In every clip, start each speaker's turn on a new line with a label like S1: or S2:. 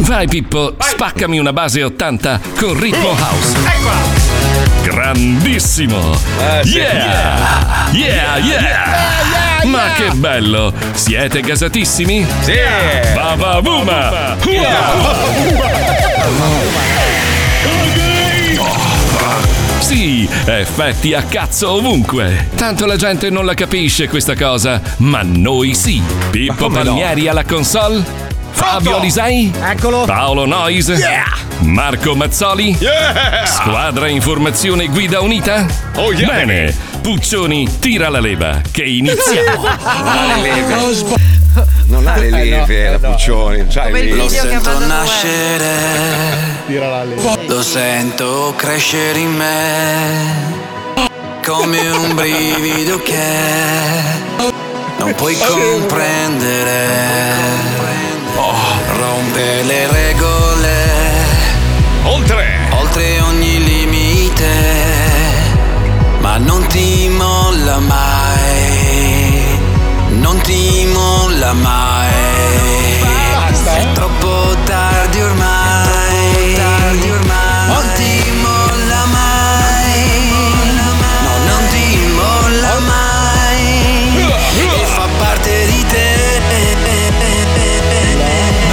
S1: Vai Eh. Pippo, spaccami una base 80 con ritmo house. Grandissimo! Eh, Yeah! Yeah, yeah! Ma che bello! Siete gasatissimi? Sì! Bababuma! Sì, effetti a cazzo ovunque. Tanto la gente non la capisce questa cosa, ma noi sì. Pippo
S2: come no?
S1: Palmieri alla console? Fabio Lisei? Eccolo. Paolo Nois?
S2: Yeah.
S1: Marco Mazzoli? Squadra in formazione guida unita? Oh yeah. Bene. Puccioni, tira la leva che iniziamo.
S3: Non ha
S4: Eh,
S3: le leve, la Puccioni. C'hai
S4: Come il
S3: le
S4: video che ha
S3: leve.
S5: Sento
S4: mandato
S5: nascere, lo sento crescere in me, come un brivido che non puoi comprendere. Oh, rompe le regole, oltre, oltre ogni limite, ma non ti molla mai, non ti molla mai. È troppo tardi ormai, tardi ormai. Non ti molla mai, no, non ti molla mai. E fa parte di te.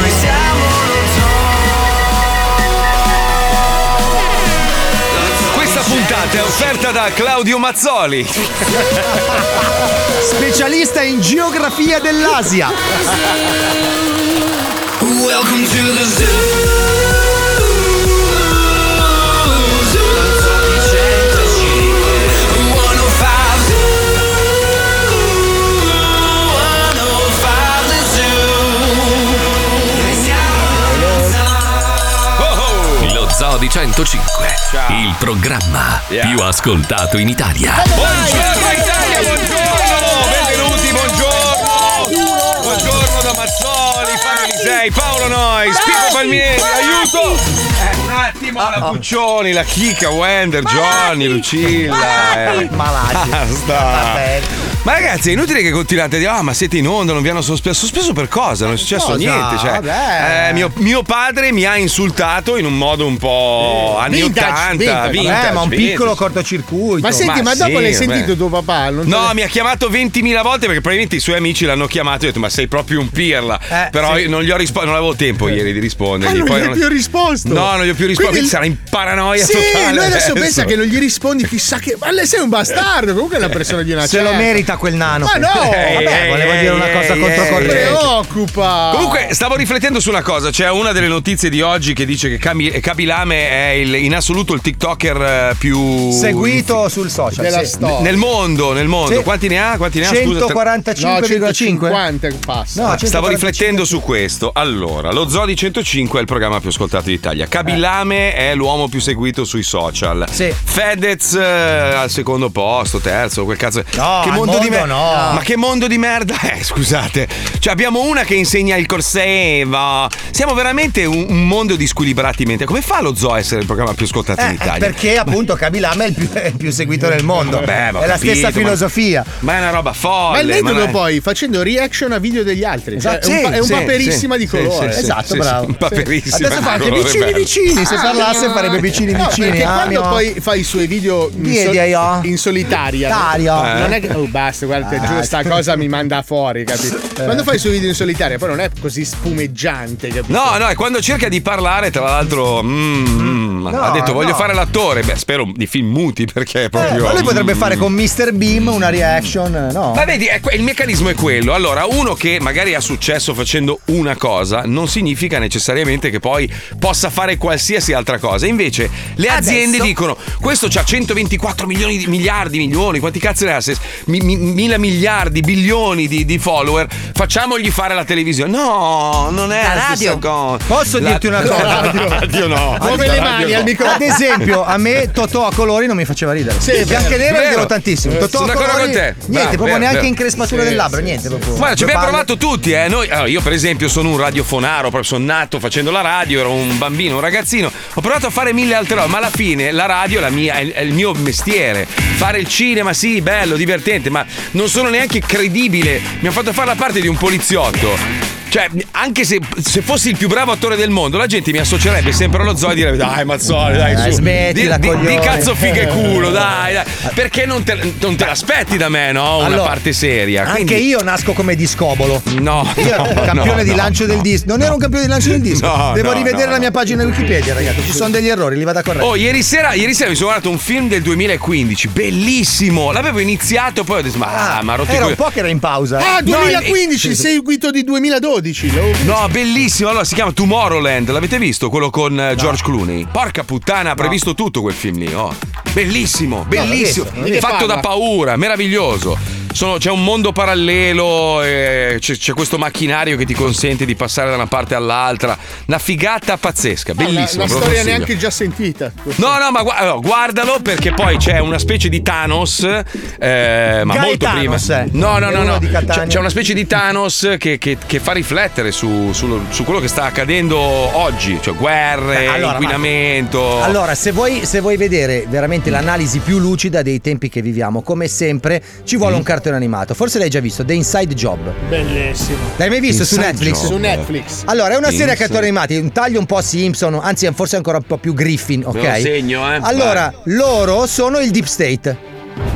S5: Noi siamo lo
S3: Questa puntata è offerta da Claudio Mazzoli.
S6: Specialista in geografia dell'Asia.
S5: Welcome to the zoo.
S3: Oh,
S1: Lo Zoo di 105, il programma più ascoltato in Italia.
S3: Buongiorno Italia, buongiorno, benvenuti, buongiorno. Buongiorno da Mazzoli, Fabio Lisei, Paolo Nois, Pippo Palmieri, aiuto. Eh, un attimo, la
S6: Oh.
S3: Puccioni, la Chica, Wender, Johnny, Lucilla. eh.
S6: Malati.
S3: Basta. Ma ragazzi, è inutile che continuate a dire, ah, ma siete in onda, non vi hanno sospeso. Sospeso per cosa? Non è successo
S6: Cosa?
S3: niente. Cioè,
S6: Vabbè.
S3: eh, mio, mio padre mi ha insultato in un modo un po' anni
S6: Vintage,
S3: 80.
S6: vintage.
S3: vintage,
S6: Eh, ma un
S3: vintage.
S6: piccolo cortocircuito.
S7: Ma senti, ma,
S3: ma
S7: dopo
S3: sì,
S7: l'hai
S3: vabbè.
S7: sentito tuo papà? Non te-
S3: No, mi ha chiamato 20.000 volte perché probabilmente i suoi amici l'hanno chiamato e ho detto ma sei proprio un pirla.
S6: Eh,
S3: Però
S6: sì.
S3: io non gli ho risposto, non avevo tempo ieri di
S7: Ah,
S3: rispondergli.
S7: non
S3: Poi
S7: gli ho più risposto.
S3: No, non gli ho più risposto, quindi sarà in paranoia
S7: Sì,
S3: totale
S7: lui adesso pensa che
S3: adesso.
S7: non gli rispondi, chissà che. Ma lei sei un bastardo, comunque è una persona di una
S6: Se lo
S7: certa.
S6: merita quel nano. Eh,
S7: Ma no!
S3: Ehi,
S7: vabbè,
S3: ehi,
S6: volevo
S3: ehi,
S6: dire una cosa
S3: ehi,
S6: controcorrente.
S3: ehi, ehi.
S7: Preoccupa!
S3: Comunque, stavo riflettendo su una cosa. C'è una delle notizie di oggi che dice che Cami- eh, Kabilame è il- in assoluto il TikToker eh, più
S6: Seguito sul social.
S7: della
S6: sì.
S7: storia.
S3: nel mondo. Nel mondo.
S6: Sì.
S3: Quanti ne ha? ah, Quanti ne ha? Scusa, tre-
S7: no,
S6: 145,5?
S7: 150 passa.
S6: No,
S3: Ah, Stavo
S6: 145.
S3: riflettendo su questo. Allora, lo Zoo di 105 è il programma più ascoltato d'Italia. Kabilame è l'uomo più seguito sui social.
S6: Sì.
S3: Fedez eh, al secondo posto, terzo, quel cazzo.
S6: No,
S3: che
S6: al
S3: Ah, mondo, di
S6: mondo
S3: merda.
S6: no.
S3: Ma che mondo di merda è? Scusate. Cioè, abbiamo una che insegna il Corseva. Siamo veramente un, un mondo di squilibrati mente. Come fa lo Zoo a essere il programma più ascoltato
S6: Eh,
S3: d'Italia?
S6: perché appunto Kabilame è il più, è il più seguito nel mondo.
S3: Vabbè, ma ho
S6: è la
S3: capito,
S6: stessa
S3: ma-
S6: filosofia.
S3: Ma è una roba folle.
S7: Ma lei
S3: ma
S7: vedono
S3: è-
S7: poi facendo reaction a video degli altri. Cioè,
S6: Esatto,
S7: è un,
S6: sì,
S7: pa- è un
S6: sì,
S7: paperissima
S3: sì,
S7: di
S3: sì,
S7: colore.
S3: sì, sì,
S6: esatto,
S3: sì,
S6: bravo.
S3: sì, paperissima
S6: Adesso fa anche
S3: di colore,
S6: vicini
S3: bello.
S6: vicini. Se
S7: Ah,
S6: parlasse farebbe vicini
S7: No,
S6: vicini.
S7: perché quando
S6: amio.
S7: poi fa i suoi video in,
S6: Diedi,
S7: soli-
S6: io.
S7: in solitaria,
S6: Dario.
S3: Eh.
S7: no? non è che oh basta, guarda, te giuro, sta cosa mi manda fuori, capito?
S6: Eh.
S7: Quando fai i suoi video in solitaria, poi non è così spumeggiante, capito?
S3: No, no, e quando cerca di parlare, tra l'altro, mm, mm, ha detto voglio
S6: no.
S3: fare l'attore. Beh, spero di film muti perché è
S6: Eh,
S3: proprio.
S6: ma lui potrebbe
S3: mm.
S6: fare con Mr. Beam una reaction, eh, no?
S3: Ma vedi, è que- il meccanismo è quello. Allora, uno che magari ha successo facendo una cosa non significa necessariamente che poi possa fare qualsiasi altra cosa. Invece, le aziende dicono: questo c'ha 124 milioni di miliardi, milioni, quanti cazzo ne ha? Se- mi- mi- mila miliardi, bilioni di, di follower, facciamogli fare la televisione. No, non è
S4: La
S3: la stessa
S4: radio.
S3: cosa.
S6: Posso
S3: La-
S6: dirti una
S3: No,
S6: cosa?
S3: la radio no.
S7: Come le mani al microfono.
S6: Ad esempio, a me Totò a colori non mi faceva ridere.
S7: Sì,
S6: Bianca e
S7: vero.
S6: Nera
S3: Vero. Eh,
S6: glielo tantissimo. Totò
S3: Sono
S6: a
S3: d'accordo
S6: colori,
S3: con te.
S6: Niente,
S3: Bravo,
S6: proprio
S3: vero,
S6: neanche
S3: vero.
S6: increspatura del labbro, niente proprio.
S3: Guarda, ci
S6: Due
S3: abbiamo
S6: palle.
S3: provato tutti, eh. Noi- allora, io, per esempio, sono un radiofonaro, proprio sono nato facendo la radio, ero un bambino, un ragazzino. Ho provato a fare mille altre robe, ma alla fine la radio è, la mia- è il- è il mio mestiere. Fare il cinema, sì, bello, divertente, ma non sono neanche credibile. Mi hanno fatto fare la parte di un poliziotto. Cioè, Cioè, anche se, se fossi il più bravo attore del mondo, la gente mi associerebbe sempre allo zoo e direbbe: Dai, Mazzoli, dai,
S6: Dai,
S3: su.
S6: smettila,
S3: di, di- di
S6: coglione."
S3: cazzo figa e culo, dai, dai. Perché non te, non te l'aspetti da me, no? Una
S6: Allora,
S3: parte seria.
S6: Anche
S3: Quindi-
S6: io nasco come discobolo.
S3: No,
S6: Io ero
S3: no,
S6: campione
S3: no,
S6: di
S3: no,
S6: lancio del disco. Non ero un campione di lancio del disco.
S3: No,
S6: Devo
S3: no,
S6: rivedere
S3: no,
S6: la
S3: no.
S6: mia pagina Wikipedia, ragazzi. Ci sono degli errori, li vado a correggere.
S3: Oh, ieri sera, ieri sera mi sono guardato un film del 2015, bellissimo. L'avevo iniziato, poi ho detto: Ma, ma rotti i
S6: Ah, era un
S3: coglioni."
S6: po' che era in pausa.
S7: Ah,
S6: eh. No,
S7: 2015, il seguito di 2012. lo-
S3: No, bellissimo. Allora si chiama Tomorrowland. L'avete visto quello con eh, George Clooney? Porca puttana, ha previsto tutto quel film lì. Oh. Bellissimo, bellissimo.
S7: l'ho visto, non mi
S3: Fatto
S7: parla.
S3: da paura, meraviglioso. Sono- c'è un mondo parallelo, eh, c'è, c'è questo macchinario che ti consente di passare da una parte all'altra. Una figata pazzesca,
S7: Ah, una-
S3: bellissimo.
S7: Una
S3: ve lo
S7: storia
S3: consiglio.
S7: neanche già sentita.
S3: No, no, ma gua- allora, guardalo perché poi c'è una specie di Thanos, eh, ma molto prima.
S6: Gaetanos, eh.
S3: No, no,
S6: È
S3: no,
S6: uno
S3: no.
S6: di Catania.
S3: C'è, c'è una specie di Thanos che, che- che fa riflettere su, sullo- su quello che sta accadendo oggi, cioè guerre,
S6: Beh, allora,
S3: inquinamento.
S6: Allora, se vuoi, se vuoi vedere veramente l'analisi più lucida dei tempi che viviamo, come sempre, ci vuole
S3: Mm.
S6: un cartone animato. Forse l'hai già visto, The Inside Job.
S7: Bellissimo.
S6: L'hai mai visto su
S3: Inside
S6: Netflix?
S3: Job.
S7: Su Netflix.
S6: Allora, è una serie a
S3: Inside.
S6: cartoni animati, un taglio un po' Simpson, anzi forse ancora un po' più Griffin, ok?
S3: Me lo segno, eh.
S6: Allora, loro sono il deep state.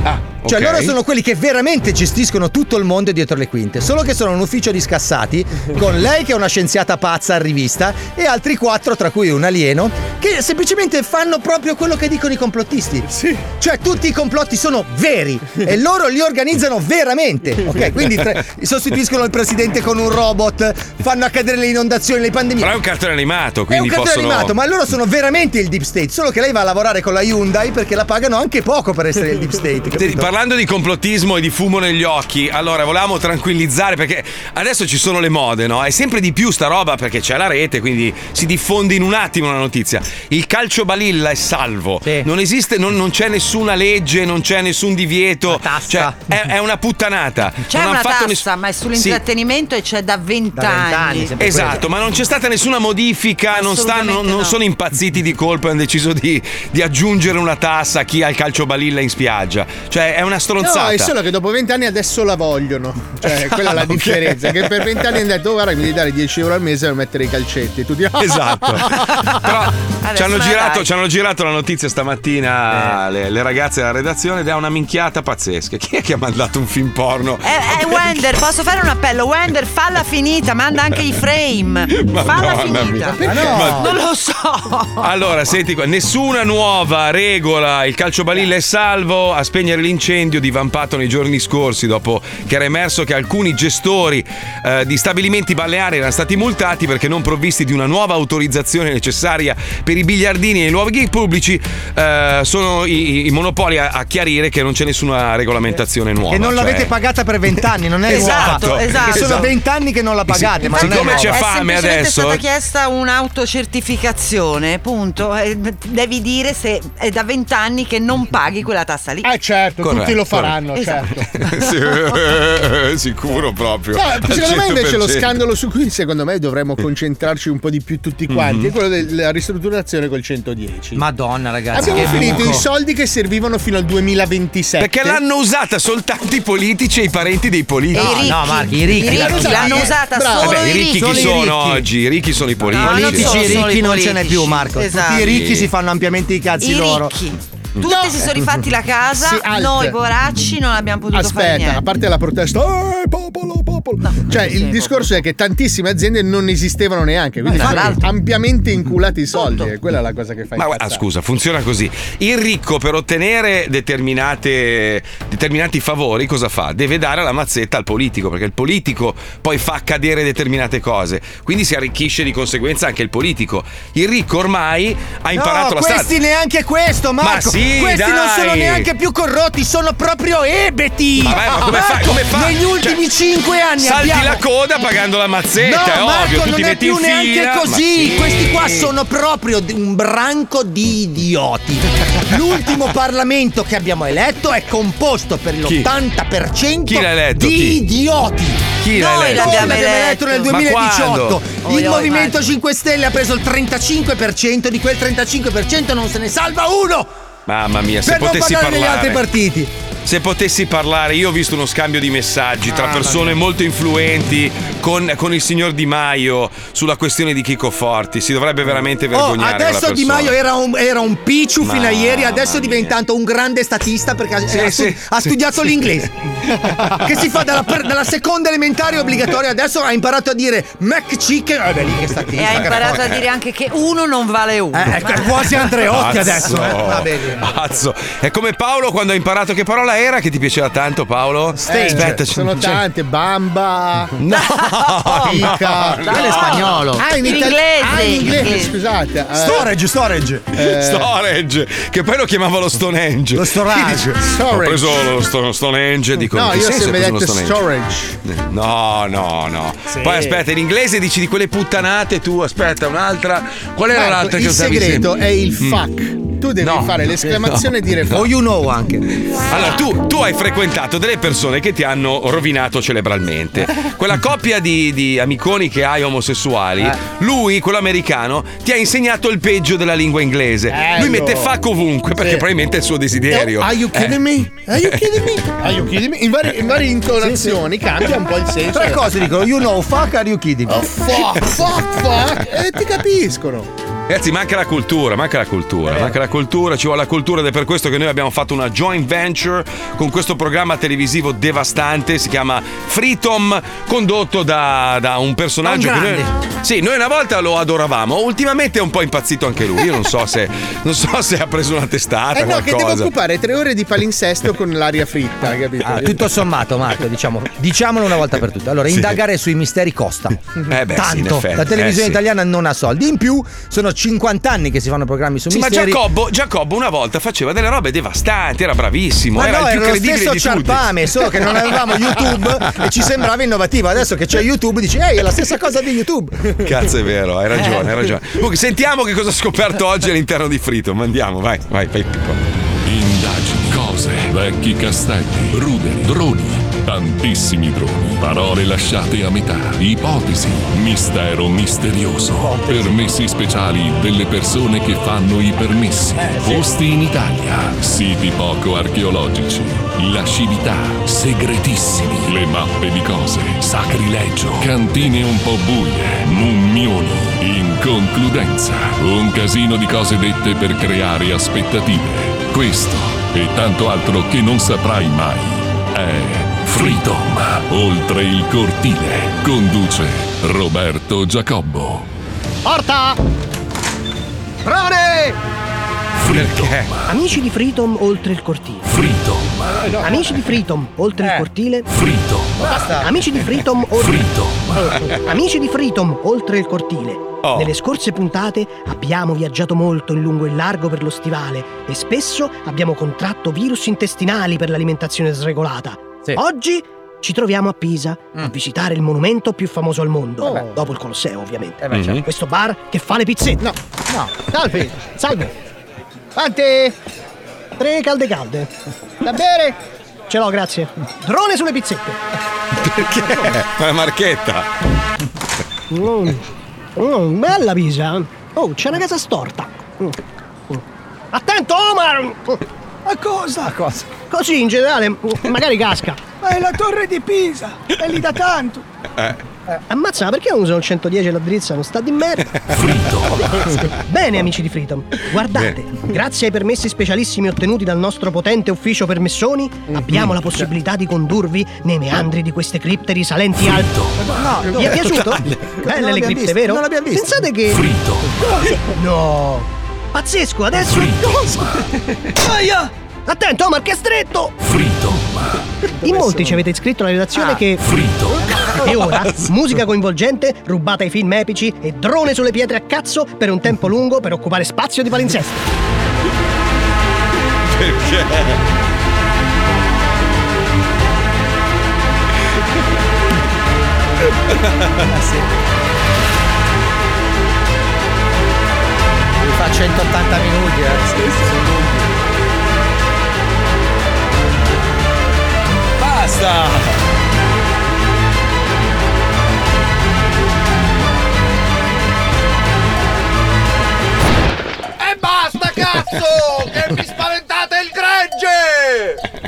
S3: Ah,
S6: Cioè,
S3: ok.
S6: loro sono quelli che veramente gestiscono tutto il mondo dietro le quinte. Solo che sono un ufficio di scassati, con lei che è una scienziata pazza a rivista, e altri quattro, tra cui un alieno, che semplicemente fanno proprio quello che dicono i complottisti.
S7: Sì.
S6: Cioè, tutti i complotti sono veri e loro li organizzano veramente. Ok, quindi tra- sostituiscono il presidente con un robot, fanno accadere le inondazioni, le pandemie.
S3: Però è un cartone animato,
S6: È un
S3: quindi
S6: cartone
S3: possono.
S6: animato, ma loro sono veramente il deep state. Solo che lei va a lavorare con la Hyundai perché la pagano anche poco per essere il deep state.
S3: Senti,
S6: capito?
S3: parlando di complottismo e di fumo negli occhi, allora volevamo tranquillizzare perché adesso ci sono le mode, no? È sempre di più sta roba perché c'è la rete, quindi si diffonde in un attimo la notizia. Il calcio balilla è salvo.
S6: Sì.
S3: Non esiste, non, non c'è nessuna legge, non c'è nessun divieto.
S6: tassa.
S3: Cioè, è, è una puttanata.
S2: C'è
S3: Non hanno
S2: una
S3: fatto
S2: tassa,
S3: ness-
S2: ma è
S3: Sì.
S2: sull'intrattenimento e c'è da
S6: Da vent'anni,
S2: vent'anni.
S6: sempre
S3: Esatto, ma non c'è stata nessuna modifica, non, stanno-
S2: Assolutamente
S3: non
S2: no.
S3: sono impazziti di colpo e hanno deciso di, di aggiungere una tassa a chi ha il calcio balilla in spiaggia. Cioè, è una stronzata.
S7: No, è solo che dopo vent'anni adesso la vogliono. Cioè, quella è la differenza. Che per vent'anni hanno detto, "Oh, guarda, mi devi dare 10 euro al mese per mettere i calcetti. Tutti, ah,
S3: Esatto. Però ci hanno,
S2: me la
S3: girato,
S2: dai.
S3: ci hanno girato la notizia stamattina
S2: Eh.
S3: le, le ragazze della redazione ed è una minchiata pazzesca. Chi è che ha mandato un film porno?
S2: Eh, eh, Wender, posso fare un appello? Wender, falla finita, manda anche i frame. falla
S3: Madonna
S2: finita. Ah,
S3: mia.
S6: Ma no.
S3: Ma-
S2: Non lo so.
S3: Allora, senti qua, nessuna nuova regola, il calcio balilla è salvo a spegnere l'incendio divampato nei giorni scorsi dopo che era emerso che alcuni gestori eh, di stabilimenti balneari erano stati multati perché non provvisti di una nuova autorizzazione necessaria per i biliardini e i luoghi pubblici, eh, sono i, i- i monopoli a, a chiarire che non c'è nessuna regolamentazione nuova.
S6: E non
S3: cioè-
S6: l'avete pagata per vent'anni, non è
S2: Esatto,
S6: nuova.
S2: esatto.
S6: Perché sono
S2: Esatto.
S6: vent'anni che non la pagate, ma non è
S3: Siccome
S6: nuova.
S3: c'è
S2: È
S3: fame
S2: semplicemente
S3: adesso-
S2: È stata chiesta un'autocertificazione, punto. E Devi dire se è da vent'anni che non paghi quella tassa lì. Esatto.
S7: eh, certo, tutti
S3: Corretto,
S7: lo faranno,
S2: corretto.
S7: certo.
S3: Sì, sicuro proprio.
S7: No, Cioè, secondo me invece lo
S3: 100%.
S7: scandalo su cui secondo me dovremmo concentrarci un po' di più tutti quanti è quello della ristrutturazione col 110.
S6: Madonna, ragazzi.
S7: Abbiamo
S6: che
S7: finito
S6: buco.
S7: i soldi che servivano fino al 2027.
S3: Perché l'hanno usata soltanto i politici e i parenti dei
S2: E
S3: politici.
S2: i ricchi,
S6: Ah, no, Marchi, i ricchi l'hanno usata.
S2: l'hanno
S7: Eh,
S2: usata
S7: bravo.
S2: solo
S3: Vabbè, i ricchi chi
S2: i
S3: sono,
S6: i ricchi.
S3: oggi? I ricchi sono i
S2: No,
S3: politici.
S2: non
S6: Politici
S2: sono
S6: e
S2: solo
S6: ricchi
S2: i
S6: non ce n'è
S2: politici.
S6: più, Marco.
S2: Esatto.
S6: Tutti i ricchi
S3: Sì.
S6: si fanno ampiamente i cazzi
S2: I
S6: loro.
S2: ricchi. Tutti si sono rifatti la casa,
S7: Sì, altre.
S2: noi poracci non abbiamo potuto fare
S7: Aspetta, a
S2: niente.
S7: parte la protesta, "Eh, popolo, popolo. cioè, il discorso è che tantissime aziende non esistevano neanche, quindi
S2: No,
S7: sono
S2: Eh, tra l'altro.
S7: ampiamente inculati i soldi.
S2: Tutto.
S7: e Quella è la cosa che fai. Eh,
S3: Ma guarda, ah, scusa, funziona così. Il ricco per ottenere determinate, determinati favori cosa fa? Deve dare la mazzetta al politico, perché il politico poi fa accadere determinate cose. Quindi si arricchisce di conseguenza anche il politico. Il ricco ormai ha imparato
S6: no,
S3: la strada.
S6: questi neanche questo, Marco.
S3: sì,
S6: questi non
S3: dai.
S6: sono neanche più corrotti, sono proprio ebeti.
S3: Ma vai, ma come fai-
S6: Marco,
S3: come fai?
S6: Negli
S3: Cioè,
S6: ultimi cinque anni
S3: Salti
S6: abbiamo
S3: la coda pagando la
S6: No,
S3: mazzetta, è
S6: Marco,
S3: ovvio, tu
S6: non
S3: ti
S6: è
S3: metti
S6: più
S3: in
S6: neanche
S3: fila. Ma
S6: così.
S3: sì.
S6: Questi qua sono proprio di- un branco di idioti. L'ultimo Parlamento che abbiamo eletto è composto per l'80%
S3: Chi l'ha eletto?
S6: di
S3: Chi?
S6: idioti.
S3: Chi l'ha
S2: Noi
S3: eletto?
S6: Noi
S2: L'abbiamo
S6: l'abbiamo eletto
S2: eletto.
S6: nel
S3: Ma
S6: 2018.
S2: quando?
S6: il
S2: Oh, oh,
S6: Movimento
S2: immagino.
S6: 5 Stelle ha preso il 35%, di quel 35% non se ne salva uno
S3: Mamma mia, se
S6: per non
S3: potessi
S6: parlare degli altri
S3: parlare.
S6: partiti.
S3: Se potessi parlare, io ho visto uno scambio di messaggi tra
S8: Mamma
S3: persone molto influenti con, con il signor Di Maio sulla questione di Chico Forti. Si dovrebbe veramente
S6: Oh,
S3: vergognare. quella
S6: adesso Di
S3: persona.
S6: Maio era un, era un picciu fino
S3: Mamma
S6: a ieri, adesso è diventato un grande statista perché ha, ha stu-
S3: sì,
S6: ha
S3: sì,
S6: studiato
S3: sì.
S6: l'inglese. che si fa dalla, per- dalla seconda elementare obbligatoria, adesso ha imparato a dire Mac Chicken. Eh, beh, lì che statista.
S2: E ha
S6: che
S2: imparato a
S6: poi-
S2: dire anche che uno non vale uno.
S6: Eh, ecco, è quasi Andreotti adesso.
S3: Pazzo.
S6: eh. Va bene.
S3: Pazzo. È come Paolo quando ha imparato che parola era che ti piaceva tanto, Paolo?
S7: Stage. sono
S3: cioè-
S7: tante, bamba,
S3: No,
S7: fica.
S3: no, Quello è no. spagnolo.
S7: Ah, in,
S2: In
S7: itali-
S2: inglese,
S7: ah, in inglese,
S2: inglese.
S7: scusate. Eh,
S6: Storage, storage.
S3: Storage, che poi lo chiamava lo Stonehenge.
S6: Lo storage.
S3: Ho
S7: storage.
S3: preso lo sto- Stonehenge e dico
S7: No,
S3: "In che
S7: io
S3: senso
S7: se mi
S3: hai preso
S7: detto
S3: lo Stonehenge?"
S7: storage.
S3: No, no, no. Poi aspetta, in inglese dici di quelle puttanate tu, aspetta un'altra. Qual era
S7: Marco,
S3: l'altra che
S7: il
S3: usavi
S7: segreto
S3: sempre?
S7: è il
S3: Mm.
S7: fuck. Tu devi
S3: No.
S7: fare l'esclamazione e dire
S6: O
S7: fuck.
S6: you know anche.
S3: Allora, tu, tu hai frequentato delle persone che ti hanno rovinato cerebralmente. Quella coppia di, di amiconi che hai omosessuali,
S7: Eh.
S3: lui, quello americano, ti ha insegnato il peggio della lingua inglese. Lui
S7: Bello.
S3: mette fuck ovunque perché
S7: Sì. Oh,
S3: probabilmente è il suo desiderio. Eh.
S7: Are you kidding me? Eh. Are you kidding me? Are you kidding me? In varie, in varie intonazioni cambia un po' il senso.
S2: certo.
S6: Tre cose dicono, you know, fuck, are you kidding? me?"
S7: Oh, fuck, fuck, fuck. E ti capiscono.
S3: Ragazzi, manca la cultura, manca la cultura,
S6: Eh.
S3: manca la cultura, ci vuole la cultura ed è per questo che noi abbiamo fatto una joint venture con questo programma televisivo devastante, si chiama Freedom, condotto da, da un personaggio
S6: Da un
S3: che noi. Sì, noi una volta lo adoravamo, ultimamente è un po' impazzito anche lui. Io non so se, non so se ha preso una testata.
S7: Eh no, che devo
S3: Ah, qualcosa.
S7: occupare tre ore di palinsesto con l'aria fritta, capito?
S6: Ah, tutto sommato, Marco, diciamo, diciamolo una volta per tutte. Allora,
S3: Sì.
S6: indagare sui misteri costa.
S3: Eh beh, sì, in
S6: Tanto.
S3: effetti,
S6: La televisione
S3: eh sì.
S6: italiana non ha soldi. In più, sono 50 anni che si fanno programmi su
S3: Sì, ma
S6: misteri.
S3: Giacobbo, Giacobbo una volta faceva delle robe devastanti, era bravissimo,
S6: Ma
S3: era
S6: no,
S3: il eh, più
S6: era lo
S3: credibile
S6: stesso
S3: di tutti.
S6: ciarpame, solo che non avevamo YouTube e ci sembrava innovativo. Adesso che c'è YouTube dici, ehi, è la stessa cosa di YouTube.
S3: Eh. Cazzo, è vero, hai ragione,
S6: Eh.
S3: hai ragione. Comunque, sentiamo che cosa ha scoperto oggi all'interno di Frito. Mandiamo, vai, vai, fai piccolo.
S9: Indagini, cose, vecchi castagni, ruderi, droni, tantissimi droni, parole lasciate a metà, ipotesi, mistero misterioso, permessi speciali delle persone che fanno i permessi, posti in Italia, siti poco archeologici, lascività, segretissimi, le mappe di cose, sacrilegio, cantine un po' buie, mummioni. In concludenza, un casino di cose dette per creare aspettative. Questo e tanto altro che non saprai mai è Freedom. Oltre il cortile conduce Roberto Giacobbo.
S7: Porta!
S9: Freedom.
S3: Perché?
S10: Amici di Freedom oltre il cortile.
S9: Freedom.
S10: Amici di Freedom oltre il cortile.
S9: Freedom.
S10: Amici di Freedom oltre
S9: Freedom.
S10: Amici di Freedom oltre il cortile.
S3: Oh.
S10: Nelle scorse puntate abbiamo viaggiato molto in lungo e in largo per lo stivale e spesso abbiamo contratto virus intestinali per l'alimentazione sregolata. Oggi ci troviamo a Pisa a visitare il monumento più famoso al mondo, dopo il Colosseo ovviamente.
S3: certo.
S10: Eh, Questo bar che fa le pizzette.
S7: No, no,
S10: salve, salve.
S7: avanti!
S10: Tre calde calde.
S7: Da bere!
S10: Ce l'ho, grazie. Drone sulle pizzette.
S3: Perché? Fa la marchetta.
S10: Mm. Mm, bella Pisa. Oh, c'è una casa storta. Mm. Mm. Attento, Omar! Mm. A cosa? cosa? Così in generale, mm, magari casca. Ma è la torre di Pisa! È lì da tanto!
S3: Eh,
S10: Eh, Ammazza, ma perché non usano il 110 e la drizza? Non sta di merda. Bene, amici di Freedom, guardate, grazie ai permessi specialissimi ottenuti dal nostro potente ufficio permessoni,
S6: Mm-hmm.
S10: abbiamo la possibilità di condurvi nei meandri di queste cripte risalenti al.
S6: No,
S10: Vi è piaciuto?
S6: Non
S10: Belle le
S6: l'abbiamo
S10: cripte,
S6: visto,
S10: vero?
S6: non l'abbiamo visto.
S10: Pensate che. No! Pazzesco, adesso è cosa? Aia! Attento, Omar, che è stretto! In molti ci avete iscritto alla
S6: Ah,
S10: redazione che. E ora, musica coinvolgente, rubata ai film epici e drone sulle pietre a cazzo per un tempo lungo per occupare spazio di palinsesto.
S6: Eh, Fa 180 minuti. eh.
S3: Basta!
S7: E basta, cazzo! che mi spaventate il gregge!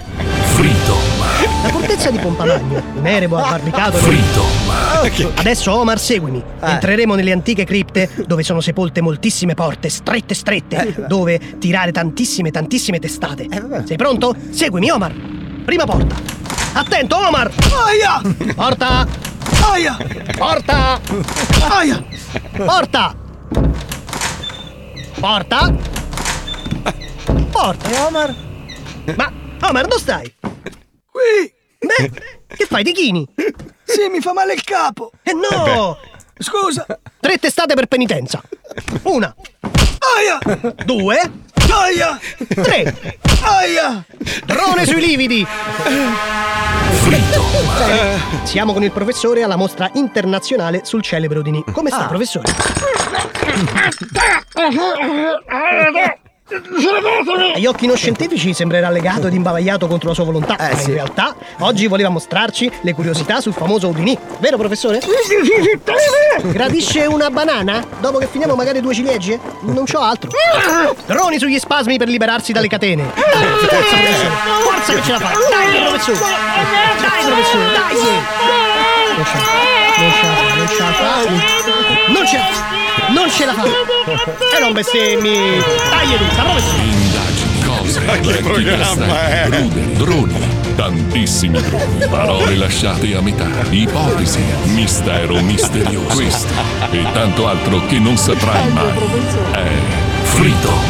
S10: Compagno, in erebo abbarbicato.
S1: Fritto.
S10: Adesso Omar seguimi. Entreremo nelle antiche cripte dove sono sepolte moltissime porte strette strette, dove tirare tantissime tantissime testate. Sei pronto? Seguimi Omar. Prima porta. Attento Omar! Aia! Porta! Aia! Porta! Aia! Porta! Porta! Porta! E Omar? Ma Omar, dove stai? Qui! Beh, che fai, Tichini? Sì, mi fa male il capo. Eh no! Scusa. Tre testate per penitenza. Una. Aia! Due. Aia! Tre. Aia! Drone sui lividi. Bene, Siamo con il professore alla mostra internazionale sul celebro di Ni. Come sta,
S4: Ah.
S10: professore? Agli occhi non scientifici sembrerà legato ed imbavagliato contro la sua volontà, ma in realtà oggi voleva mostrarci le curiosità sul famoso Houdini, vero professore? Gradisce una banana? Dopo che finiamo magari due ciliegie? Non c'ho altro. Droni sugli spasmi per liberarsi dalle catene. Forza professore, forza che ce la fai. Dai professore, dai professore, dai sì. Non ce la fa, non ce la fa, non ce la fa. E non bestemmi. Dai tutta, professore.
S1: Indagini, cose, vecchi castagni, ruderi, droni, tantissimi droni, parole lasciate a metà, ipotesi, mistero misterioso, questo e tanto altro che non saprai mai. È Freedom.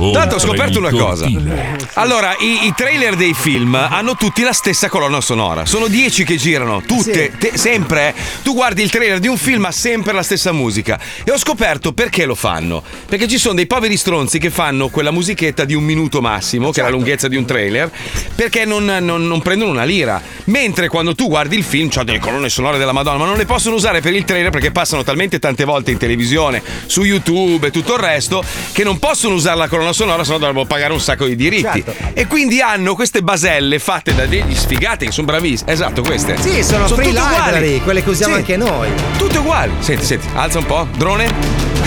S3: Tanto ho
S1: Oltre
S3: scoperto
S1: il
S3: una cosa.
S1: cortile.
S3: Allora, i, i trailer dei film hanno tutti la stessa colonna sonora. Sono 10 che girano, tutte, te- sempre. eh. Tu guardi il trailer di un film, ha sempre la stessa musica. E ho scoperto perché lo fanno. Perché ci sono dei poveri stronzi che fanno quella musichetta di un minuto massimo, che è la lunghezza di un trailer, perché non, non- non prendono una lira. Mentre quando tu guardi il film, c'ha delle colonne sonore della Madonna, ma non le possono usare per il trailer perché passano talmente tante volte in televisione, su YouTube e tutto il resto, che non possono usare la colonna sonora, se no dovrebbero pagare un sacco di diritti.
S6: Certo.
S3: E quindi hanno queste baselle fatte da degli sfigati che sono bravissimi. Esatto, queste.
S6: Sì, sono, free
S3: tutte uguali.
S6: library, quelle che usiamo
S3: Sì,
S6: anche noi.
S3: Tutte uguali. Senti, senti, alza un po'. Drone.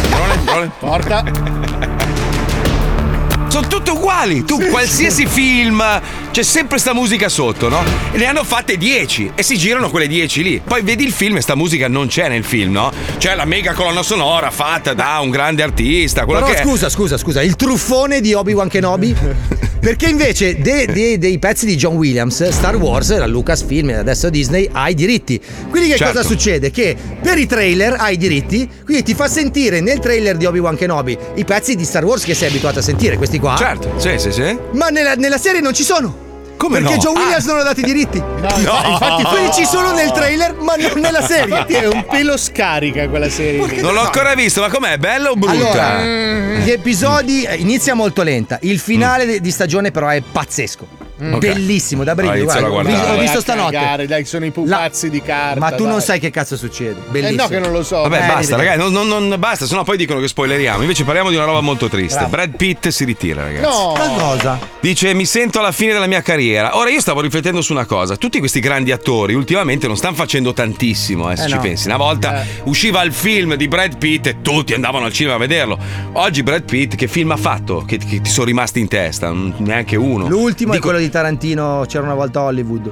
S3: Drone, drone. Porta. Sono tutte uguali. Tu, qualsiasi film, c'è sempre sta musica sotto, no? E ne hanno fatte 10 e si girano quelle 10 lì. Poi vedi il film e sta musica non c'è nel film, no? C'è la mega colonna sonora fatta da un grande artista, quello
S6: Però
S3: che è.
S6: scusa, scusa, scusa, il truffone di Obi-Wan Kenobi? Perché invece de- de- dei pezzi di John Williams, Star Wars, la Lucasfilm e adesso Disney ha i diritti. Quindi che
S11: Certo.
S6: cosa succede? Che per i trailer hai i diritti, quindi ti fa sentire nel trailer di Obi-Wan Kenobi i pezzi di Star Wars che sei abituato a sentire, questi qua.
S3: Certo, sì, sì, sì.
S6: Ma nella, nella serie non ci sono.
S3: Come
S6: Perché
S3: no? Ah.
S6: John Williams non ha dato i diritti.
S7: infatti- infatti-
S6: Quindi ci sono nel trailer, ma non nella serie.
S7: Infatti è un pelo scarica quella serie. lì.
S3: Non l'ho ancora visto, ma com'è? Bella o brutta? Mm.
S6: Allora, mm, gli episodi eh, inizia molto lenta. Il finale de- di stagione, però, è pazzesco.
S7: Mm.
S6: Bellissimo, da brivido.
S3: Inizio
S6: guarda.
S3: a
S6: Ho
S3: guardare.
S6: visto- ho
S3: Vai a
S6: visto stanotte.
S7: Cagare, dai, sono i pupazzi di carta.
S6: Ma tu non
S7: dai. Eh,
S6: sai che cazzo succede. Bellissimo.
S7: no, che non lo so.
S3: Vabbè,
S7: Eh,
S3: basta,
S7: vedi.
S3: ragazzi, non, non- non- basta, sennò poi dicono che spoileriamo. Invece parliamo di una roba molto triste.
S7: Bravo.
S3: Brad Pitt si ritira, ragazzi.
S7: No. Ma
S6: cosa?
S3: Dice: Mi sento alla fine della mia carriera. Ora io stavo riflettendo su una cosa: tutti questi grandi attori ultimamente non stanno facendo tantissimo, eh, se
S12: Eh,
S3: ci
S12: no.
S3: pensi. Una volta usciva il film di Brad Pitt e tutti andavano al cinema a vederlo. Oggi Brad Pitt, che film ha fatto? Che, che ti sono rimasti in testa? Mm, Neanche uno.
S6: L'ultimo è quello di Tarantino, c'era una volta a Hollywood.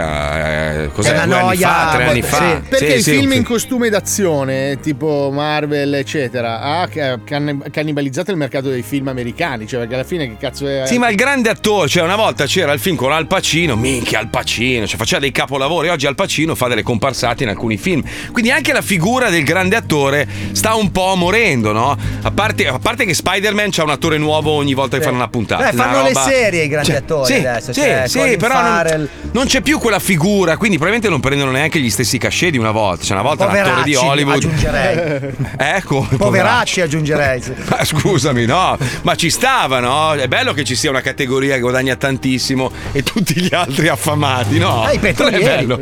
S3: Minchia, eh, cos'è?
S6: È una
S3: Due anni
S6: noia,
S3: fa, tre
S6: ma-
S3: anni fa.
S6: sì.
S7: Perché
S3: Sì,
S7: i
S3: sì,
S7: film
S3: un
S7: in costume d'azione, tipo Marvel, eccetera, ha ca- canne- cannibalizzato il mercato dei film americani. Cioè, perché alla fine che cazzo
S6: Eh,
S7: è.
S3: Sì, ma il grande attore, cioè una volta c'era il film con Al Pacino, minchia Al Pacino, cioè faceva dei capolavori, oggi Al Pacino fa delle comparsate in alcuni film. Quindi anche la figura del grande attore sta un po' morendo, no? A parte, a parte che Spider-Man c'ha un attore nuovo ogni volta che fanno una puntata.
S6: Beh, Eh, fanno
S3: una
S6: le
S3: roba-
S6: serie i grandi
S3: Cioè,
S6: attori
S3: sì,
S6: adesso.
S3: Sì,
S6: cioè,
S3: sì,
S6: Colin
S3: però non,
S6: Farrell.
S3: non c'è più quella figura, quindi probabilmente non prendono neanche gli stessi cachet di una volta. Cioè una volta un attore
S6: Poveracci,
S3: di Hollywood.
S6: aggiungerei.
S3: Ecco,
S6: Poveracci, aggiungerei. sì.
S3: ma Eh, scusami, no, ma ci stava, no? È bello che ci sia una categoria che guadagna tantissimo e tutti gli altri affamati, no?
S6: Ah,
S3: Non
S6: i
S3: è
S6: petrolieri.
S3: bello.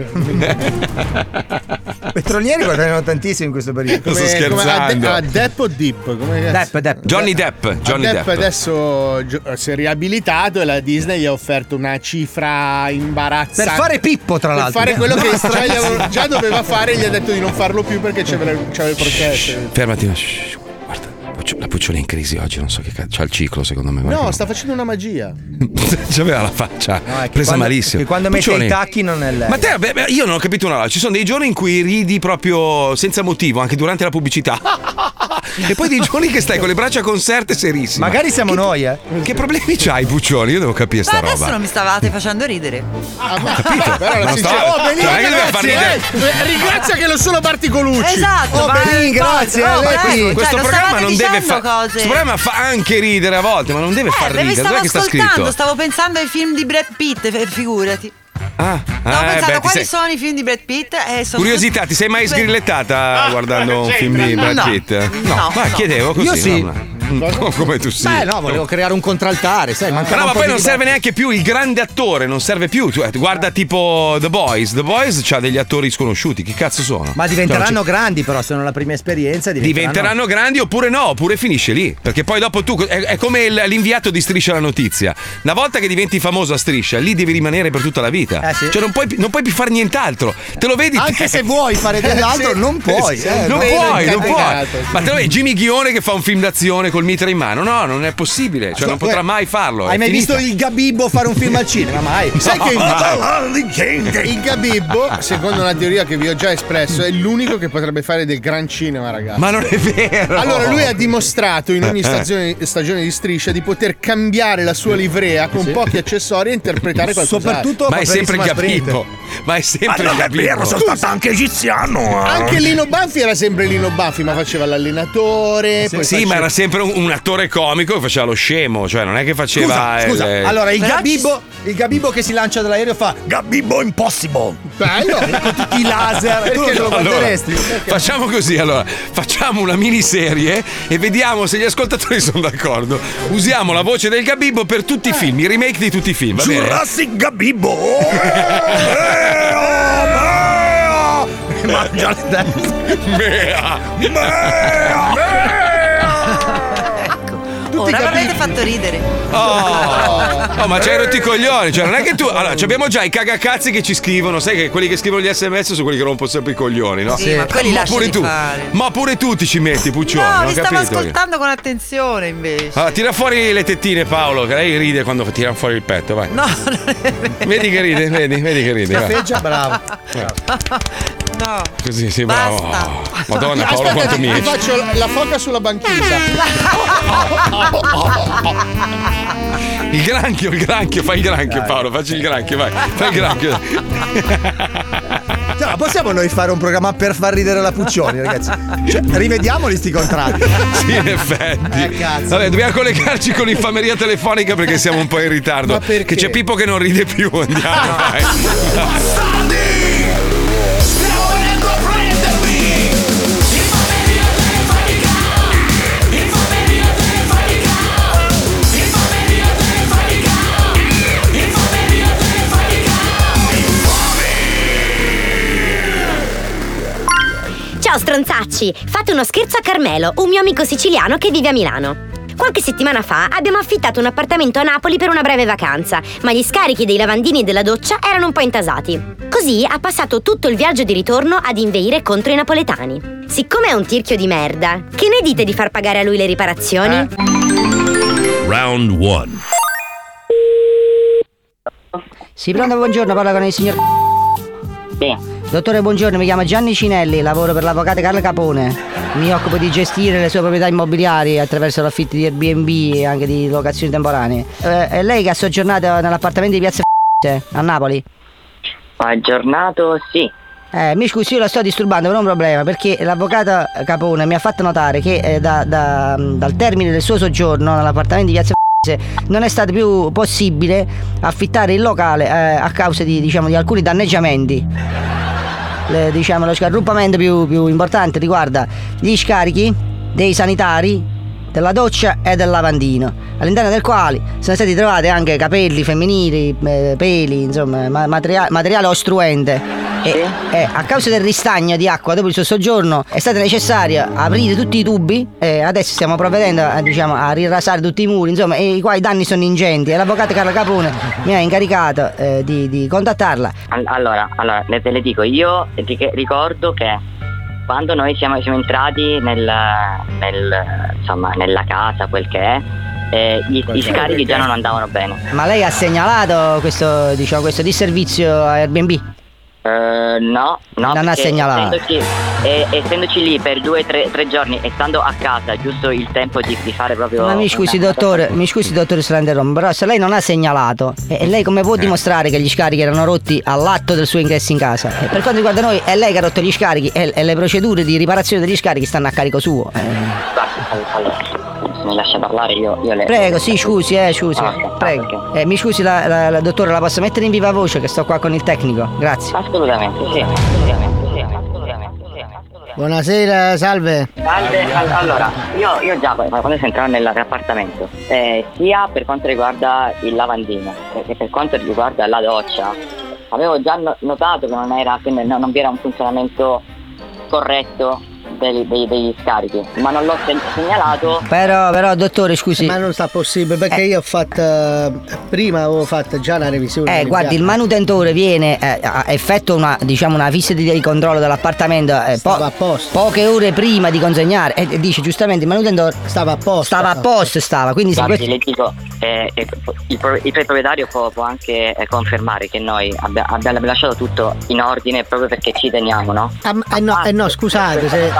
S6: Petrolieri guadagnano tantissimo in questo periodo.
S3: Sto scherzando.
S7: a Depp o Deep? Come cazzo?
S6: Depp, Depp.
S3: Johnny Depp, Johnny
S7: Ah, Depp,
S3: Depp.
S7: adesso gio- si è riabilitato e la Disney gli ha offerto una cifra imbarazzante.
S6: Per fare Pippo, tra l'altro.
S7: Per fare quello che
S6: No,
S7: già, gli
S6: sì.
S7: avevo- già doveva fare, gli ha detto di non farlo più perché c'aveva c'aveva il processo.
S3: Fermati, ma shh, guarda, puccio- la pucciola è in crisi oggi, non so che cazzo. C'ha il ciclo, secondo me. guarda
S7: No,
S3: che
S7: sta facendo una magia.
S3: non- C'aveva la faccia
S7: è che
S3: presa
S7: quando-
S3: malissimo.
S7: che quando
S6: mette
S3: Puccioni,
S6: i tacchi non è lei.
S3: Ma te, beh, beh, io non ho capito una cosa. Ci sono dei giorni in cui ridi proprio senza motivo, anche durante la pubblicità. e poi dei giorni che stai con le braccia conserte e serissime.
S6: Magari siamo noi, eh.
S3: Che problemi c'hai, Puccioni? Io devo capire
S2: Ma
S3: sta
S2: adesso
S3: roba.
S2: non mi stavate facendo ridere.
S3: Capito?
S7: Però la
S3: Non
S7: sincera-
S3: sta-
S7: Oh,
S3: cioè,
S7: Benin,
S3: non è che dobbiamo
S7: grazie,
S3: far
S7: eh. Eh, Ringrazia che lo sono Barticolucci.
S2: Esatto,
S6: Oh,
S2: ma
S6: Benin,
S2: eh,
S6: grazie,
S2: cosa-
S6: eh, lei
S2: prego,
S6: qui.
S2: cioè,
S3: questo
S2: non
S3: programma
S2: stavate
S3: non deve
S2: dicendo
S3: fare.
S2: cose.
S3: Questo programma fa anche ridere a volte, ma non deve far
S2: Eh, mi
S3: ridere.
S2: stavo
S3: Dov'è che sta
S2: ascoltando,
S3: scritto?
S2: stavo pensando ai film di Brad Pitt, f- figurati.
S3: Ah,
S2: Stavo
S3: eh,
S2: pensando
S3: beh, ti
S2: quali
S3: sei-
S2: sono i film di Brad Pitt e sono
S3: Curiosità, ti sei mai
S2: Beh, Ah, oh,
S3: sgrillettata guardando un film di Brad
S2: No,
S3: Pitt?
S2: no,
S3: ma
S2: no.
S3: chiedevo così.
S6: Io sì.
S3: no, no. Un po' come tu sì.
S6: Beh, no, volevo creare un contraltare, sai,
S3: Ma
S6: mancava
S3: no,
S6: un
S3: ma
S6: po'
S3: poi
S6: di
S3: non
S6: dibattito.
S3: serve neanche più il grande attore, non serve più. Tu, eh, Guarda tipo The Boys. The Boys ha degli attori sconosciuti. Chi cazzo sono?
S6: Ma
S3: Cioè,
S6: diventeranno
S3: non
S6: grandi, però, se non la prima esperienza.
S3: c'è- Diventeranno grandi oppure no, oppure finisce lì. Perché poi dopo tu. È, è come il- l'inviato di Striscia la Notizia. Una volta che diventi famoso a Striscia, lì devi rimanere per tutta la vita.
S6: Eh, sì.
S3: Cioè, non puoi, pi- non puoi più fare nient'altro. Te lo vedi
S6: Anche
S3: te.
S6: se vuoi fare dell'altro,
S3: Sì.
S6: non puoi.
S3: Sì,
S6: eh,
S3: non
S6: no?
S3: puoi, non puoi.
S7: incatenato, sì.
S3: Ma te lo vedi Jimmy Ghione che fa un film d'azione col mitra in mano? No, non è possibile, cioè non potrà mai farlo.
S6: eh. Hai mai visto il Gabibbo fare un film al cinema? Mai.
S7: Sai che il, il Gabibbo, secondo una teoria che vi ho già espresso, è l'unico che potrebbe fare del gran cinema, ragazzi.
S3: Ma non è vero.
S7: Allora, lui ha dimostrato in ogni stazione- stagione di striscia di poter cambiare la sua livrea con pochi accessori e interpretare qualcosa.
S6: Soprattutto
S3: Ma è sempre Gabibbo. Ma è sempre Gabibbo.
S4: anche egiziano.
S7: Anche Lino Baffi era sempre Lino Baffi, ma faceva l'allenatore. poi
S3: Sì,
S7: faceva-
S3: ma era sempre un, un attore comico che faceva lo scemo, cioè non è che faceva.
S6: Scusa,
S3: il-
S6: scusa. Allora, il
S2: Però
S6: Gabibbo, il Gabibbo che si lancia dall'aereo fa
S4: Gabibbo Impossible.
S7: Bello!
S6: tutti i laser. tu non
S7: Perché
S6: lo
S7: no?
S3: Allora,
S6: guarderesti?
S3: facciamo così allora facciamo una miniserie e vediamo se gli ascoltatori sono d'accordo usiamo la voce del Gabibbo per tutti i film i remake di tutti i film va bene?
S4: Jurassic Gabibbo. Oh, eh, oh, eh, oh. Mangia le teste.
S3: Mea.
S4: Mea,
S2: Ora avete fatto ridere.
S3: Oh, oh, ma c'hai rotti i coglioni. Cioè, non è che tu. Allora, ci abbiamo già i cagacazzi che ci scrivono. Sai che quelli che scrivono gli sms sono quelli che rompono sempre i coglioni, no? Eh,
S2: Sì, ma quelli lasciali
S3: pure tu.
S2: fare.
S3: Ma pure tu ti ci metti, Puccioni.
S2: no,
S3: non
S2: vi
S3: ho
S2: stavo
S3: capito.
S2: ascoltando con attenzione invece.
S3: Allora, tira fuori le tettine, Paolo, che lei ride quando tira fuori il petto, vai.
S2: No, non è vero.
S3: Vedi che ride, vedi, vedi che ride. vai.
S6: Schiaffeggia, bravo.
S2: No.
S3: Così, sì, bravo.
S2: Basta.
S3: Madonna, Paolo,
S7: Aspetta,
S3: quanto
S7: ti-
S3: mi
S7: ti
S3: esce.
S7: faccio la foca sulla banchisa.
S3: Il granchio, il granchio, fai il granchio, Paolo, facci il granchio, vai. Fai il granchio.
S6: Cioè, ma possiamo noi fare un programma per far ridere la Puccioni, ragazzi? Cioè, rivediamoli sti contratti.
S3: Sì, in effetti.
S6: Eh, cazzo.
S3: Vabbè, dobbiamo collegarci con l'infameria telefonica perché siamo un po' in ritardo.
S7: Ma perché?
S3: Che c'è Pippo che non ride più. Andiamo, vai.
S4: Stiamo venendo a prendervi. Infameria telefonica. Infameria telefonica. Infameria telefonica. Infameria telefonica.
S11: Ciao stronzacci, fate uno scherzo a Carmelo, un mio amico siciliano che vive a Milano. Qualche settimana fa abbiamo affittato un appartamento a Napoli per una breve vacanza, ma gli scarichi dei lavandini e della doccia erano un po' intasati. Così ha passato tutto il viaggio di ritorno ad inveire contro i napoletani. Siccome è un tirchio di merda, che ne dite di far pagare a lui le riparazioni?
S4: Round 1.
S12: Sì, pronto, buongiorno, parla con il signor... Dottore, buongiorno, mi chiamo Gianni Cinelli, lavoro per l'avvocato Carlo Capone. Mi occupo di gestire le sue proprietà immobiliari attraverso l'affitti di Airbnb e anche di locazioni temporanee. Eh, è lei che ha soggiornato nell'appartamento di Piazza F- a Napoli?
S13: Aggiornato, sì.
S12: Eh, mi scusi, io la sto disturbando per un problema, perché l'avvocato Capone mi ha fatto notare che eh, da- da- dal termine del suo soggiorno nell'appartamento di Piazza F- non è stato più possibile affittare il locale eh, a causa di, diciamo, di alcuni danneggiamenti. Le- diciamo, lo scarruppamento più, più importante riguarda gli scarichi dei sanitari, della doccia e del lavandino, all'interno del quale sono stati trovati anche capelli femminili, eh, peli, insomma, ma- materia- materiale ostruente. E, e a causa del ristagno di acqua dopo il suo soggiorno è stato necessario aprire tutti i tubi e adesso stiamo provvedendo a, diciamo, a rirasare tutti i muri, insomma, e qua i danni sono ingenti e l'avvocato Carla Capone mi ha incaricato eh, di- di contattarla
S13: All- allora, allora, le- te le dico, io ric- ricordo che
S14: quando noi siamo, siamo entrati nel, nel- insomma, nella casa, quel che è, eh, gli, gli scarichi già non andavano bene.
S12: Ma lei ha segnalato questo, diciamo, questo disservizio a Airbnb?
S14: Eh, no, no.
S12: Non ha
S14: perché
S12: segnalato.
S14: Essendoci, eh, essendoci lì per due o tre, tre giorni e stando a casa, giusto il tempo di, di fare proprio.
S12: Ma mi scusi
S14: una-
S12: dottore, mi scusi dottore se la interrompo, però se lei non ha segnalato, e e lei
S14: Eh.
S12: come può dimostrare che gli scarichi erano rotti all'atto del suo ingresso in casa? E per quanto riguarda noi, è lei che ha rotto gli scarichi e, e le procedure di riparazione degli scarichi stanno a carico suo. Eh,
S14: Guarda, allora, se mi lascia parlare io, io le.
S12: Prego, sì, scusi, eh, scusi.
S14: Ah,
S12: Prego. Eh, mi scusi, la, la- la- dottore, la posso mettere in viva voce che sto qua con il tecnico? Grazie.
S14: Assolutamente, sì, assolutamente, sì, assolutamente, sì.
S15: Buonasera, salve.
S14: Salve, all- allora, io, io già quando sono entrato nell'appartamento, eh, sia per quanto riguarda il lavandino eh, che per quanto riguarda la doccia, avevo già no- notato che non, era, che non- non vi era un funzionamento corretto dei- dei- degli scarichi, ma non l'ho se- segnalato
S12: Però, però, dottore, scusi.
S15: Eh, Ma non sta possibile perché io ho fatto. eh, Prima avevo fatto già una revisione.
S12: Eh,
S15: del
S12: guardi, il
S15: piano.
S12: manutentore viene, eh, a- effettua una, diciamo, una visita di controllo dell'appartamento eh, po- poche ore prima di consegnare. E e dice giustamente il manutentore.
S15: Stava a posto.
S12: Stava a posto, stava. Quindi se
S14: Guardi,
S12: questo-
S14: le dico, eh, eh, il, pro- il proprietario può, può anche eh, confermare che noi abbia- abbiamo lasciato tutto in ordine proprio perché ci teniamo, no?
S15: Ah, ma- eh no, eh no, scusate se.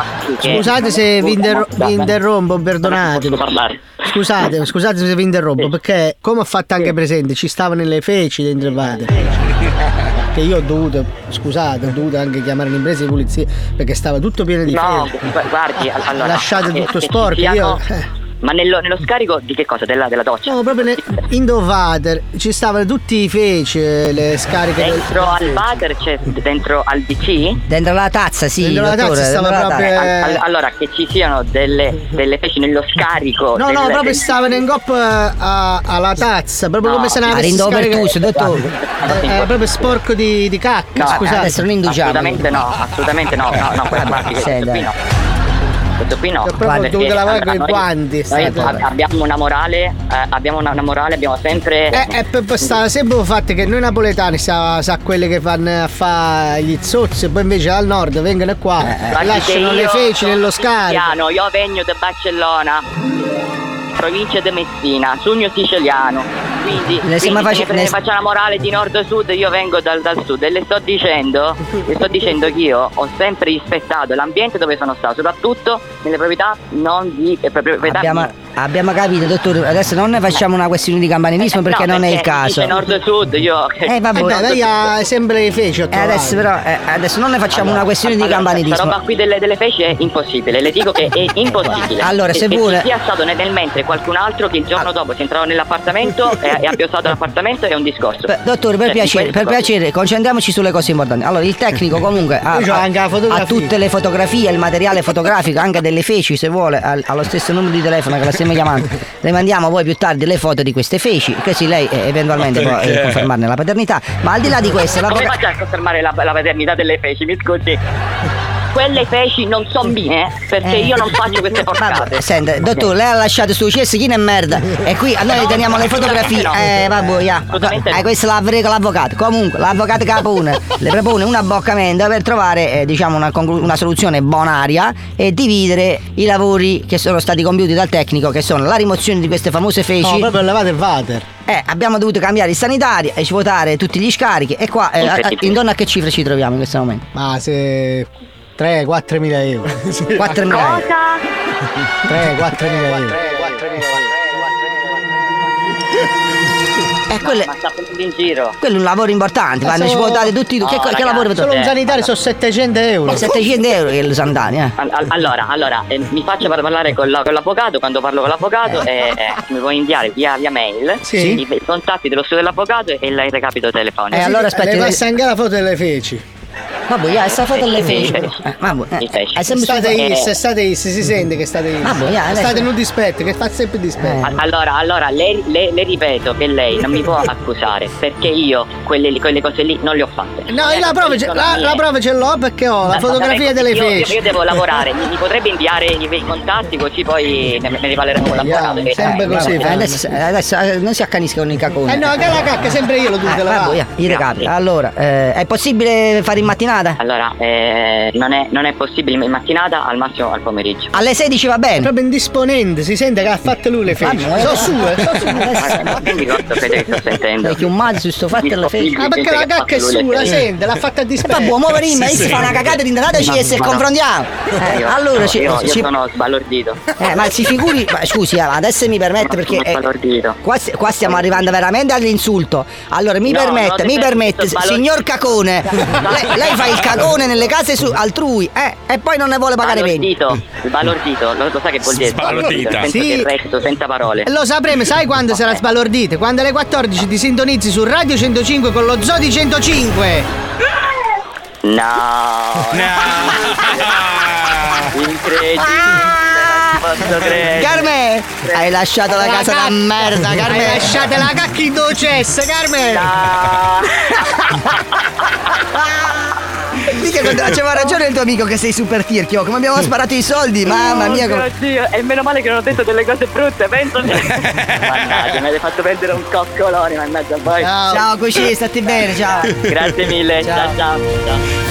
S15: Scusate se vi, interro- vi interrompo, perdonate.
S14: Posso parlare?
S15: Scusate, scusate se vi interrompo, perché come ho fatto anche presente, ci stava nelle feci dentro il vate. Che io ho dovuto, scusate, ho dovuto anche chiamare l'impresa di pulizia perché stava tutto pieno di
S14: No,
S15: feci.
S14: gu- guardi, all- allora...
S15: Lasciate
S14: che-
S15: tutto
S14: che ci
S15: sporco, io.
S14: siano- Ma nello, nello scarico di che cosa? Della, della doccia?
S15: No, proprio nel- in the water ci stavano tutti i feci, eh, le scariche. del-
S14: Dentro al water c'è dentro al DC?
S12: Dentro la tazza, sì.
S15: Dentro la dottore, tazza dentro stava la proprio- tazza.
S14: Eh, all- allora, che ci siano delle, delle feci nello scarico.
S12: Cioè,
S15: No,
S14: del-
S15: no, proprio
S14: del-
S15: stavano in coppa a- alla tazza, proprio
S14: No,
S15: come se
S12: Ah,
S15: ne
S14: ma
S15: avessi
S14: rindo
S15: scarica-
S14: pertuso, dottore.
S15: Eh, Era proprio sporco di, di cacca, scusate.
S14: Assolutamente no, assolutamente no, no, no, questo, guardi, questo qui no. Questo qui no.
S15: proprio
S14: perché,
S15: dovuto lavare coi
S14: noi-
S15: guanti, è
S14: Noi,
S15: stato-
S14: ab- abbiamo una morale, eh, abbiamo una, una morale, abbiamo sempre.
S15: Eh, eh, per- per- stava sempre il fatto che noi napoletani sa, sa quelle che vanno a fare gli zozzi, poi invece al nord vengono qua,
S12: Eh,
S14: Guardi
S15: lasciano
S14: che
S15: le
S14: io
S15: feci
S14: sono
S15: nello scarico.
S14: siciliano, io vengo da Barcellona, provincia di Messina, sogno siciliano. Quindi,
S12: Ne
S14: quindi
S12: stiamo
S14: se
S12: face-
S14: ne
S12: ne-
S14: faccio la morale di nord a sud, io vengo dal, dal sud e le sto dicendo, le sto dicendo che io ho sempre rispettato l'ambiente dove sono stato, soprattutto nelle proprietà non di eh, pro- proprietà
S12: Abbiamo,
S14: mie.
S12: abbiamo capito, dottore. Adesso non ne facciamo una questione di campanilismo perché
S14: Eh, No,
S12: non è il
S14: perché
S12: caso.
S14: dice nord-sud, io...
S12: Eh, vabbè. Eh, beh, lei ha
S15: sempre le feci.
S12: Eh, adesso però, eh, adesso non ne facciamo una questione di
S14: Questa
S12: campanilismo.
S14: roba qui delle, delle feci è impossibile, le dico che è impossibile.
S12: Allora,
S14: Che-
S12: se Ah.
S14: che
S12: vuole-
S14: Ci sia stato nel, nel mentre qualcun altro che il giorno dopo si entrava nell'appartamento e, e abbia usato l'appartamento è un discorso.
S12: Beh, Dottore, per
S14: Cioè,
S12: piacere,
S14: questo-
S12: per piacere, concentriamoci sulle cose importanti. Allora, il tecnico comunque ha,
S15: Io c'ho
S12: ha-
S15: anche la fotografia.
S12: ha tutte le fotografie, il materiale fotografico, anche delle feci se vuole, al- allo stesso numero di telefono che la stiamo chiamando. Le mandiamo poi più tardi le foto di queste feci, così lei eh, eventualmente
S14: Ma
S12: può eh,
S14: perché?
S12: confermarne la paternità. Ma al di là di questo, la
S14: Come faccio a confermare la, la paternità delle feci? Mi scusi. Quelle feci non sono mie perché
S12: Eh.
S14: io non faccio queste porcate.
S12: Senta, dottore, lei ha lasciato su cestino e merda. E qui a noi
S14: No,
S12: teniamo le fotografie. Eh,
S14: assolutamente no.
S12: vabbè, ya.
S14: Assolutamente
S12: Eh,
S14: no.
S12: questo l'ha avrei con l'avvocato. Comunque, l'avvocato Capone le propone un abboccamento per trovare, eh, diciamo, una, conclu- una soluzione bonaria e dividere i lavori che sono stati compiuti dal tecnico, che sono la rimozione di queste famose feci.
S15: No, proprio levate il water.
S12: Eh, abbiamo dovuto cambiare i sanitari e svuotare tutti gli scarichi. E qua, eh, a- a- intorno a che cifre ci troviamo in questo momento?
S15: Ma se 3-4 mila euro.
S12: 4 mila euro.
S15: 3-4 mila euro.
S12: Eh, quello,
S14: Ma sta prendendo in giro.
S12: quello è un lavoro
S15: Eh,
S12: importante, vanno svuotate tutti. che, che lavoro
S15: Ah, Solo un sanitario sono 700 euro.
S12: 700 euro che lo sandani, eh.
S14: Al- al- Allora, allora eh, mi faccia par- parlare con, la- con l'avvocato. Quando parlo con l'avvocato, eh, eh, mi puoi inviare via, via mail
S15: Sì.
S14: i, i contatti dello studio dell'avvocato e il recapito
S12: Eh,
S14: telefonico.
S15: Eh, Le passa anche la foto delle feci. Eh,
S12: Vabbè, ya, sta foto delle feci. Vabbè, è sempre
S15: state
S12: sul-
S15: is,
S12: eh.
S15: state is, si sente che state is.
S12: Vabbè, ya, adesso-
S15: state in un dispetto, che fa sempre dispetto.
S14: Al- Eh. Allora, allora le, le- le ripeto che lei non mi può accusare perché io quelle, quelle cose lì non le ho fatte.
S15: No, io la prova, ce- la, la prova ce l'ho perché ho la
S14: Ma-
S15: fotografia
S14: vabbè, ecco,
S15: delle
S14: io- io-
S15: feci.
S14: Io, devo lavorare, mi, mi potrebbe inviare i, i contatti così poi ne, ne riparleremo con l'avvocato. che-
S15: sempre
S14: eh,
S15: così,
S12: Eh,
S14: vabbè.
S12: adesso, adesso, eh, non si accanisca con il cacone.
S15: Eh no, che la cacca sempre io l'ho dovuta
S12: Eh,
S15: lavare.
S12: vabbè, ya, gli recapi. Allora, eh, è possibile fare in mattinata? mattinata?
S13: Allora, eh, non, è, non è possibile in mattinata, al massimo al pomeriggio.
S12: Alle 16 va bene.
S15: Proprio indisponente, si sente che ha fatto lui le feci.
S12: Eh,
S13: Vabbè.
S15: Sono sue, sono
S13: Ma
S15: sue.
S13: ti ricordo Federico, sto sentendo.
S12: Perché un mazzo sto fatto alla fine.
S15: Ah, perché la cacca è sua, la sente, l'ha fatta a
S12: Ma
S15: dispetto.
S12: buon uomo rimane,
S15: eh,
S13: Sì,
S12: si
S13: sì.
S12: fa una cagata rintanata ci
S13: Ma-
S12: e se
S13: ma no.
S12: confrontiamo. Eh,
S13: Io-
S12: allora
S13: no,
S12: ci,
S13: io, io
S12: ci-
S13: sono sbalordito.
S12: eh, ma si figuri, ma scusi, ah, adesso mi permette perché
S13: sono
S12: eh,
S13: sbalordito.
S12: qua, si- qua stiamo arrivando veramente all'insulto. Allora mi
S13: Esatto. No,
S12: permette,
S13: no,
S12: mi
S13: deve-
S12: permette,
S13: sto balordito.
S12: signor Cacone, lei, lei fa il cacone nelle case su- altrui eh, e poi non ne vuole pagare bene.
S13: Sbalordito, sbalordito, lo, lo sai che vuol dire? Sbalordito,
S15: Sbalordita.
S13: senza
S15: Sì.
S13: del resto, senza
S14: Eh,
S13: parole.
S15: Lo sapremo, sai quando sarà sbalordite? Quando alle 14 ti sintonizzi su Radio 105 con lo Zodi 105.
S13: No, incredibile, non ci posso credere.
S12: Ah. Carme, hai lasciato la casa da
S15: Eh,
S12: merda, Carme.
S15: Carmen. Lasciate la cacca in docessa, Carmen.
S12: Mica quando- C'aveva ragione il tuo amico che sei super tirchio, come abbiamo sparato i soldi, mamma
S13: Oh,
S12: mia. come-
S16: Oddio, e meno male che non ho detto delle cose brutte, penso.
S13: Mannaggia, mi avete fatto perdere un coccolone, mannaggia voi.
S12: Ciao, Cusci, state bene, ciao.
S13: Grazie mille, ciao ciao. ciao.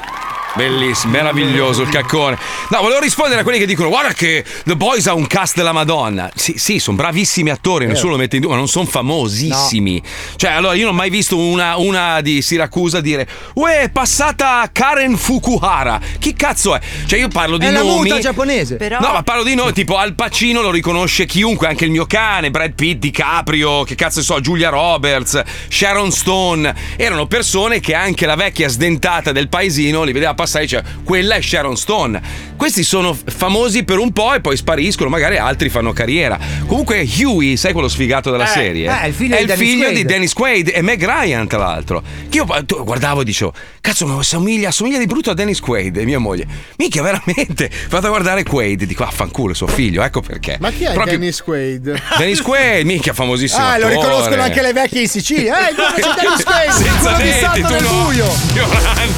S3: Bellissimo, meraviglioso il caccone. No, volevo rispondere a quelli che dicono: Guarda, che The Boys ha un cast della Madonna. Sì, sì, sono bravissimi attori,
S6: Certo.
S3: nessuno lo mette in dubbio, ma non sono famosissimi. Cioè, allora, io non ho mai visto una, una di Siracusa dire: Uè, è passata Karen Fukuhara. Chi cazzo è? Cioè, io parlo di
S6: È la
S3: nomi.
S6: muta giapponese.
S3: No, ma parlo di noi, tipo Al Pacino lo riconosce chiunque, anche il mio cane, Brad Pitt, DiCaprio, che cazzo ne so, Giulia Roberts, Sharon Stone. Erano persone che anche la vecchia sdentata del paesino li vedeva passare e diceva quella è Sharon Stone. Questi sono famosi per un po' e poi spariscono, magari altri fanno carriera. Comunque Huey, sai quello sfigato della serie?
S4: eh, il figlio
S3: è
S4: di
S3: il
S4: Dennis
S3: figlio
S4: Quaid.
S3: di Dennis Quaid e Meg Ryan, tra l'altro. Che io tu- guardavo e dicevo, cazzo, ma somiglia, somiglia di brutto a Dennis Quaid e mia moglie. Minchia, veramente. Vado a guardare Quaid, dico, affanculo suo figlio, ecco perché.
S7: Ma chi è
S3: Proprio-
S7: Dennis Quaid?
S3: Dennis Quaid, minchia, famosissimo.
S7: Ah, lo
S3: attore.
S7: riconoscono
S6: Anche le vecchie in Sicilia, eh, come c'è Dennis Quaid,
S3: Senza
S6: quello di
S3: denti,
S6: Salto
S3: tu
S6: nel
S3: no.
S6: buio.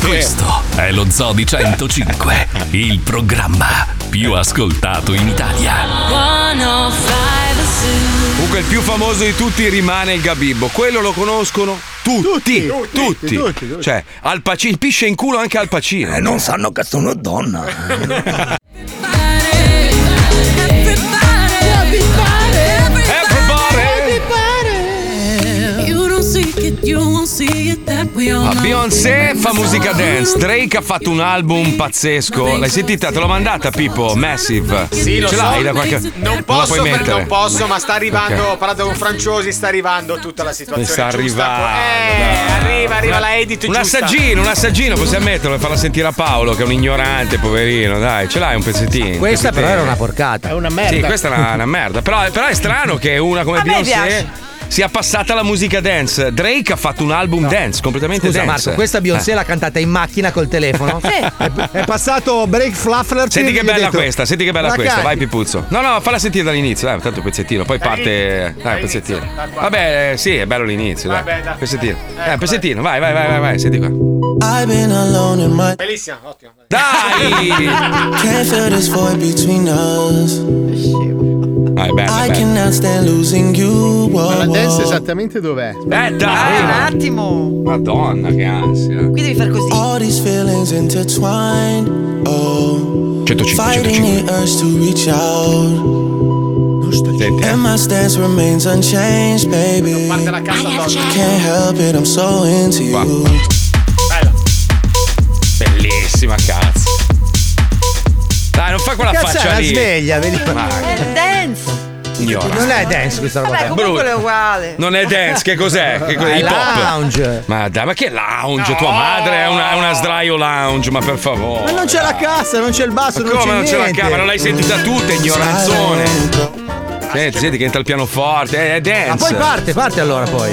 S1: Questo è lo Zoo di 105, il programma più ascoltato in Italia.
S3: Comunque il più famoso di tutti rimane il Gabibbo. Quello lo conoscono tutti. Tutti.
S4: tutti, tutti, tutti.
S3: Cioè, Al Pacino, pisce in culo anche Al Pacino. Eh, non sanno che sono donna.
S17: You don't see it, you won't see it that we all
S3: La
S17: know.
S3: Ah, Beyoncé fa musica dance. Drake ha fatto un album pazzesco. L'hai sentita? Te l'ho mandata, Pippo. Massive.
S18: Sì, lo
S3: Ce
S18: so.
S3: l'hai da qualche.
S18: Non
S3: la
S18: posso,
S3: puoi
S18: per-
S3: mettere.
S18: non posso, ma sta arrivando.
S3: Ok.
S18: Ho parlato con Franciosi, sta arrivando tutta la situazione.
S3: Sta
S18: giusta.
S3: arrivando,
S18: Eh, arriva, arriva la edit.
S3: Un
S18: giusta.
S3: assaggino, un assaggino, possiamo metterlo e farla sentire a Paolo, che è un ignorante, poverino. Dai, ce l'hai un pezzettino.
S6: Questa però era una
S3: porcata.
S6: porcata. È una
S3: Sì, questa è una, una merda. Però, però è strano che una come
S6: A me
S3: Beyoncé
S6: piace.
S3: sia passata alla musica dance. Drake ha fatto un album dance, completamente
S6: Scusa
S3: dance.
S6: Marco, questa Beyoncé
S3: Eh.
S6: l'ha cantata in macchina col telefono. È, è passato Break Fluffler.
S3: Senti
S6: gli
S3: che
S6: ho
S3: bella
S6: detto,
S3: questa, senti che bella
S6: "La
S3: questa,
S6: canti?"
S3: vai Pipuzzo. No, no, falla sentire dall'inizio, dai, tanto pezzettino, poi parte. Dai, pezzettino. Vabbè, eh, sì, è bello l'inizio, dai.
S18: Vabbè, dai.
S3: Pezzettino. Eh, pezzettino, vai, vai, vai, vai, vai, senti qua.
S5: I've been alone in my
S18: Bellissima, ottimo.
S5: Can't fill this void between us.
S3: Ah, è bella,
S5: I
S3: è bella.
S5: cannot stand losing you.
S7: Ma la
S5: whoa,
S7: dance
S5: whoa.
S7: esattamente dov'è? Ah,
S3: Aspetta,
S2: un attimo.
S3: Eh, Madonna, che ansia.
S2: Qui devi far così.
S5: All these feelings intertwined. Oh,
S3: 105,
S5: fighting the urge to reach out. And my stance remains unchanged, baby. Can't help it, I'm so into you.
S3: Bellissima cazzo. Dai, non fa quella
S6: Cazzo, è
S3: faccia
S6: una
S3: lì. Ah,
S6: sveglia, vedi? Eh.
S3: Ma
S2: Dance.
S3: ignora.
S6: Non è dance questa roba.
S2: Vabbè,
S6: qua.
S2: comunque è uguale.
S3: Non è dance, che cos'è? Che cos'è?
S6: È
S3: Hip hop?
S6: Ah, lounge.
S3: Ma dai, ma che lounge? Tua madre è una, è una sdraio lounge, ma per favore.
S6: Ma non c'è la cassa, non c'è il basso,
S3: Ma
S6: non c'è
S3: come non c'è la
S6: niente. Mm.
S3: camera? L'hai sentita tutta, ignoranzone. Senti, senti che entra il pianoforte, Eh, è è dance.
S6: Ma poi Ah. parte, parte allora poi.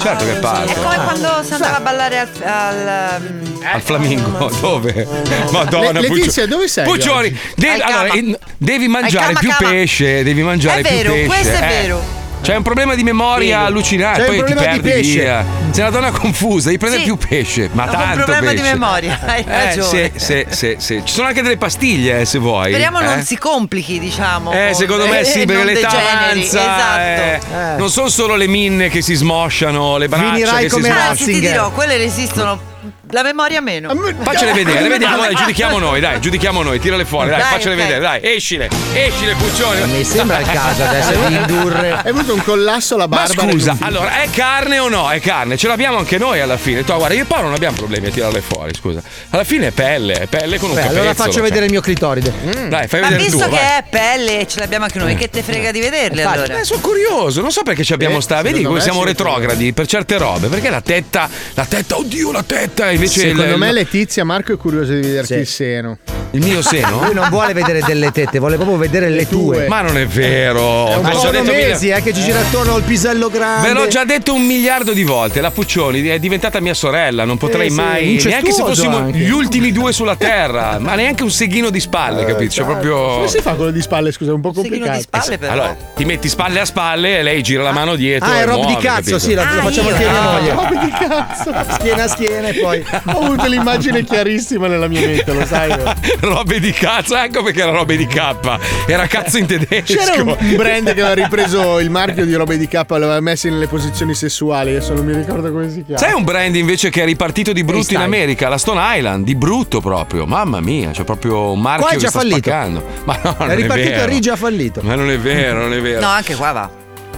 S3: Certo che parte.
S2: È come quando si andava a ballare al. al, um,
S3: Al flamingo, dove? Madonna,
S7: Eh, Le- Letizia,
S3: Puccio-
S7: dove sei
S3: Puccioni,
S7: oggi?
S3: de-
S7: Ai
S3: allora,
S7: cava.
S3: in- devi
S7: Ai
S3: mangiare
S7: cava,
S3: più
S7: cava.
S3: pesce, devi mangiare
S7: È
S3: più
S7: vero,
S3: pesce. Eh,
S7: questo è vero.
S3: C'è un problema di memoria
S7: Vero.
S3: allucinante,
S7: C'è un
S3: poi ti
S7: problema di
S3: perdi
S7: pesce.
S3: via. Sei una donna confusa, devi prendere
S2: Sì.
S3: più pesce, ma
S2: Ho un
S3: tanto
S2: problema di
S3: pesce.
S2: memoria, hai
S3: Eh,
S2: ragione.
S3: sì, sì, sì, sì. Ci sono anche delle pastiglie, eh, se vuoi.
S2: Speriamo non
S3: eh.
S2: si complichi, diciamo.
S3: Eh, secondo me sì,
S2: e
S3: perché
S2: non
S3: l'età
S2: degeneri.
S3: avanza.
S2: Esatto.
S3: eh. Non sono solo le minne che si smosciano, le braccia che si
S2: Ah,
S3: smosciano.
S2: sì, ti dirò, quelle resistono. La memoria meno.
S3: Faccele vedere, vediamo, dai, giudichiamo noi, dai, giudichiamo noi, tirale fuori, dai,
S2: Dai,
S3: faccele
S2: ok.
S3: vedere, dai, escile, escile Puccioni. Mi
S7: sembra il caso adesso di indurre. Hai avuto un collasso alla
S3: Ma
S7: barba.
S3: scusa, allora è carne o no? È carne, ce l'abbiamo anche noi alla fine. Tu, guarda, io e Paolo non abbiamo problemi a tirarle fuori, scusa. Alla fine è pelle, è pelle con un
S6: Beh,
S3: capezzolo.
S6: allora faccio
S3: cioè.
S6: vedere il mio clitoride.
S18: Mm.
S3: Dai, fai
S2: Ma
S3: vedere il
S2: visto
S3: tuo,
S2: che
S3: vai.
S2: è pelle e ce l'abbiamo anche noi, che te frega di vederle
S3: Infatti,
S2: allora?
S3: eh, sono curioso, non so perché ci abbiamo
S2: Eh,
S3: sta. Vedi
S2: secondo
S3: come
S2: me
S3: siamo
S2: sì.
S3: retrogradi per certe robe. Perché la tetta, la tetta, oddio, la tetta. Invece
S7: Secondo
S3: il-
S7: me Letizia Marco è curioso di vederti il seno.
S3: Il mio seno?
S6: Lui non vuole vedere delle tette, vuole proprio vedere le tue.
S3: Ma non è vero.
S6: È un
S3: Te l'ho
S6: po'
S3: detto mille-
S6: mesi eh, che ci gira attorno al pisello grande.
S3: Ve l'ho già detto un miliardo di volte, la Puccioni è diventata mia sorella, non potrei
S6: Eh sì,
S3: mai,
S6: incestuoso
S3: neanche se fossimo
S6: anche.
S3: gli ultimi due sulla terra, ma neanche un seghino di spalle, capito? Cioè proprio...
S7: Eh, certo. Come si fa quello di spalle? Scusa, è un po' complicato.
S3: Allora, ti metti spalle a spalle e lei gira la mano dietro.
S7: ah,
S3: e
S7: è roba di
S3: muove,
S7: cazzo,
S3: capito?
S7: sì, lo- lo Ah, facciamo io? anche mia moglie.
S6: Roba
S7: di cazzo.
S6: Schiena a schiena e poi.
S7: Ho avuto l'immagine chiarissima nella mia mente, lo sai.
S3: robe di cazzo, ecco perché era robe di K, era cazzo in tedesco.
S7: C'era un un brand che aveva ripreso il marchio di robe di K, l'aveva messo nelle posizioni sessuali, adesso non mi ricordo come si chiama.
S3: Sai un brand invece che è ripartito di brutto in
S7: Freestyle.
S3: America, la Stone Island, di brutto proprio. Mamma mia, c'è proprio un marchio
S6: Qua è
S3: che
S6: già
S3: sta
S6: fallito.
S3: spaccando. Ma no, non
S6: è ripartito
S3: vero.
S6: a Rigi ha fallito.
S3: Ma non è vero, non è vero.
S2: Esatto. No, anche qua va.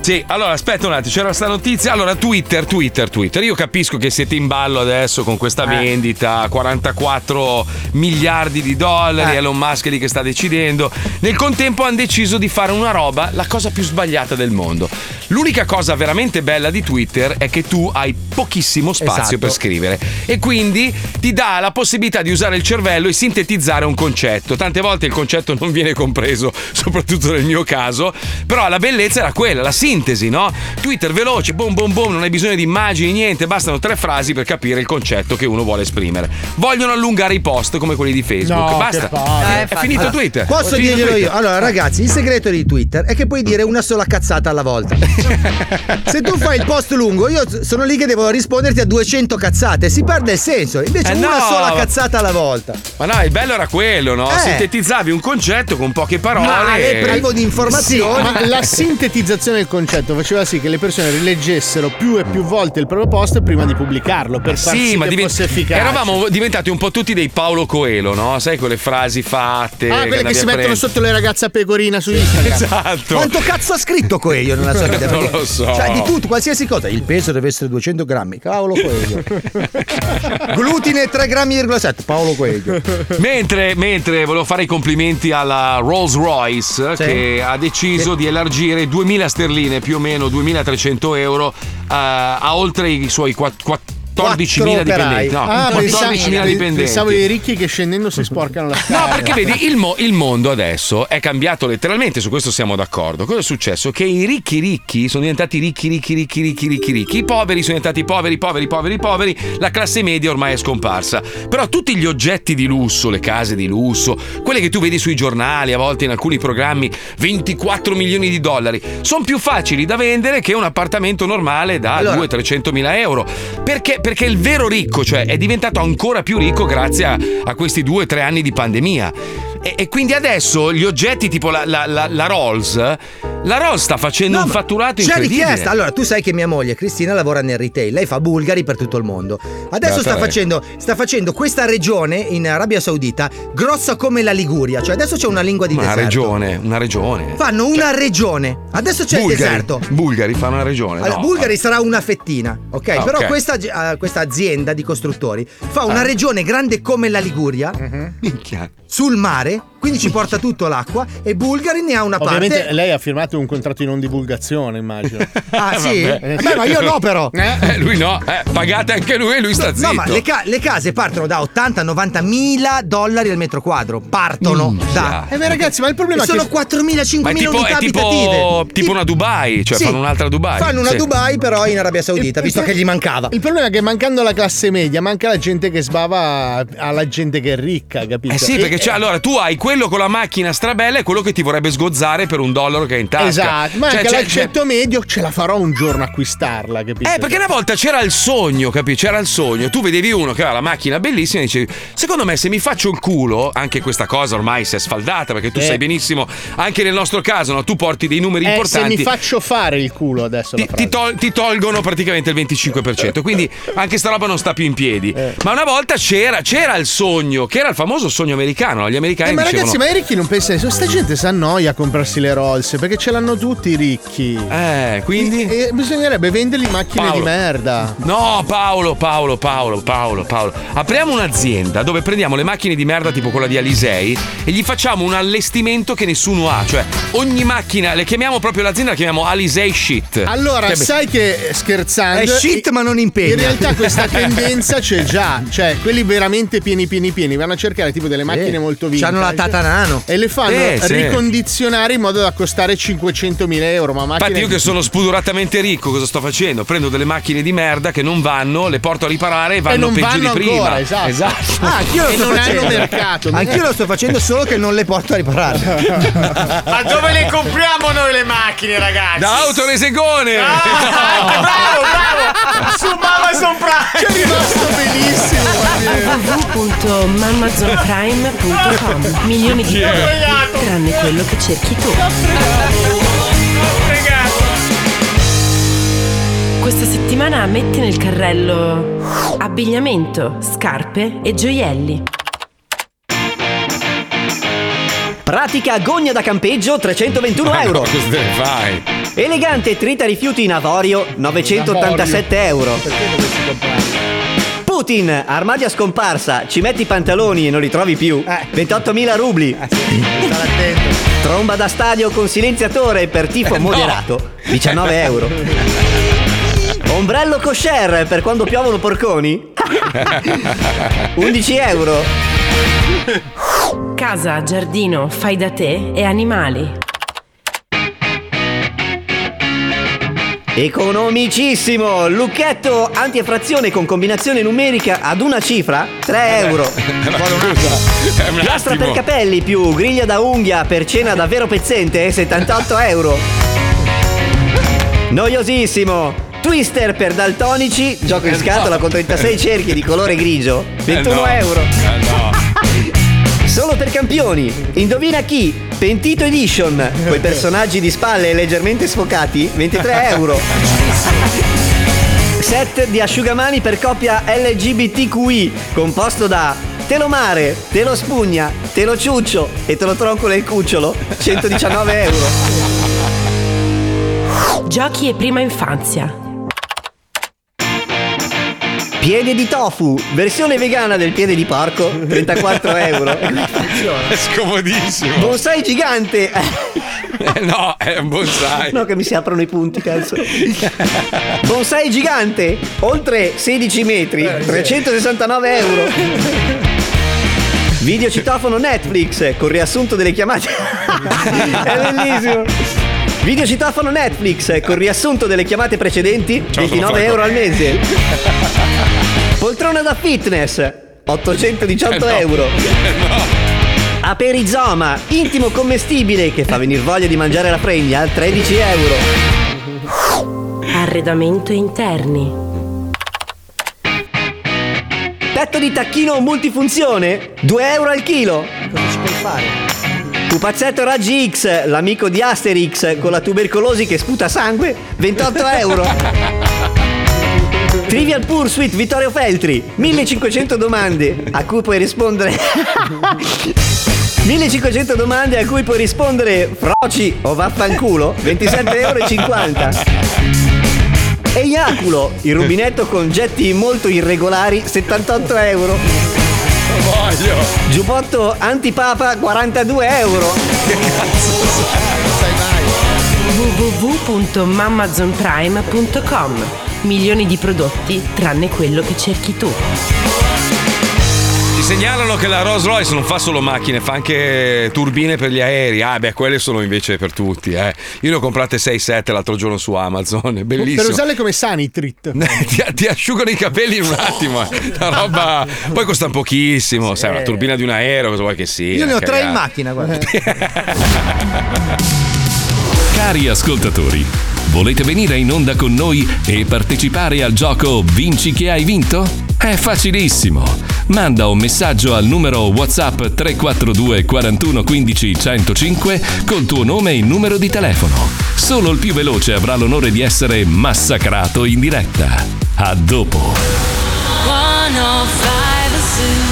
S3: Sì, allora aspetta un attimo, c'era sta notizia. Allora, Twitter, Twitter, Twitter. Io capisco che siete in ballo adesso con
S2: Eh.
S3: questa vendita, 44 miliardi di
S2: Eh.
S3: dollari, Elon Musk è lì che sta decidendo. Nel contempo hanno deciso di fare una roba, la cosa più sbagliata del mondo. L'unica cosa veramente bella di Twitter è che tu hai pochissimo spazio
S19: Esatto.
S3: per scrivere e quindi ti dà la possibilità di usare il cervello e sintetizzare un concetto. Tante volte il concetto non viene compreso, soprattutto nel mio caso, però la bellezza era quella, la sintesi, no? Twitter veloce, boom boom boom, non hai bisogno di immagini, niente, bastano tre frasi per capire il concetto che uno vuole esprimere. Vogliono allungare i post come quelli di Facebook,
S6: No,
S3: basta. Eh,
S6: che
S2: Eh,
S6: palle.
S3: è finito
S6: Allora,
S3: Twitter.
S6: Posso
S3: È finito
S6: dirglielo io?
S3: Twitter.
S6: Allora, ragazzi, il segreto di Twitter è che puoi dire una sola cazzata alla volta. Se tu fai il post lungo, io sono lì che devo risponderti a 200 cazzate. Si perde il senso. Invece
S3: Eh,
S6: una
S3: no.
S6: sola cazzata alla volta.
S3: Ma no, il bello era quello, no?
S6: Eh.
S3: Sintetizzavi un concetto con poche parole. e-
S7: Sì, ma la sintetizzazione del concetto faceva sì che le persone rileggessero più e più volte il proprio post prima di pubblicarlo per far sì,
S3: Ah, Sì, ma
S7: che
S3: diven-
S7: fosse efficace.
S3: eravamo diventati un po' tutti dei Paolo Coelho, no? Sai quelle frasi fatte.
S7: Ah, quelle
S3: andavi
S7: che si
S3: a
S7: mettono
S3: prendere.
S7: sotto le ragazze a pecorina su Instagram.
S3: Esatto.
S6: Quanto cazzo ha scritto Coelho nella sua vita?
S3: Non
S6: Perché-
S3: lo so.
S6: Cioè, di tutto, qualsiasi cosa. Il peso deve essere 200 grammi. Paolo Coelho. Glutine 3 grammi,7. Paolo Coelho.
S3: Mentre, mentre volevo fare i complimenti alla Rolls Royce
S6: Sì.
S3: che ha deciso di elargire 2000 sterline, più o meno 2300 euro, a, a oltre i suoi quatt- quatt- 14.000 dipendenti. No,
S7: ah, pensavo,
S3: 14.000 dipendenti.
S7: pensavo ai ricchi che scendendo si sporcano la
S3: No,
S7: scala.
S3: perché vedi, il, mo- il mondo adesso è cambiato letteralmente, su questo siamo d'accordo. Cosa è successo? Che i ricchi ricchi sono diventati ricchi, ricchi, ricchi, ricchi, ricchi, ricchi, i poveri sono diventati poveri, poveri, poveri, poveri, la classe media ormai è scomparsa. Però tutti gli oggetti di lusso, le case di lusso, quelle che tu vedi sui giornali, a volte in alcuni programmi, 24 milioni di dollari, sono più facili da vendere che un appartamento normale da 200-300 mila euro. Perché? Perché il vero ricco, cioè, è diventato ancora più ricco grazie a, a questi due o tre anni di pandemia. E, e quindi adesso gli oggetti tipo la, la- la- la Rolls, la Rolls sta facendo un fatturato
S6: C'è
S3: incredibile.
S6: richiesta. Allora, tu sai che mia moglie Cristina lavora nel retail, lei fa bulgari per tutto il mondo. Adesso
S3: Beata
S6: sta
S3: lei.
S6: facendo, sta facendo questa regione in Arabia Saudita grossa come la Liguria, cioè adesso c'è una lingua di
S3: una
S6: deserto.
S3: regione, una regione.
S6: Fanno una regione. Adesso c'è il
S3: Bulgari,
S6: deserto.
S3: Bulgari fanno una regione.
S6: Allora,
S3: no.
S6: Bulgari sarà una fettina, ok?
S3: Ah,
S6: Però
S3: ok.
S6: Questa, eh, questa azienda di costruttori fa
S3: Ah.
S6: una
S3: Mhm.
S6: regione grande come la Liguria
S3: Minchia.
S6: sul mare Quindi ci porta tutto l'acqua e Bulgari ne ha una
S7: Ovviamente
S6: parte.
S7: lei ha firmato un contratto di non divulgazione, immagino.
S6: Ah, sì? Beh, ma io no, però.
S3: Eh, lui no, eh, pagate anche lui e lui sta zitto.
S6: No, ma le, ca- le case partono da 80-90 mila dollari al metro quadro. Partono da.
S7: Eh, ma ragazzi, ma il problema
S6: E
S7: è che
S6: sono 4.000, 5.000
S3: Mm. Ma è tipo, è
S6: unità
S3: tipo,
S6: abitative.
S3: tipo una Dubai, cioè
S6: Sì.
S3: fanno un'altra Dubai.
S6: Fanno una
S3: Sì.
S6: Dubai, però in Arabia Saudita, visto che gli mancava.
S7: Il problema è che mancando la classe media, manca la gente che sbava alla gente che è ricca, capito?
S3: Eh sì, perché c'è- allora tu hai quello con la macchina strabella e quello che ti vorrebbe sgozzare per un dollaro che hai in tasca.
S7: Esatto, ma
S3: Cioè,
S7: anche
S3: c'è-
S7: l'accetto medio ce la farò un giorno acquistarla, capito?
S3: Eh, perché una volta c'era il sogno, capisci? C'era il sogno. Tu vedevi uno che aveva la macchina bellissima e dicevi: Secondo me, se mi faccio il culo, anche questa cosa ormai si è sfaldata, perché tu
S7: Eh.
S3: sai benissimo, anche nel nostro caso, no, tu porti dei numeri
S7: Eh, se
S3: importanti.
S7: mi faccio fare il culo adesso la
S3: ti, tol- ti tolgono praticamente il 25%, quindi anche sta roba non sta più in piedi.
S7: Eh.
S3: Ma una volta c'era, c'era il sogno, che era il famoso sogno americano. no? Gli americani
S7: Eh, ma
S3: dicevano:
S7: ragazzi, ma i ricchi non pensano, adesso, sta gente si annoia a comprarsi le Rolls perché ce l'hanno tutti i ricchi.
S3: Eh, quindi?
S7: E, e bisognerebbe vendergli macchine
S3: Paolo.
S7: di merda.
S3: No, Paolo, Paolo, Paolo, Paolo, Paolo. Apriamo un'azienda dove prendiamo le macchine di merda tipo quella di Alisei e gli facciamo un allestimento che nessuno ha. Cioè, ogni macchina, le chiamiamo proprio l'azienda, la chiamiamo Alisei Shit.
S7: Allora,
S3: Eh, Che be-
S7: sai che eh, scherzando.
S6: È shit,
S7: i-
S6: ma non impegna.
S7: In realtà questa tendenza c'è già. Cioè, quelli veramente pieni pieni pieni vanno a cercare tipo delle macchine molto vintage.
S6: C'hanno la Tata Nano.
S7: E le fanno
S3: Eh, sì.
S7: ricondizionare in modo da costare 500.000 euro. Ma macchine
S3: Infatti io che sono spudoratamente ricco, cosa sto facendo? Prendo delle macchine di merda che non vanno, le porto a riparare e vanno
S7: e non
S3: peggio
S7: vanno
S3: di prima.
S7: ancora, esatto.
S6: Ah, anch'io lo
S7: e
S6: sto
S7: non
S6: facendo.
S7: hanno mercato.
S6: Anch'io lo sto facendo solo che non le porto a riparare.
S3: Ah.
S18: Ma dove le compriamo noi le macchine, ragazzi?
S3: Da autoresegone!
S5: Ah!
S18: Bravo, bravo! Su Mamma Sopra! Ci è rimasto
S20: www.mammazonprime.com Milioni di
S18: Chi è?
S20: prodotti tranne quello che cerchi tu. Questa settimana metti nel carrello abbigliamento, scarpe e gioielli.
S21: Pratica gogna da campeggio 321
S3: Ma
S21: euro.
S3: cosa te ne fai?
S21: Elegante trita rifiuti in avorio 987 euro. Putin, armadia scomparsa, ci metti i pantaloni e non li trovi più.
S22: Eh.
S21: 28.000 rubli. Tromba da stadio con silenziatore per tifo
S22: Eh, no.
S21: moderato 19 euro. Ombrello kosher per quando piovono porconi 11 euro.
S20: Casa, giardino, fai da te e animali.
S21: Economicissimo! Lucchetto antieffrazione con combinazione numerica ad una cifra
S1: Eh
S21: 3 euro. Piastra per capelli più griglia da unghia per cena davvero pezzente 78 euro. Noiosissimo! Twister per daltonici, gioco in scatola con 36 cerchi di colore grigio 21
S3: no.
S21: euro.
S3: Eh, no.
S21: Solo per campioni, indovina chi? Pentito Edition, coi personaggi di spalle leggermente sfocati, 23 euro. Set di asciugamani per coppia LGBTQI, composto da telo mare, telo spugna, telo ciuccio e telo troncolo e cucciolo, 119 euro.
S20: Giochi e prima infanzia.
S21: Piede di tofu, versione vegana del piede di porco, 34 euro.
S3: È scomodissimo.
S21: Bonsai gigante!
S3: Eh, no, è un bonsai.
S21: No, che mi si aprono i punti, cazzo. Bonsai gigante, oltre 16 metri,
S22: Eh,
S21: 369 euro. Video citofono Netflix con riassunto delle chiamate. È bellissimo. Video citofono Netflix con riassunto delle chiamate precedenti,
S22: sono
S21: 29
S22: Franco.
S21: euro al mese. Poltrona da fitness, 818
S22: Eh, no.
S21: euro. Aperizoma, intimo commestibile che fa venire voglia di mangiare la fregna, 13 euro.
S20: Arredamento interni.
S21: Petto di tacchino multifunzione, 2 euro al chilo. Cosa ci puoi fare? Pupazzetto Raggi X, l'amico di Asterix con la tubercolosi che sputa sangue, 28 euro. Trivial Pursuit Vittorio Feltri, 1500 domande a cui puoi rispondere. 1500 domande a cui puoi rispondere froci o vaffanculo, 27,50 E Iaculo, il rubinetto con getti molto irregolari, 78 euro.
S3: Non voglio.
S21: Giubbotto antipapa 42 euro. Che cazzo sai
S20: www.mamazonprime.com Milioni di prodotti tranne quello che cerchi tu.
S3: Ci segnalano che la Rolls Royce non fa solo macchine, fa anche turbine per gli aerei. Ah, beh, quelle sono invece per tutti. Eh. Io ne ho comprate 6-7 l'altro giorno su Amazon. È bellissimo.
S7: Per usarle come sanitrit.
S3: ti, ti asciugano i capelli in un attimo. eh. La roba. Poi costa pochissimo. Sai, una turbina di un aereo, cosa vuoi che sia.
S6: Io ne ho tre in
S3: cagata.
S6: macchina, guarda.
S1: Cari ascoltatori, volete venire in onda con noi e partecipare al gioco Vinci che hai vinto? È facilissimo! Manda un messaggio al numero WhatsApp 342 41 15 105 col tuo nome e numero di telefono. Solo il più veloce avrà l'onore di essere massacrato in diretta. A dopo!
S17: 105 Zoo.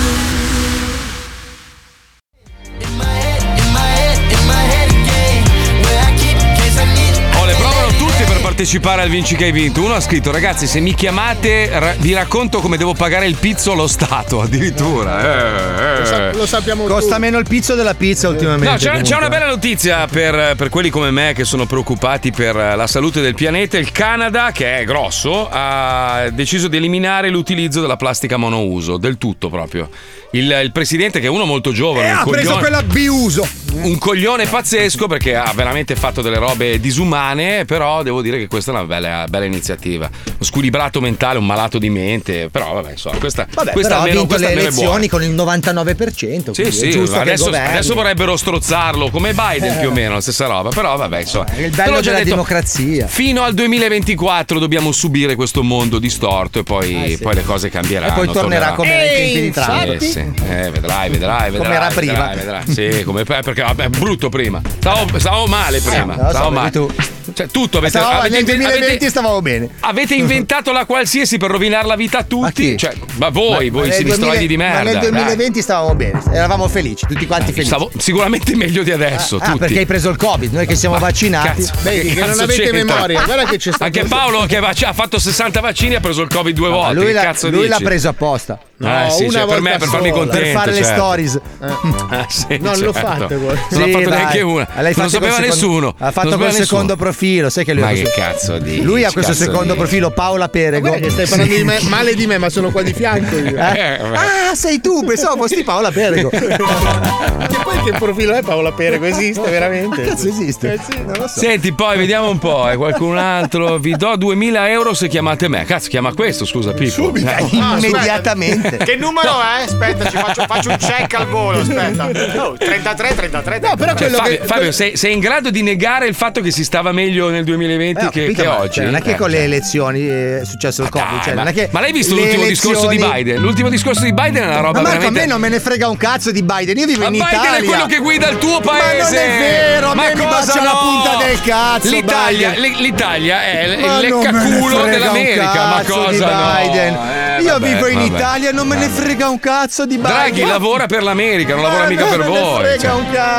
S3: Oh, le provano tutti per partecipare al Vinci che hai vinto. Uno ha scritto: Ragazzi, se mi chiamate, ra- vi racconto come devo pagare il pizzo allo Stato. Addirittura. Eh, eh.
S7: Lo sappiamo
S6: Costa meno il pizzo della pizza ultimamente.
S3: No, c'è,
S6: comunque.
S3: c'è una bella notizia per, per quelli come me che sono preoccupati per la salute del pianeta. Il Canada, che è grosso, ha deciso di eliminare l'utilizzo della plastica monouso, del tutto proprio. Il, il presidente, che è uno molto giovane,
S22: Eh,
S3: un
S4: Eh, ha
S3: coglione-
S4: preso quella biuso.
S3: un coglione pazzesco perché ha veramente fatto delle robe disumane, però devo dire che questa è una bella, bella iniziativa. Un squilibrato mentale, un malato di mente, però vabbè, insomma, questa,
S6: Vabbè,
S3: questa
S6: però ha
S3: almeno-
S6: vinto
S3: questa
S6: le
S3: almeno è buona.
S6: elezioni con il 99%.
S3: Sì,
S6: quindi è
S3: sì,
S6: giusto che il
S3: adesso,
S6: governo-
S3: adesso vorrebbero strozzarlo come Biden più o meno, la stessa roba, però vabbè, insomma.
S6: Eh, Il
S3: Te
S6: bello
S3: l'ho già
S6: della
S3: detto,
S6: democrazia.
S3: Fino al 2024 dobbiamo subire questo mondo distorto e poi, poi le cose cambieranno.
S6: Eh, E poi tornerà come nei tempi di Trump.
S3: Eh, sì. Eh, vedrai, vedrai, vedrai.
S6: Come era
S3: vedrai,
S6: prima.
S3: vedrai. Sì, come perché vabbè, è brutto prima. Stavo, stavo male prima.
S6: Eh, lo so,
S3: stavo male.
S6: vedi
S3: Cioè, tutto avete,
S6: Stavo-
S3: avete-
S6: nel
S3: avete-
S6: 2020 stavamo bene.
S3: avete inventato la qualsiasi per rovinare la vita a tutti. cioè, ma voi, voi
S6: nel
S3: sinistroidi
S6: 2000
S3: di merda.
S6: Ma nel
S3: dai.
S6: 2020 stavamo bene, eravamo felici, tutti quanti felici.
S3: Stavo sicuramente meglio di adesso.
S6: Ah,
S3: tutti.
S6: perché hai preso il Covid, noi che siamo vaccinati.
S3: Cazzo, ma cazzo c'entra? Anche Paolo che vac- ha fatto 60 vaccini ha preso il Covid due volte.
S6: Ah, lui
S3: che
S6: l'ha,
S3: cazzo
S6: lui
S3: dici?
S6: l'ha preso apposta.
S3: Ah, sì, cioè, per me, per farmi contento.
S6: Per fare
S3: certo.
S6: le stories.
S7: Eh.
S3: Ah, sì,
S6: Non
S3: certo.
S6: lo fate voi.
S3: Non
S6: Sì,
S3: l'ha fatto
S6: dai.
S3: neanche una.
S6: L'hai
S3: Non lo
S6: fatto
S3: sapeva
S6: col secondo-
S3: nessuno.
S6: Ha
S3: Non
S6: fatto
S3: lo
S6: quel
S3: sapeva
S6: secondo
S3: nessuno.
S6: profilo, sai che lui
S3: Ma
S6: ha
S3: che
S6: questo-
S3: cazzo dici?
S6: Lui ha questo
S3: cazzo
S6: secondo
S3: dici?
S6: profilo Paola Perego.
S7: Guarda che stai parlando di me- male di me, ma sono qua di fianco io.
S6: Eh, Ah, sei tu, pensavo fossi Paola Perego.
S7: che poi che profilo è Paola Perego? Esiste
S6: Ah,
S7: veramente? Ma cazzo esiste? Eh sì, non lo so.
S3: Senti, poi vediamo un po', eh, qualcun altro. Vi do 2000 euro se chiamate me. Cazzo, chiama questo, scusa, Pippo. Eh. Subito,
S6: Ah,
S18: Aspetta, Che numero è? Aspetta, ci faccio, faccio un check al volo. Aspetta. Oh, 33, 33. No,
S3: Cioè, Fabio, Fabio, sei, sei in grado di negare il fatto che si stava meglio nel 2020
S6: Eh, ho
S3: che,
S6: capito,
S3: che
S6: ma,
S3: oggi?
S6: cioè, non è che
S3: Eh,
S6: con
S3: cioè.
S6: le elezioni eh, è successo il Covid. cioè,
S3: ma,
S6: non è che
S3: ma l'hai visto
S6: le
S3: l'ultimo discorso di
S6: elezioni-
S3: Biden? L'ultimo discorso di Biden è una roba
S6: Ma Marco,
S3: veramente.
S6: a me non me ne frega un cazzo di Biden. Io vivo
S3: Ma
S6: in
S3: Biden
S6: Italia.
S3: è quello che guida il tuo paese.
S6: Ma non è vero, a
S3: Ma
S6: me mi
S3: cosa
S6: bacia
S3: no?
S6: la punta del cazzo.
S3: L'Italia,
S6: Biden.
S3: l- l'Italia è il-
S6: Ma
S3: il
S6: non me ne
S3: leccaculo
S6: frega un
S3: dell'America. Ma
S6: cazzo
S3: cosa
S6: di
S3: no?
S6: Biden.
S3: Eh,
S6: Io
S3: vabbè,
S6: vivo in
S3: vabbè. Eh.
S6: Italia, non me ne frega un cazzo di Biden.
S3: Draghi lavora per l'America, non lavora mica per voi. cioè.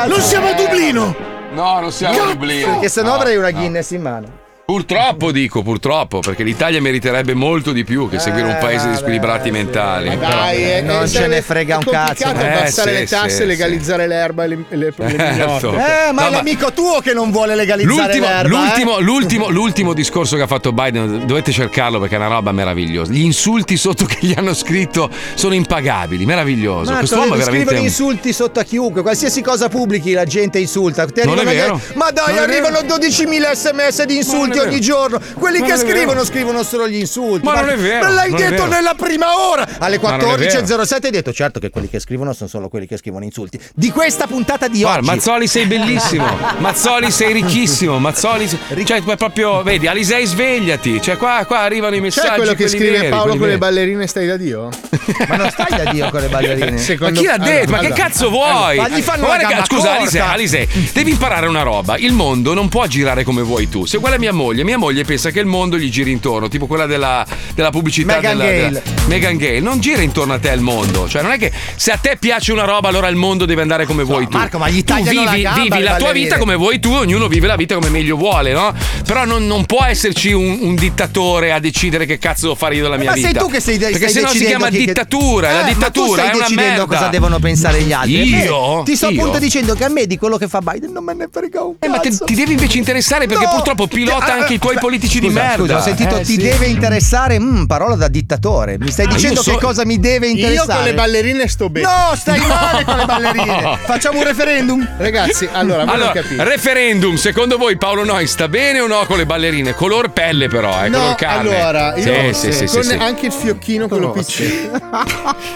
S6: Non siamo a Dublino.
S3: No, non siamo a Dublino.
S6: Perché sennò
S3: No,
S6: avrei una Guinness in mano.
S3: Purtroppo dico, purtroppo, perché l'Italia meriterebbe molto di più che seguire
S6: Eh,
S3: un paese di squilibrati mentali.
S7: Dai,
S3: Però-
S7: eh, eh,
S6: non ce
S7: sarebbe
S6: ne frega un cazzo.
S7: complicato
S3: Eh,
S7: abbassare
S3: sì,
S7: le tasse,
S3: sì,
S7: legalizzare l'erba e le, e le, le
S3: Certo.
S7: mignotte.
S6: Eh, ma
S3: No,
S6: è
S3: ma-
S6: l'amico tuo che non vuole legalizzare
S3: L'ultimo,
S6: l'erba.
S3: l'ultimo,
S6: eh.
S3: l'ultimo, l'ultimo discorso che ha fatto Biden, dovete cercarlo perché è una roba meravigliosa. Gli insulti sotto che gli hanno scritto sono impagabili, meraviglioso.
S6: Marco,
S3: Quest'uomo è
S6: devi
S3: veramente.
S6: scrivere
S3: un-
S6: insulti sotto a chiunque, qualsiasi cosa pubblichi la gente insulta. Ti
S3: Non è
S6: arrivano gli-
S3: vero.
S6: Ma dai,
S3: Non è vero.
S6: arrivano 12.000 sms di insulti
S3: vero.
S6: ogni giorno. Quelli
S3: Ma
S6: che
S3: non è vero.
S6: scrivono scrivono solo gli insulti.
S3: Ma non
S6: Marco,
S3: è vero,
S6: Me l'hai
S3: non è
S6: detto
S3: vero.
S6: nella prima ora. Alle
S3: Ma non è vero.
S6: 14.07 hai detto certo che quelli che scrivono sono solo quelli che scrivono insulti. Di questa puntata di
S3: Guarda,
S6: oggi.
S3: Mazzoli sei bellissimo, Mazzoli sei ricchissimo, Mazzoli sei... Cioè, ma proprio, vedi, Alisei svegliati, cioè qua, qua arrivano i messaggi
S7: C'è quello che
S3: quelli
S7: scrive
S3: veri,
S7: Paolo
S3: quelli
S7: con le
S3: veri.
S7: ballerine stai da Dio?
S6: Ma non stai da Dio con le ballerine.
S3: Ma chi l'ha detto? ma che cazzo vuoi?
S6: Ma gli fanno
S3: Ma guarda
S6: la
S3: che-
S6: gamba
S3: scusa,
S6: corta.
S3: Alise, Alise, devi imparare una roba. Il mondo non può girare come vuoi tu. Sei uguale a mia moglie. moglie. Mia moglie pensa che il mondo gli giri intorno, tipo quella della, della pubblicità
S4: Meghan
S3: della,
S4: Gale.
S3: della- Meghan Gale. Non gira intorno a te il mondo. Cioè, non è che se a te piace una roba, allora il mondo deve andare come vuoi tu.
S4: Marco, ma gli
S3: tu
S4: tagliano
S3: vivi,
S4: la gamba
S3: vivi
S4: alle
S3: la tua
S4: ballerine.
S3: vita come vuoi tu, ognuno vive la vita come meglio vuole, no? Però non, non può esserci un, un dittatore a decidere che cazzo devo fare io della mia
S6: Ma
S3: vita.
S6: sei tu che sei
S3: Perché
S6: stai
S3: sennò si
S6: decidendo
S3: chiama
S6: chi- che-
S3: dittatura,
S6: Eh,
S3: la dittatura
S6: ma tu
S3: è
S6: stai
S3: una
S6: decidendo
S3: merda.
S6: cosa devono pensare gli altri.
S3: Io?
S6: Eh, Ti sto
S3: Io?
S6: appunto dicendo che a me di quello che fa Biden non me ne frega un
S3: Eh, ma te-
S6: cazzo.
S3: ti devi invece interessare perché
S6: No!
S3: purtroppo
S6: Ti-
S3: pilota
S6: ah,
S3: anche i tuoi
S6: scusa,
S3: politici di
S6: scusa,
S3: merda.
S6: ho sentito
S3: Eh,
S6: ti
S3: sì.
S6: deve interessare, mm, parola da dittatore. Mi stai
S7: Ah,
S6: dicendo
S7: io so-
S6: che cosa mi deve
S7: Io con
S6: interessare?
S7: le ballerine sto bene.
S6: No, stai
S7: No!
S6: male con le ballerine. Facciamo un referendum.
S7: Ragazzi, allora, voi
S3: Allora,
S7: non capite.
S3: referendum, secondo voi Paolo Noi sta bene o no con le ballerine? Color pelle però, eh, color
S7: No,
S3: carne.
S7: allora,
S3: sì,
S7: io
S3: sì, sì, sì,
S7: con
S3: sì.
S7: anche il fiocchino quello piccino.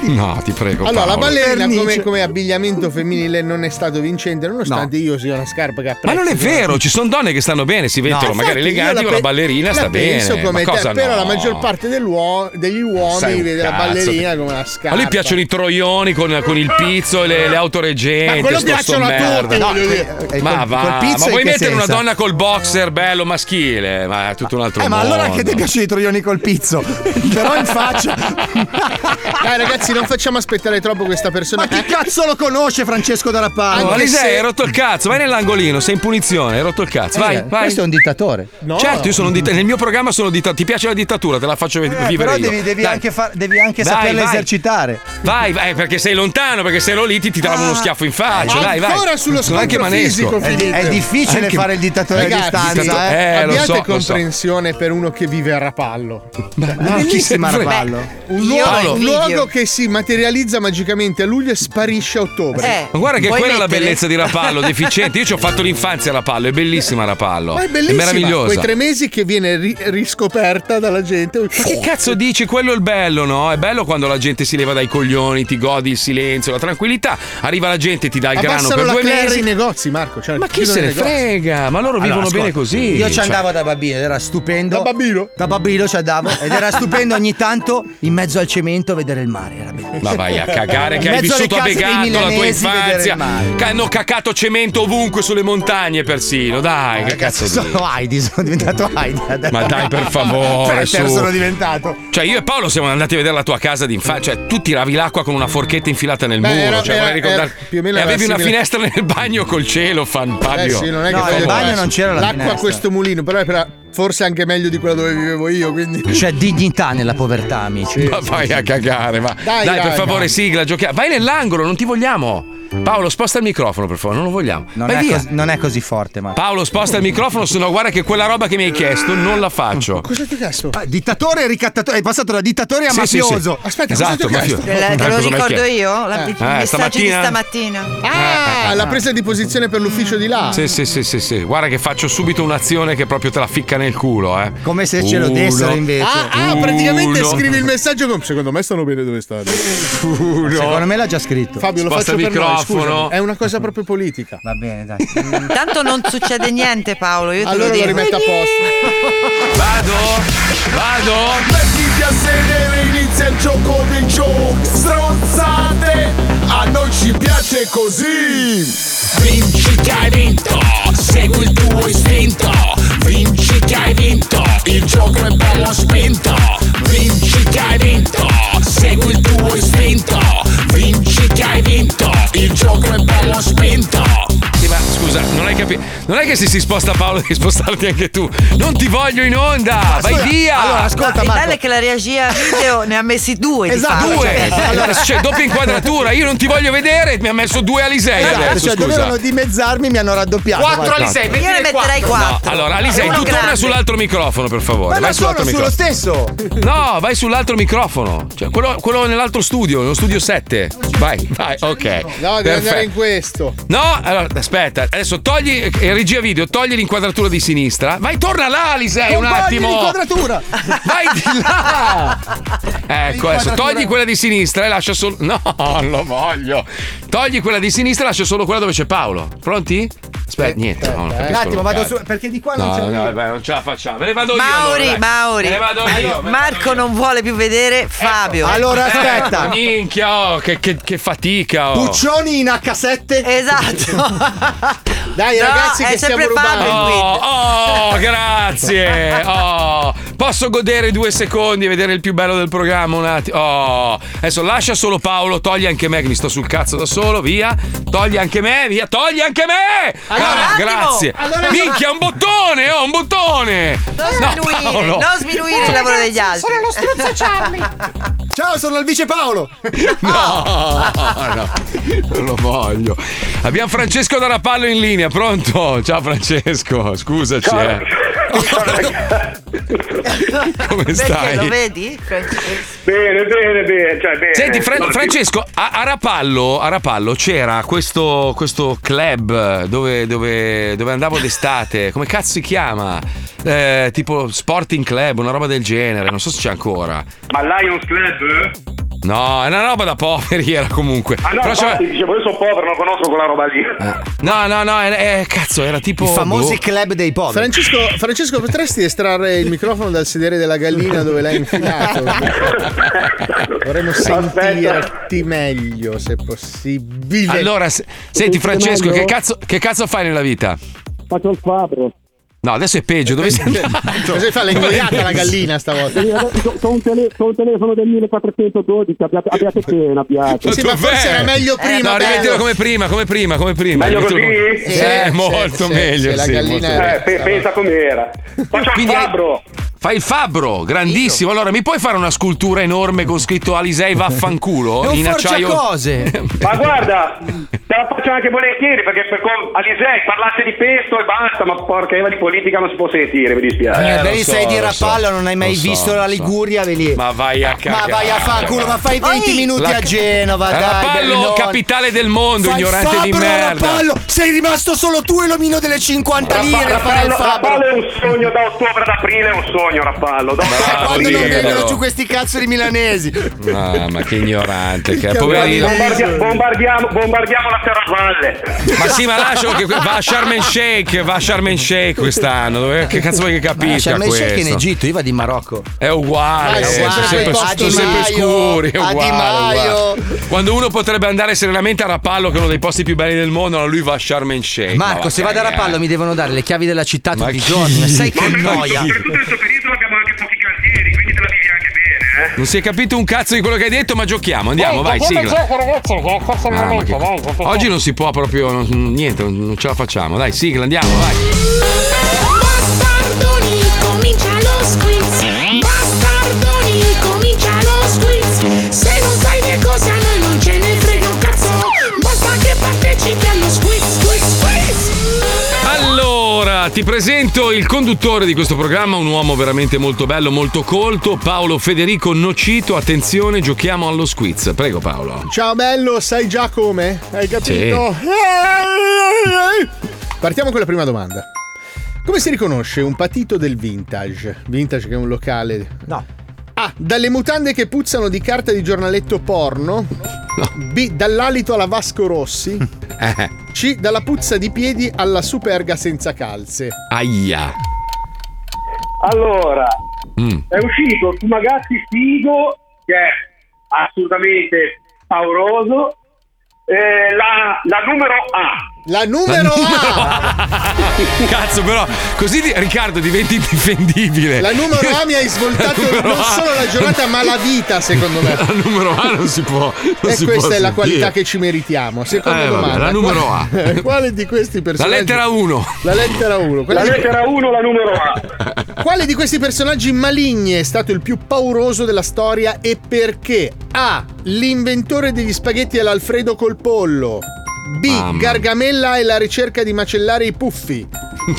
S3: No, ti prego.
S7: Allora, la
S3: Paolo.
S7: ballerina come, come abbigliamento femminile non è stato vincente, nonostante io sia una scarpa che
S3: Ma
S7: apprezzo.
S3: non è vero, ci sono donne che stanno bene, si vedono
S7: No,
S3: magari
S7: infatti, io
S3: eleganti,
S7: la
S3: ma la
S7: pe-
S3: ballerina
S7: la
S3: sta
S7: penso
S3: bene.
S7: come
S3: ma
S7: te,
S3: cosa
S7: però
S3: no?
S7: la maggior parte dell'uo- degli
S3: Sai
S7: uomini
S3: un
S7: vede la
S3: cazzo.
S7: ballerina come una scarpa.
S3: A lui piacciono i troioni con, con il pizzo e le, le autoreggenti.
S7: Ma quello
S3: sto- sto
S7: piacciono a
S3: merda.
S7: tutti,
S3: No,
S7: voglio dire.
S6: eh,
S3: Ma
S6: col-
S3: va,
S6: col pizzo
S3: ma
S6: in
S3: vuoi
S6: che
S3: mettere una
S6: senso?
S3: donna col boxer bello maschile? Ma è tutto un altro
S6: Eh, ma allora anche
S3: mondo.
S6: te piacciono i troioni col pizzo. Però in faccia.
S7: Dai ragazzi, non facciamo aspettare troppo questa persona. Eh? Ma che
S6: cazzo lo conosce Francesco Darappano?
S3: No, Alisei, hai rotto il cazzo, vai nell'angolino, sei in punizione, hai rotto il cazzo, vai,
S6: Eh,
S3: vai.
S6: Questo è un dittatore.
S3: Certo, io sono un ditta- nel mio programma sono ditta- ti piace la dittatura, te la faccio vi-
S6: Eh,
S3: vivere
S6: però
S3: io.
S6: devi, devi
S3: Dai.
S6: anche, far- devi anche
S3: Vai,
S6: saperla
S3: vai.
S6: esercitare.
S3: Vai, vai, perché sei lontano, perché se ero lì ti tiravo uno schiaffo in faccia,
S6: Ah. Ma
S3: dai, vai.
S6: ancora sullo
S3: Sono anche
S6: scontro
S3: manesco.
S6: fisico, È di- Filippo. è difficile fare il dittatore a
S7: Ragazzi,
S6: distanza,
S7: sì,
S6: eh. Eh, lo
S7: Abbiate
S6: so, lo so.
S7: comprensione per uno che vive a Rapallo.
S6: Ma no, chi si chiama Rapallo?
S7: Un
S6: Io
S7: luogo,
S6: ho
S7: un
S6: il video.
S7: luogo che si materializza magicamente a luglio e sparisce a ottobre.
S6: Eh,
S3: Ma guarda che
S7: Eh, Vuoi
S3: quella è la
S7: mettere?
S3: bellezza di Rapallo, deficiente. Io ci ho fatto l'infanzia a Rapallo, è bellissima Rapallo.
S7: Ma è bellissima.
S3: meravigliosa.
S7: Quei tre mesi che viene ri- riscoperta dalla gente. Ma
S3: Che cazzo dici? Quello è il bello, no? È bello quando la gente si leva dai coglioni, ti godi il silenzio, la tranquillità. Arriva la gente, ti dà il grano
S7: Abbassano
S3: per
S7: la
S3: due
S7: Claire
S3: mesi.
S7: i negozi, Marco. cioè,
S3: Ma chi
S7: chiudono
S3: se
S7: i
S3: ne
S7: negozi.
S3: frega? Ma loro vivono
S6: Allora,
S3: bene
S6: ascolta,
S3: così.
S6: Ah, Io ci
S3: cioè.
S6: andavo da bambino, era stupendo. Da bambino? Da bambino ci andavo ed era stupendo ogni tanto in mezzo al cemento vedere il mare. Era bellissimo.
S3: Ma vai a cagare che
S6: In
S3: hai
S6: mezzo alle
S3: vissuto a
S6: case dei
S3: Begato la tua
S6: milanesi, vedere il
S3: infanzia.
S6: mare.
S3: Che hanno cacato cemento ovunque sulle montagne persino. Dai, che cazzo dici?
S6: Sono Heidi, sono diventato Heidi. adesso.
S3: Ma dai, per favore,
S6: Peter
S3: su.
S6: sono diventato.
S3: Cioè, io e Paolo siamo andati a vedere la tua casa d'infanzia. Cioè, tu tiravi l'acqua con una forchetta infilata nel
S7: Beh,
S3: muro.
S7: era-
S3: cioè,
S7: era-
S3: vorrei ricordare-
S7: era- più o meno
S3: e
S7: era
S3: avevi una
S7: simile.
S3: finestra nel bagno col cielo, fan Fabio.
S7: Eh sì, non è che
S3: Per
S7: voglio-
S3: favore.
S7: L'acqua a questo mulino, però è per- forse anche meglio di quella dove vivevo io, quindi.
S6: C'è dignità nella povertà, amici.
S3: Ma vai a cagare, va.
S7: Dai,
S3: Dai,
S7: dai,
S3: per favore,
S7: dai.
S3: sigla, giochiamo. Vai nell'angolo, non ti vogliamo. Paolo, sposta il microfono, per favore, non lo vogliamo.
S6: Non,
S3: Vai
S6: è,
S3: via.
S6: cos- non è così forte, ma.
S3: Paolo, sposta il microfono, se no guarda che quella roba che mi hai chiesto non la faccio.
S7: Cosa ti ho chiesto?
S6: dittatore e ricattatore. Hai passato da dittatore a
S3: Sì, sì,
S6: mafioso.
S3: sì. Aspetta, cosa Esatto, ti ho chiesto? mafioso.
S2: Te
S3: Eh,
S2: lo
S3: cosa mi hai
S2: ricordo
S3: chiesto?
S2: io? La,
S3: Eh.
S2: il
S3: Eh,
S2: messaggio
S3: stamattina?
S2: di stamattina.
S7: Ah, la presa di posizione per l'ufficio di là.
S3: Sì, sì, sì, sì, sì. Guarda che faccio subito un'azione che proprio te la ficca nel culo, eh.
S6: Come se ce lo dessero, invece.
S7: Ah, ah, praticamente
S3: Uno.
S7: scrivi il messaggio con secondo me stanno bene dove stanno.
S6: Secondo me l'ha già scritto.
S7: Fabio, lo
S6: Sposta
S7: faccio
S6: il
S7: per noi,
S6: microfono.
S7: scusami. È una cosa proprio politica.
S6: Va bene, dai.
S2: Tanto non succede niente, Paolo. Io te
S7: Allora lo
S2: lo dico.
S7: rimetto a
S2: posto.
S3: Vado!
S4: Mettiti a sedere, inizia il gioco dei giochi Stronzate, a noi ci piace così Vinci che hai vinto, segui il tuo istinto Vinci che hai vinto, il gioco è bello spinto Vinci che hai vinto, segui il tuo istinto Vinci che hai vinto, il gioco è bello spinto
S3: Sì, ma scusa, non hai capito. Non è che se si sposta Paolo devi spostarti anche tu. Non ti voglio in onda!
S6: Ah,
S3: vai via! Ah,
S2: Ma Il bello è che la regia video ne ha messi due.
S3: Esatto,
S2: di Paolo.
S3: due! Allora, cioè, doppia inquadratura, io non ti voglio vedere, mi ha messo due Alisei
S6: Esatto,
S3: adesso,
S6: cioè,
S3: scusa.
S6: dovevano dimezzarmi, mi hanno raddoppiato. guarda.
S2: Io ne metterei
S3: No,
S2: quattro.
S3: allora Alisei,
S2: Uno
S3: tu torna
S2: grande.
S3: sull'altro microfono, per favore.
S6: Ma
S3: vai
S6: non sono
S3: sull'altro
S6: sullo
S3: microfono.
S6: stesso.
S3: No, vai sull'altro microfono. Cioè, quello, quello nell'altro studio, nello studio 7. Vai, vai, ok.
S7: No, devi
S3: Perfetto.
S7: andare in questo.
S3: No, allora, aspetta, adesso togli eh, regia video, togli l'inquadratura di sinistra. Vai, torna là, Alisei, un
S6: Compagni
S3: attimo.
S6: l'inquadratura.
S3: Vai di là. Ecco, adesso togli quella di sinistra e lascia solo. No, non lo voglio. Togli quella di sinistra e lascia solo quella dove c'è Paolo. Pronti? Aspetta, niente. no, non
S6: Eh, Un
S3: capisco
S6: attimo,
S3: un
S6: vado
S3: cazzo.
S6: su. Perché di qua
S3: Eh, No,
S6: non c'è.
S3: no,
S6: nulla.
S3: vabbè, non ce la facciamo. Me ne vado io. allora,
S2: Mauri,
S3: dai.
S2: Mauri.
S3: Me ne vado io. me ne
S2: Marco non vuole più vedere Fabio.
S6: Allora
S3: Eh,
S6: aspetta.
S3: minchia, oh, che, che- che fatica. oh.
S6: Puccioni in H7.
S2: Esatto.
S7: Dai
S2: No,
S7: ragazzi
S2: è
S7: che stiamo
S2: sempre
S7: rubando.
S2: Fabio il
S3: Oh, oh, grazie. Grazie. Oh, posso godere due secondi e vedere il più bello del programma un attimo. Oh, adesso lascia solo Paolo, togli anche me che mi sto sul cazzo da solo, via. Togli anche me, via, togli anche me.
S4: Allora,
S3: Ah,
S4: attimo.
S3: grazie.
S4: Allora-
S3: Minchia, un bottone, oh, un bottone.
S2: Non sminuire,
S3: Paolo.
S2: non sminuire il lavoro degli altri. Sono lo struzzo Charlie.
S7: Ciao, sono il vice Paolo.
S3: No, no, non lo voglio. Abbiamo Francesco da Rapallo in linea, pronto? Ciao Francesco, scusaci.
S4: Ciao.
S3: eh. Come
S2: Perché
S3: stai?
S2: lo vedi?
S22: Bene, bene, bene. Cioè, bene.
S3: Senti, Fra-
S22: No, sì.
S3: Francesco, a, a Rapallo, a Rapallo c'era questo, questo club dove, dove- dove andavo d'estate. Come cazzo si chiama? Eh, tipo Sporting Club, una roba del genere. Non so se c'è ancora.
S22: Ma Lions Club?
S3: No, è una roba da poveri era comunque.
S22: Ah no,
S3: Però c'era-
S22: infatti, dicevo, io sono povero, non conosco quella roba lì.
S3: No, no, no, eh, eh, cazzo, era tipo. boh.
S7: club dei poveri. Francesco, Francesco, potresti estrarre il microfono dal sedere della gallina dove l'hai infilato? Vorremmo sentirti meglio, se possibile.
S3: Allora, se- senti, Francesco, che cazzo, che cazzo fai nella vita?
S22: Faccio il quadro.
S3: No, adesso è peggio. Dove sei andato?
S7: Cosa fa l'ingoiata la gallina stavolta?
S22: Eh, Ho un, tele- c'ho un telefono del 1412, abbiate, abbiate pena, abbiate.
S7: Sì, ma forse era meglio prima.
S3: Eh, no,
S7: bello.
S3: rimettilo come prima, come prima, come prima.
S22: Meglio
S3: Rimettilo
S22: così?
S3: come-
S22: Sì,
S3: Eh,
S22: sì,
S3: molto
S22: sì,
S3: meglio.
S22: sì, la
S3: sì,
S22: gallina-
S3: molto meglio.
S22: Eh, pe- pensa com'era. Faccio il fabbro.
S3: Fai il fabbro, grandissimo. Allora, mi puoi fare una scultura enorme con scritto Alisei vaffanculo? in acciaio.
S22: Ma guarda, te la faccio anche volentieri perché per com- Alisei parlate di pesto e basta, ma porca Eva di politica non si può sentire, mi dispiace.
S3: Eh,
S22: lei
S3: lo so,
S22: sei
S3: lo
S22: Rapallo,
S3: so, lo so, lo so. Ma vai a cagare.
S22: vai a fa' culo, ma
S15: fai
S22: 20
S15: minuti
S3: La-
S15: a Genova, dai,
S3: Rapallo,
S15: Belloni.
S3: capitale del mondo,
S15: Fai
S3: ignorante di
S15: fabbro,
S3: merda.
S15: Rapallo, sei rimasto solo tu e l'omino delle 50 lire a fare
S22: Rappallo,
S15: il fabbro.
S22: Rappallo è un sogno da ottobre ad aprile, è un sogno Rappallo. Da
S15: Quando non
S3: Libero.
S15: vengono giù questi cazzo di milanesi.
S3: Mamma, che ignorante, che Eh, poverino.
S15: eh,
S22: Bombardia- bombardiamo, bombardiamo la Serravalle.
S3: Ma sì, ma lascialo che va a Sharm el Sheikh, va a Sharm el Sheikh quest'anno. dove- Che cazzo vuoi che
S23: Ma
S3: capisca
S23: Sharm el
S3: questo?
S23: Sheikh è in Egitto, io vado in Marocco.
S3: È uguale,
S23: Ma è uguale,
S3: è sempre,
S23: a Di
S3: sono sempre
S23: Maio,
S3: scuri, è
S23: a Di
S3: uguale,
S23: Maio.
S3: uguale. Quando uno potrebbe andare serenamente a Rapallo, che è uno dei posti più belli del mondo, allora lui va a Sharm el Sheikh. Ma
S23: Marco,
S3: va
S23: se vado a
S3: cagare.
S23: Rapallo mi devono dare le chiavi della città tutti i
S3: chi-
S23: giorni. ma Sai
S3: Ma
S23: che
S3: chi-
S23: noia.
S3: Non si è capito un cazzo di quello che hai detto, ma giochiamo, andiamo, vai, sigla.
S22: ragazzi, che è forse
S3: Ah, ma che- Oggi non si può proprio, non- niente, non non ce la facciamo. Dai, sigla, andiamo, vai.
S17: Bastardoni, comincia lo squiz. Bastardoni, comincia lo squiz. Se non sai che cosa a noi non ce ne frega un cazzo. Basta che partecipi allo squiz, squiz, squiz.
S3: Allora, ti presento il conduttore di questo programma, un uomo veramente molto bello, molto colto, Paolo Federico Nocito. Attenzione, giochiamo allo squiz. Prego Paolo.
S7: Ciao bello, sai già come? Hai capito? Partiamo con la prima domanda. Come si riconosce un patito del vintage? Vintage che è un locale. No. A. Dalle mutande che puzzano di carta di giornaletto porno. B. Dall'alito alla Vasco Rossi.
S3: Eh,
S7: C. Dalla puzza di piedi alla superga senza calze.
S3: aia.
S22: Allora,
S3: Mm.
S22: è uscito Fumagazzi Figo, che è assolutamente pauroso. Eh, la, la numero A.
S7: La numero A!
S3: Cazzo, però, così di- Riccardo diventi difendibile.
S7: La numero A mi hai svoltato
S3: Eh. La numero
S7: non
S3: A.
S7: solo la giornata, ma la vita, secondo me.
S3: La numero A non si può. non
S7: E
S3: si può
S7: questa è la
S3: sentire.
S7: qualità che ci meritiamo. Seconda
S3: Eh, vabbè,
S7: domanda.
S3: la numero A.
S7: Qual- Quale di questi
S3: La
S7: personaggi?
S3: lettera 1.
S7: La lettera 1.
S22: La lettera 1, la numero A.
S7: Quale di questi personaggi maligni è stato il più pauroso della storia e perché? A. L'inventore degli spaghetti all'Alfredo col pollo. B.
S3: Mamma.
S7: Gargamella e la ricerca di macellare i puffi.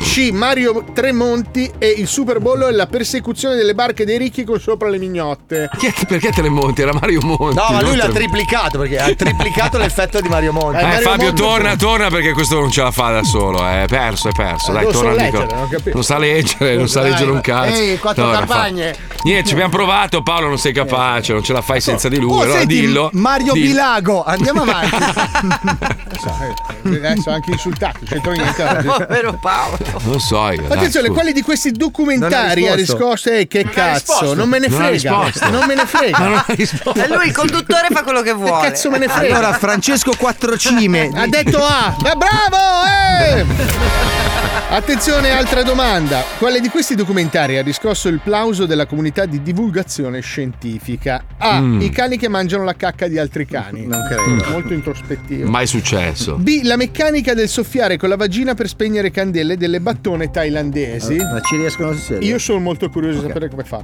S7: C. Mario Tremonti e il Super Bowl e la persecuzione delle barche dei ricchi con sopra le mignotte.
S3: Chi è che- perché te le monti? Era Mario Monti.
S23: No, ma
S3: non
S23: lui l'ha
S3: te-
S23: triplicato perché ha triplicato l'effetto di Mario Monti.
S3: Eh, Fabio, torna, torna perché questo non ce la fa da solo. eh. È perso, è perso.
S23: Eh,
S3: Dai,
S23: lo so
S3: torna
S23: leggere,
S3: Nicola.
S23: non ho capito.
S3: Non sa leggere, non sa
S23: Dai,
S3: leggere un
S23: ma-
S3: cazzo.
S23: ehi, quattro
S3: No, era fa-
S23: campagne.
S3: Niente, ci abbiamo provato. Paolo, non sei capace, non ce la fai senza di lui.
S23: Oh,
S3: allora
S23: senti,
S3: dillo.
S23: Mario
S3: dillo.
S23: Bilago,
S7: andiamo avanti. Adesso anche insultato, non c'entro niente.
S2: Povero Paolo.
S3: Non lo so io. dai,
S7: Attenzione,
S3: scusa.
S7: quali di questi
S3: Non ha
S7: documentari
S3: risposto.
S7: ha riscosso? Eh, che cazzo,
S3: risposto.
S7: non me ne
S3: Non ha
S7: frega.
S3: risposto.
S7: Non me ne frega.
S3: Ma non ha
S2: E lui il conduttore fa quello che vuole.
S7: Che cazzo me ne frega?
S23: Allora, Francesco Quattrocime
S7: ha detto A. Ma bravo! eh! Attenzione, altra domanda. Quale di questi documentari ha riscosso il plauso della comunità di divulgazione scientifica? A.
S3: Mm.
S7: I cani che mangiano la cacca di altri cani. Non
S3: credo.
S7: Molto introspettivo.
S3: Mai successo.
S7: B. La meccanica del soffiare con la vagina per spegnere candele delle battone
S23: Eh,
S7: thailandesi.
S3: Ah,
S15: Ma ci riescono a
S7: Io sono molto curioso di sapere come fa.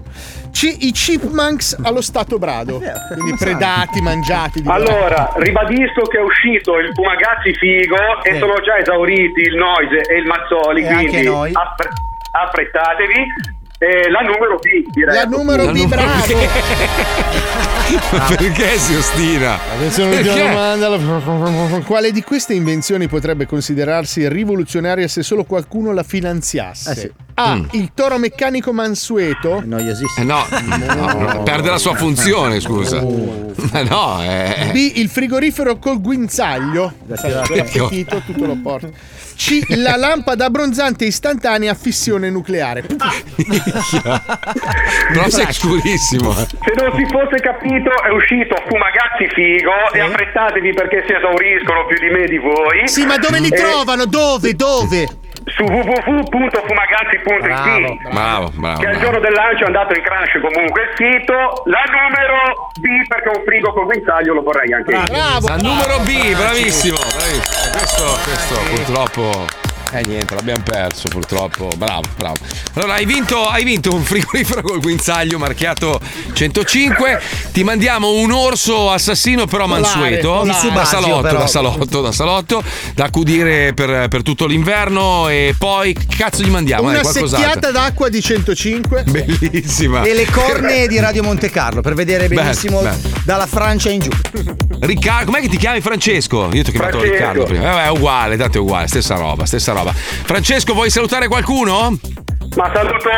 S7: C. I chipmunks allo stato brado.
S3: Eh,
S7: Quindi predati, mangiati. divorati.
S22: Allora, ribadisco che è uscito il Pumagazzi Figo e
S7: Eh.
S22: sono già esauriti il Noise e il Mazzoli,
S7: E
S22: quindi
S7: anche noi.
S22: affre- affrettatevi. Eh, la numero B, direi.
S7: La numero
S22: La
S7: B, bravo.
S3: Perché si ostina?
S7: Adesso l'ultima domanda. Quale di queste invenzioni potrebbe considerarsi rivoluzionaria se solo qualcuno la finanziasse?
S3: Eh sì.
S7: A.
S3: Mm.
S7: Il toro meccanico mansueto.
S3: Eh no, no, perde la sua funzione, scusa. Ma no, eh.
S7: B. Il frigorifero col guinzaglio. Sai,
S3: tirare.
S7: per appetito, tutto lo porta. C. La lampada abbronzante istantanea a fissione nucleare.
S3: Però sei scurissimo. eh.
S22: Se non si fosse capito è uscito Fumagazzi Figo e affrettatevi perché si esauriscono più di me di voi.
S7: Sì, ma dove li
S22: Eh,
S7: trovano? Dove? Dove?
S22: Su www.fumagazzi.it
S3: Bravo,
S22: che al
S3: bravo.
S22: giorno del lancio è andato in crash comunque il sito. La numero B perché un frigo con guinzaglio lo vorrei anche io.
S3: Al numero B, bravissimo. bravissimo. Ah, Questo, questo purtroppo. Eh niente, l'abbiamo perso purtroppo. Bravo, bravo. Allora, hai vinto, hai vinto un frigorifero col guinzaglio marchiato 105. Ti mandiamo un orso assassino, però
S23: Polare,
S3: mansueto.
S23: polare. Di
S3: Da
S23: Subasio,
S3: salotto,
S23: però.
S3: da salotto, da salotto, da accudire per, per tutto l'inverno. E poi che cazzo gli mandiamo? eh,
S7: Una
S3: qualcos'altro.
S7: secchiata d'acqua di 105.
S3: Bellissima.
S6: E le corne di Radio Monte Carlo per vedere
S3: Beh,
S6: benissimo
S3: beh.
S6: dalla Francia in giù.
S3: Riccardo, com'è che ti chiami Francesco? Io ti ho chiamato
S6: Francesco.
S3: Riccardo prima. Eh, Vabbè, è uguale, tanto è uguale, stessa roba, stessa roba. Francesco, vuoi salutare qualcuno?
S22: Ma saluto.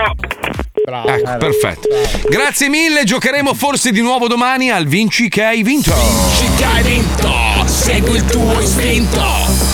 S7: Bravo.
S3: Ecco, perfetto. Grazie mille, giocheremo forse di nuovo domani al Vinci che hai vinto. Vinci
S17: che hai vinto, segui il tuo istinto.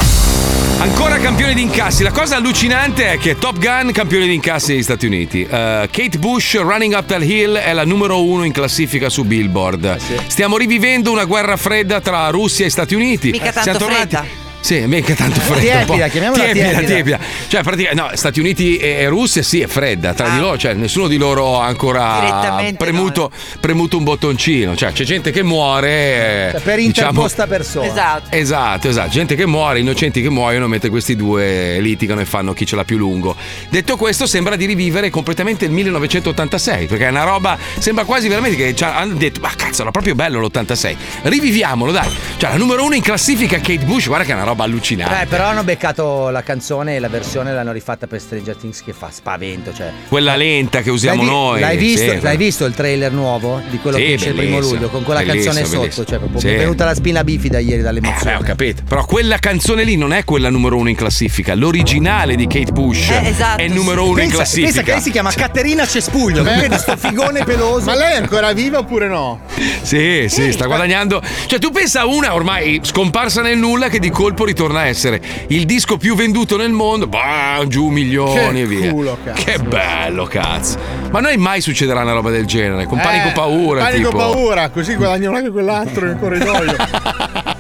S3: Ancora campione di incassi. La cosa allucinante è che Top Gun, campione di incassi degli Stati Uniti. Eh, Kate Bush, Running Up That Hill, è la numero uno in classifica su Billboard.
S6: Ah,
S3: Stiamo rivivendo una guerra fredda tra Russia e Stati Uniti.
S2: Mica tanto
S3: Siamo tornati.
S2: fredda.
S3: Sì, mica tanto fredda. un po'.
S6: Tiepida, chiamiamola
S3: tiepida,
S6: tiepida.
S3: tiepida. Cioè, praticamente, no, Stati Uniti e, e Russia, sì, è fredda. Tra
S2: Ah.
S3: di loro, cioè, nessuno di loro ha ancora
S6: Direttamente
S3: premuto, premuto un bottoncino. Cioè, c'è gente che muore.
S6: Cioè, per
S3: diciamo-
S6: interposta persona.
S3: Esatto, esatto. Gente che muore, innocenti che muoiono, mentre questi due litigano e fanno chi ce l'ha più lungo. Detto questo, sembra di rivivere completamente il 1986, perché è una roba. Sembra quasi veramente che ci hanno detto: Ma cazzo, era proprio bello l'86. Riviviamolo, dai. Cioè, la numero uno in classifica è Kate Bush, guarda che è una roba allucinante.
S6: Beh, Eh, però hanno beccato la canzone e la versione l'hanno rifatta per Stranger Things che fa spavento. Cioè,
S3: Quella lenta che usiamo
S6: l'hai, vi-
S3: noi.
S6: l'hai visto,
S3: sì.
S6: l'hai visto il trailer nuovo di quello
S3: Sì,
S6: che esce il primo
S3: bellissimo,
S6: luglio con quella canzone
S3: bellissimo,
S6: sotto?
S3: bellissimo.
S6: Cioè, proprio
S3: Sì.
S6: mi è venuta la spina bifida ieri
S3: Eh,
S6: dall'emozione.
S3: beh, ho capito. Però quella canzone lì non è quella numero uno in classifica. L'originale di Kate Bush
S6: Eh, esatto,
S3: è il numero uno in
S6: Pensa- pensa
S3: classifica. Cioè,
S6: che lei si chiama Caterina Cespuglio, che vede sto figone peloso.
S7: Ma lei è ancora viva oppure no?
S3: Sì, sì, sta guadagnando. Cioè, tu pensa a una ormai scomparsa nel nulla che di colpo ritorna a essere il disco più venduto nel mondo. Bah, giù milioni
S7: Che
S3: e via.
S7: culo, cazzo.
S3: Che bello, cazzo. Ma a noi mai succederà una roba del genere. Con panico
S7: Eh,
S3: paura.
S7: Panico
S3: tipo.
S7: paura, così guadagnano anche quell'altro in corridoio.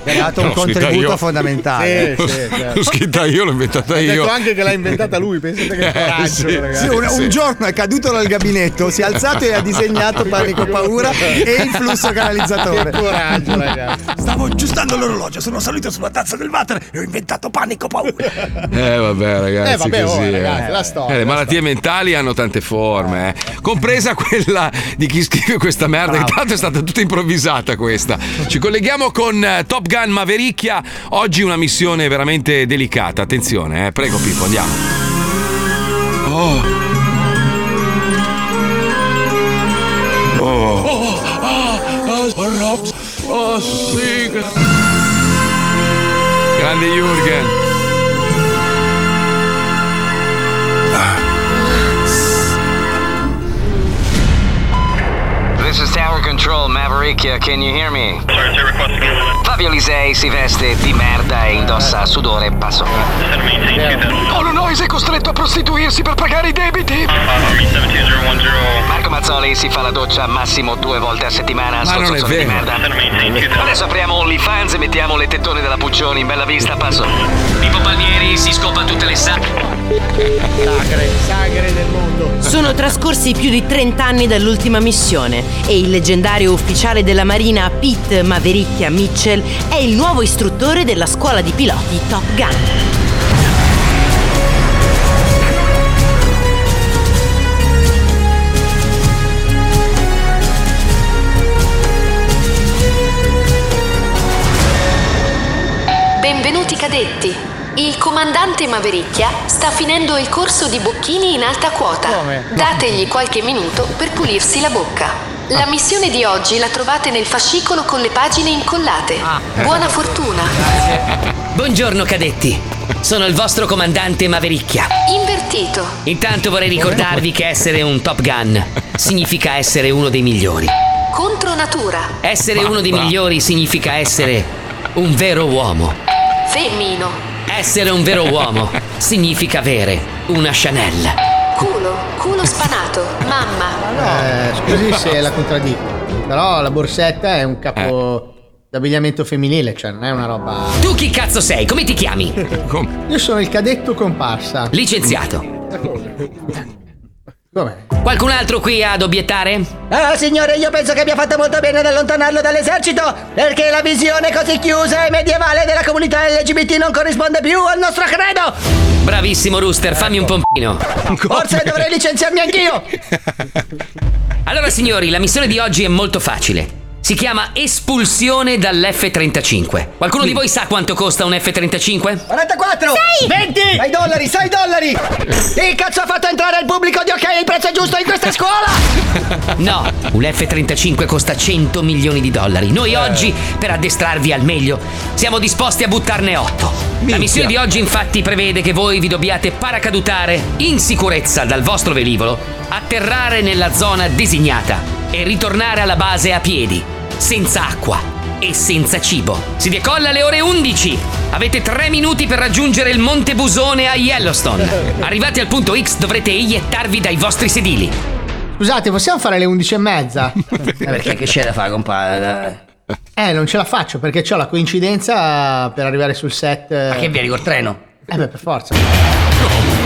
S6: Ha dato un
S3: L'ho scritta
S6: contributo
S3: io. Sì,
S7: eh,
S6: fondamentale. certo.
S3: sì,
S7: cioè.
S3: L'ho scritta io, l'ho inventata
S7: Ha
S3: io.
S7: detto Ecco, anche che l'ha inventata lui, pensate che coraggio, ragazzi.
S6: Eh, Sì, un, un giorno è caduto dal gabinetto, si è alzato e ha disegnato panico paura e il flusso canalizzatore.
S7: Che coraggio, ragazzi.
S6: Stavo aggiustando l'orologio, sono salito sulla tazza del water e ho inventato panico paura.
S3: Eh vabbè ragazzi,
S6: Eh, vabbè,
S3: così,
S6: oh,
S3: eh.
S6: ragazzi, la storia,
S3: Eh, le
S6: la
S3: malattie mentali hanno tante forme, eh. compresa quella di chi scrive questa merda, che tanto è stata tutta improvvisata questa. Ci colleghiamo con eh, Top Gun Mavericchia, oggi una missione veramente delicata, attenzione, eh. prego Pippo, andiamo.
S17: Oh.
S24: Oh.
S17: ah,
S6: oh,
S17: ah, Rob. Oh, sì.
S3: Grande Jürgen.
S25: This is Tower Control, Maverickia, can you hear me? Fabio Lisei si veste di merda e indossa sudore e passo. Paolo Noise è costretto a prostituirsi per pagare i debiti. Marco Mazzoli si fa la doccia massimo due volte a settimana. Sto
S3: non è
S25: zozzone di
S3: vero.
S25: merda. Adesso apriamo OnlyFans e mettiamo le tettone della Puccioni in bella vista. Passo. Pippo Palmieri si scopa tutte le sacche.
S15: Sagre, sagre del mondo.
S20: Sono trascorsi più di 30 anni dall'ultima missione e il leggendario ufficiale della Marina Pete Mavericchia Mitchell è il nuovo istruttore della scuola di piloti Top Gun.
S26: Benvenuti cadetti. Il comandante Mavericchia sta finendo il corso di bocchini in alta quota. Dategli qualche minuto per pulirsi la bocca. La missione di oggi la trovate nel fascicolo con le pagine incollate. Buona fortuna.
S24: Buongiorno cadetti, sono il vostro comandante Mavericchia.
S26: Invertito.
S24: Intanto vorrei ricordarvi che essere un Top Gun significa essere uno dei migliori.
S26: Contro natura.
S24: Essere uno dei migliori significa essere un vero uomo.
S26: Femmino.
S24: Essere un vero uomo significa avere una Chanel.
S26: Culo. Culo spanato. Mamma.
S15: Eh, scusi se la contraddico. Però la borsetta è un capo
S6: Eh.
S15: d'abbigliamento femminile, cioè non è una roba.
S24: Tu chi cazzo sei? Come ti chiami?
S15: Io sono il cadetto comparsa.
S24: Licenziato. Qualcun altro qui ad obiettare?
S12: Ah, signore, io penso che abbia fatto molto bene ad allontanarlo dall'esercito, perché la visione così chiusa e medievale della comunità LGBT non corrisponde più al nostro credo.
S24: Bravissimo Rooster, fammi un pompino.
S12: Forse dovrei licenziarmi anch'io.
S24: Allora signori, la missione di oggi è molto facile. Si chiama espulsione dall'F-35. Qualcuno di voi sa quanto costa un F-35?
S12: 44! 20! 6 dollari, 6 dollari! Chi cazzo ha fatto entrare il pubblico di ok il prezzo giusto in questa scuola?
S24: No, un F-35 costa 100 milioni di dollari. Noi oggi, per addestrarvi al meglio, siamo disposti a buttarne 8. La missione di oggi infatti prevede che voi vi dobbiate paracadutare in sicurezza dal vostro velivolo, atterrare nella zona designata e ritornare alla base a piedi, senza acqua e senza cibo. Si decolla alle ore 11. Avete 3 minuti per raggiungere il Monte Busone a Yellowstone. Arrivati al punto X dovrete iniettarvi dai vostri sedili.
S15: Scusate, possiamo fare le 11 e mezza?
S24: Perché che c'è da fare, compare?
S15: Eh, non ce la faccio perché ho la coincidenza per arrivare sul set. Ma
S24: che vieni col treno?
S15: Eh beh, per forza.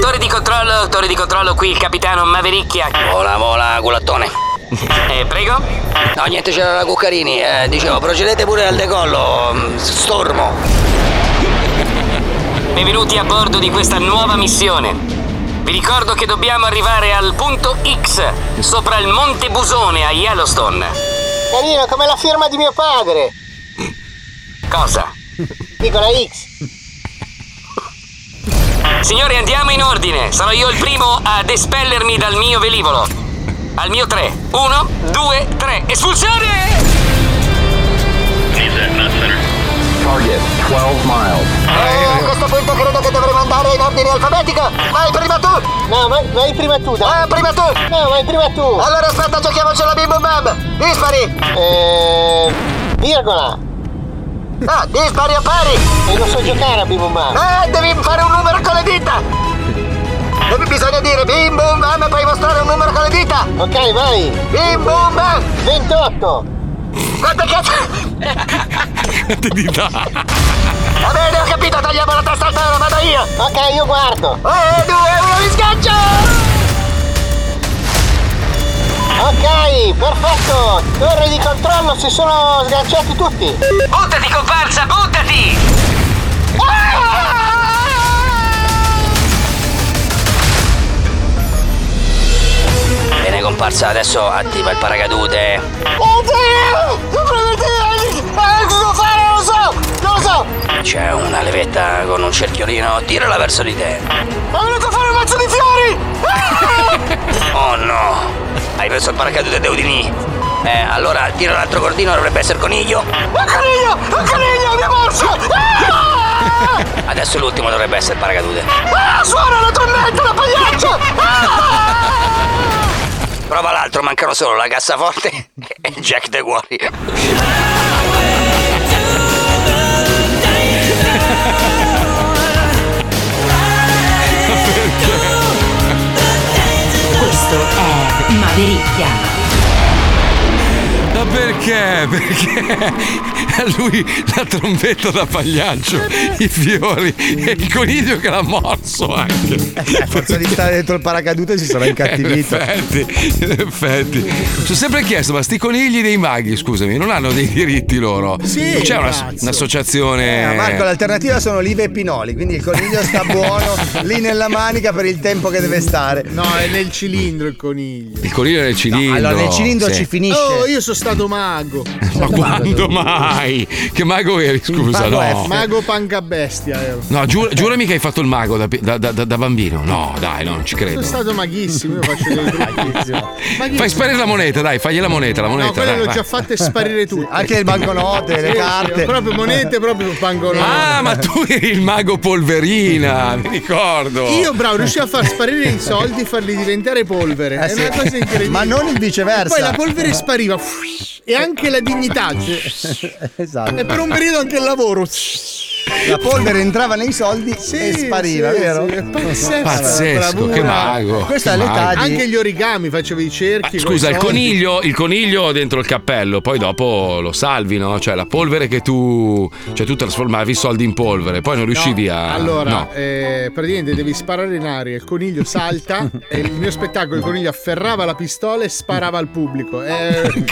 S24: Torre di controllo, torre di controllo, qui il capitano Mavericchia. Vola, vola, culottone. Eh, prego?
S5: No, niente, c'erano la Cuccarini. Eh, dicevo, procedete pure al decollo. mm, Stormo.
S24: Benvenuti a bordo di questa nuova missione. Vi ricordo che dobbiamo arrivare al punto X, sopra il Monte Busone a Yellowstone.
S15: Carino, come la firma di mio padre.
S24: Cosa?
S15: Piccola X.
S24: Signori, andiamo in ordine. Sarò io il primo ad espellermi dal mio velivolo. Al mio 3. 1, 2, 3. Espulsione!
S16: Target 12 miles.
S15: a Eh, questo punto credo che dovremmo andare in ordine alfabetico. Vai prima tu! No, vai, vai prima tu, dai. Ah, prima tu! No, vai prima tu! Allora aspetta, giochiamocela bim bum bam! Dispari! Eh. Virgola! Ah, dispari a pari! E non so giocare a bim bum bam! Eh, devi fare un numero con le dita! E bisogna dire bim bum bam e poi mostrare un numero con le dita! Ok, vai! Bim bum bam! 28! Quanto cazzo!
S16: Ti dà.
S15: Va bene, ho capito, tagliamo la testa al toro, vado io! Ok, io guardo! 3, 2, 1, mi sgancio! Ok, perfetto! Torre di controllo, si sono sganciati tutti!
S24: Buttati, comparsa, buttati!
S5: Bene, comparsa, adesso attiva il paracadute.
S15: Oddio! Eh, Cosa fare? Non lo so! Non lo so!
S5: C'è una levetta con un cerchiolino, tirala verso di te.
S15: Ma venuto a fare un mazzo di fiori!
S5: Oh no! Hai perso il paracadute Deudini. Eh, allora tira l'altro cordino, dovrebbe essere coniglio.
S15: Un coniglio! Un coniglio! Ah! Mi ha morso!
S5: Adesso l'ultimo dovrebbe essere il paracadute.
S15: Ah, suona la trombetta da pagliaccio!
S5: Prova l'altro, mancano solo la
S15: Ah!
S5: cassaforte e il jack de cuori.
S16: Perché?
S20: Mavericchia.
S3: Ma perché? Perché a lui la trombetta da pagliaccio, i fiori e il coniglio che l'ha morso anche.
S6: A forza di stare dentro il paracadute si
S3: Eh,
S6: sarà
S3: In
S6: incattivito.
S3: effetti, in effetti. Mi sono sempre chiesto, ma sti conigli dei maghi, scusami, non hanno dei diritti loro?
S6: Sì,
S3: Non c'è una-
S6: cazzo.
S3: un'associazione...
S6: Eh, Marco, l'alternativa sono olive e pinoli, quindi il coniglio sta buono lì nella manica per il tempo che deve stare.
S7: No, è nel cilindro il coniglio.
S3: Il coniglio nel cilindro.
S6: allora nel cilindro
S3: sì.
S6: ci finisce.
S7: Oh, io sono stato mago.
S3: Ma quando mai? Che mago eri, scusa, no.
S7: Mago panca bestia. ero.
S3: No, giur- giurami che hai fatto il mago da, pi- da- da- da- da bambino. No, dai, no, non ci
S7: Sono
S3: credo.
S7: stato maghissimo, io faccio dei trucchi. Maghissimo.
S3: Fai sparire la moneta, dai, fagli la moneta, la moneta.
S7: No, quelle
S3: dai,
S7: le ho
S3: vai.
S7: già fatte sparire tutte.
S6: anche le banconote, le carte.
S7: proprio monete, proprio banconote.
S3: Ah, ma tu eri il mago polverina, mi ricordo.
S7: Io, bravo, riuscivo a far sparire i soldi e farli diventare polvere.
S6: Eh,
S7: È
S6: sì.
S7: una cosa incredibile.
S6: Ma non il viceversa.
S7: E Poi la polvere spariva. E anche la dignità.
S6: Esatto.
S7: E per un periodo anche il lavoro.
S6: La polvere entrava nei soldi e spariva,
S7: sì,
S6: vero?
S7: sì, è pazzesco.
S3: Pazzesco,
S7: Bravura.
S3: che mago,
S7: Questa
S3: che
S7: è l'età
S3: mago.
S7: Anche gli origami, facevi i cerchi. coi
S3: Scusa, il
S7: soldi.
S3: coniglio, il coniglio dentro il cappello, poi dopo lo salvi, no? Cioè la polvere che tu. Cioè tu trasformavi i soldi in polvere, poi non riuscivi a.
S7: Allora,
S3: no.
S7: eh, praticamente devi sparare in aria, il coniglio salta e il mio spettacolo il coniglio afferrava la pistola e sparava al pubblico. Eh,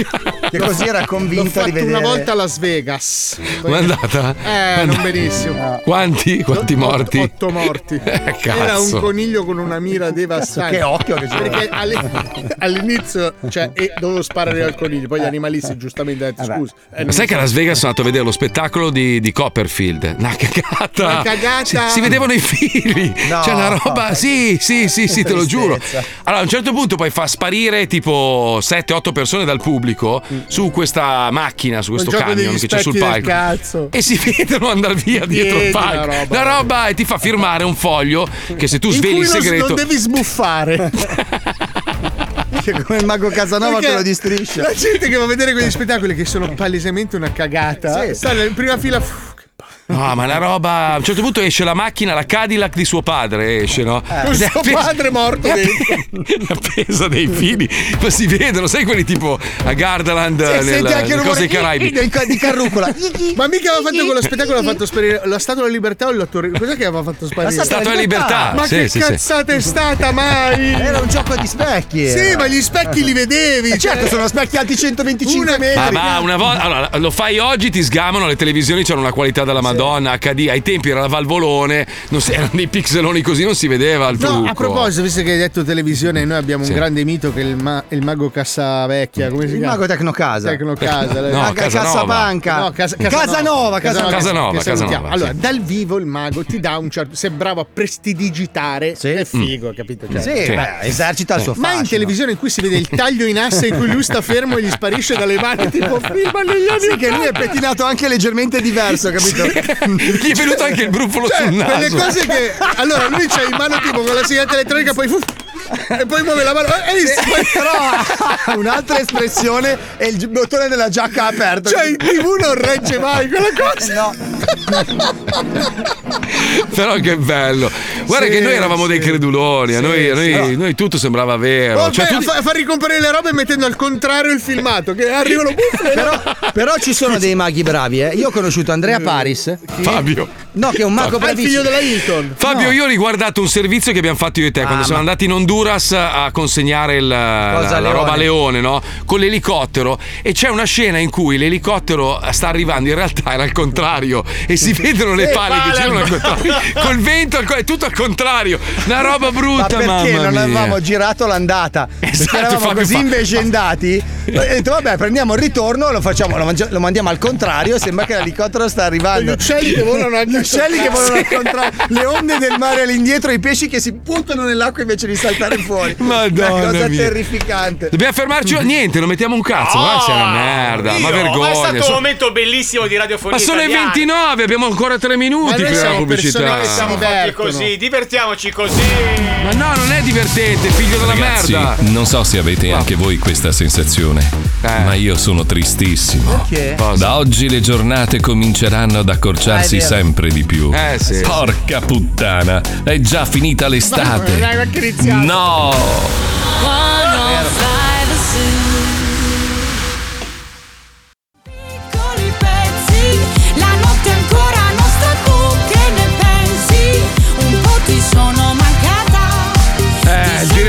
S6: Che così era convinto
S7: l'ho fatto
S6: di vedere.
S7: una volta a Las Vegas.
S3: Com'è andata?
S7: Eh, non benissimo.
S3: Quanti? Quanti morti?
S7: Otto morti.
S3: Eh, cazzo.
S7: Era un coniglio con una mira devastante.
S6: che occhio che c'era.
S7: Perché alle- all'inizio, cioè, e dovevo sparare al coniglio, poi gli
S6: Eh.
S7: animalisti giustamente hanno detto scusa. eh,
S3: Ma sai che a Las Vegas sono andato a vedere lo spettacolo di, di Copperfield? Una cagata!
S7: Una cagata.
S3: Ah, Si, si vedevano i fili!
S7: No.
S3: C'è una roba. Sì, sì, sì, sì, te lo giuro.
S7: Tristezza.
S3: Allora, a un certo punto poi fa sparire tipo 7-8 persone dal pubblico su questa macchina, su
S7: col
S3: questo
S7: Mm. gioco
S3: camion
S7: degli
S3: che c'è sul
S7: specchi del
S3: palco.
S7: Cazzo.
S3: E si vedono andare via dietro il
S7: Niente,
S3: palco.
S7: una
S3: La
S7: roba.
S3: roba. e ti fa firmare un foglio che se tu
S7: In
S3: sveli
S7: cui
S3: il
S7: non-
S3: segreto.
S7: Non devi sbuffare.
S6: Che come il mago Casanova
S7: Perché
S6: te lo distrisce.
S7: La gente che va a vedere quegli spettacoli che sono palesemente una cagata,
S6: Sì. Eh.
S7: sta in prima fila. "Pff,
S3: No, Ah, ma la roba. A un certo punto esce la macchina, la Cadillac di suo padre, esce, no?
S7: Con
S3: Ed è
S7: suo
S3: appesa-
S7: padre morto dentro.
S3: la pesa dei fili ma si vedono sai quelli tipo a Gardaland eh, nel, nel Cosa dei Caraibi
S6: di carrucola.
S7: Ma mica aveva fatto quello spettacolo, aveva fatto sparire la Statua della Libertà o l'attore. Cos'è che aveva fatto sparire?
S3: La Statua della Libertà.
S7: Ma
S3: Sì,
S7: che
S3: sì, sì.
S7: cazzata è stata mai?
S6: Era un gioco di specchi.
S7: Sì,
S6: era.
S7: ma gli specchi li vedevi.
S6: Eh, certo,
S7: cioè-
S6: sono specchi alti 125
S3: ma
S6: metri.
S3: va, una volta allora, lo fai oggi ti sgamano le televisioni c'hanno una qualità della Madonna HD ai tempi era la valvolone non si- erano dei pixeloni così non si vedeva il trucco
S7: No, a proposito, visto che hai detto televisione, noi abbiamo
S3: Sì.
S7: un grande mito che è il, ma- il mago Cassavecchia. Come si
S6: Il
S7: chiama?
S6: mago Tecnocasa.
S7: Tecnocasa.
S3: No,
S7: Ca-
S3: Casanova.
S7: Cassapanca. No, Cas-
S6: Casanova, Casanova.
S3: Casanova,
S7: che salutiamo.
S3: Casanova,
S7: Allora,
S3: sì.
S7: dal vivo il mago ti dà un certo. Se è bravo a prestidigitare, è
S3: Mm.
S7: figo, capito? Cioè-
S6: Sì, Sì. beh, esercita il suo
S7: Ma in
S6: fascino.
S7: televisione in cui si vede il taglio in asse in cui lui sta fermo e gli sparisce dalle mani, tipo prima negli anni.
S6: Sì, che lui è pettinato anche leggermente diverso, capito?
S3: gli è venuto anche il brufolo
S7: Cioè,
S3: sul
S7: quelle
S3: naso
S7: cose che. Allora, lui c'ha in mano tipo con la sigaretta elettronica, poi. fuff, e poi muove la mano. Ehi,
S6: Però un'altra espressione è il gi- bottone della giacca aperto.
S7: Cioè, in TV non regge mai quella cosa.
S6: No.
S3: però che bello guarda
S7: Sì,
S3: che noi eravamo dei creduloni a
S7: Sì,
S3: noi, a
S7: sì.
S3: noi- noi tutto sembrava vero
S7: Oh,
S3: Cioè,
S7: beh,
S3: tu-
S7: fa, fa ricomparire le robe mettendo al contrario il filmato, che arrivano buffe.
S6: Però, però ci sono dei maghi bravi, eh. Io ho conosciuto Andrea Paris.
S3: Fabio.
S6: No, che Ah, è un mago
S3: Ah, il
S6: bravissimo.
S3: figlio della
S7: Hilton.
S3: Fabio, io ho riguardato un servizio che abbiamo fatto io e te quando siamo andati in Honduras a consegnare il- la, la
S6: Leone.
S3: roba a leone, no? Con l'elicottero. E c'è una scena in cui l'elicottero sta arrivando, in realtà era al contrario. E si vedono le
S6: Sì,
S3: pale
S6: pale
S3: che c'erano
S6: al-
S3: al contrario. Col vento, al co- è tutto al contrario. Una roba
S6: Ma
S3: brutta,
S6: perché
S3: mamma
S6: non
S3: mia. Esatto,
S6: avevamo girato l'andata? perché eravamo
S3: Fabio
S6: così
S3: fa-
S6: invecendati. Ho detto, vabbè, prendiamo il ritorno, lo, facciamo, lo, mangi- lo mandiamo al contrario. Sembra che l'elicottero sta arrivando.
S7: Gli uccelli che volano anche
S6: Gli uccelli che volano al
S7: Sì.
S6: contrario, le onde del mare all'indietro, i pesci che si buttano nell'acqua invece di saltare fuori.
S3: Madonna
S6: Una cosa
S3: mia.
S6: terrificante.
S3: Dobbiamo fermarci? Niente, non mettiamo un cazzo.
S6: No,
S3: ma c'è una merda. ma
S11: Io?
S3: vergogna.
S11: Ma è stato un
S3: so-
S11: momento bellissimo di radiofonia.
S3: Ma sono le
S11: italiana.
S3: 29, abbiamo ancora 3 minuti per la pubblicità.
S11: siamo fatti così, divertiamoci così.
S3: Ma no, non è divertente, figlio della
S1: Ragazzi,
S3: merda. Eh.
S1: non so se avete anche voi questa sensazione, ma io sono tristissimo.
S3: Perché?
S1: Da oggi le giornate cominceranno ad
S3: Ah, è
S1: accorciarsi
S3: vero.
S1: sempre di più.
S3: Eh, sì.
S1: Porca puttana, è già finita
S7: Ma-
S1: l'estate.
S7: dai, ma che iniziamo?
S1: No!
S17: One
S3: Eh,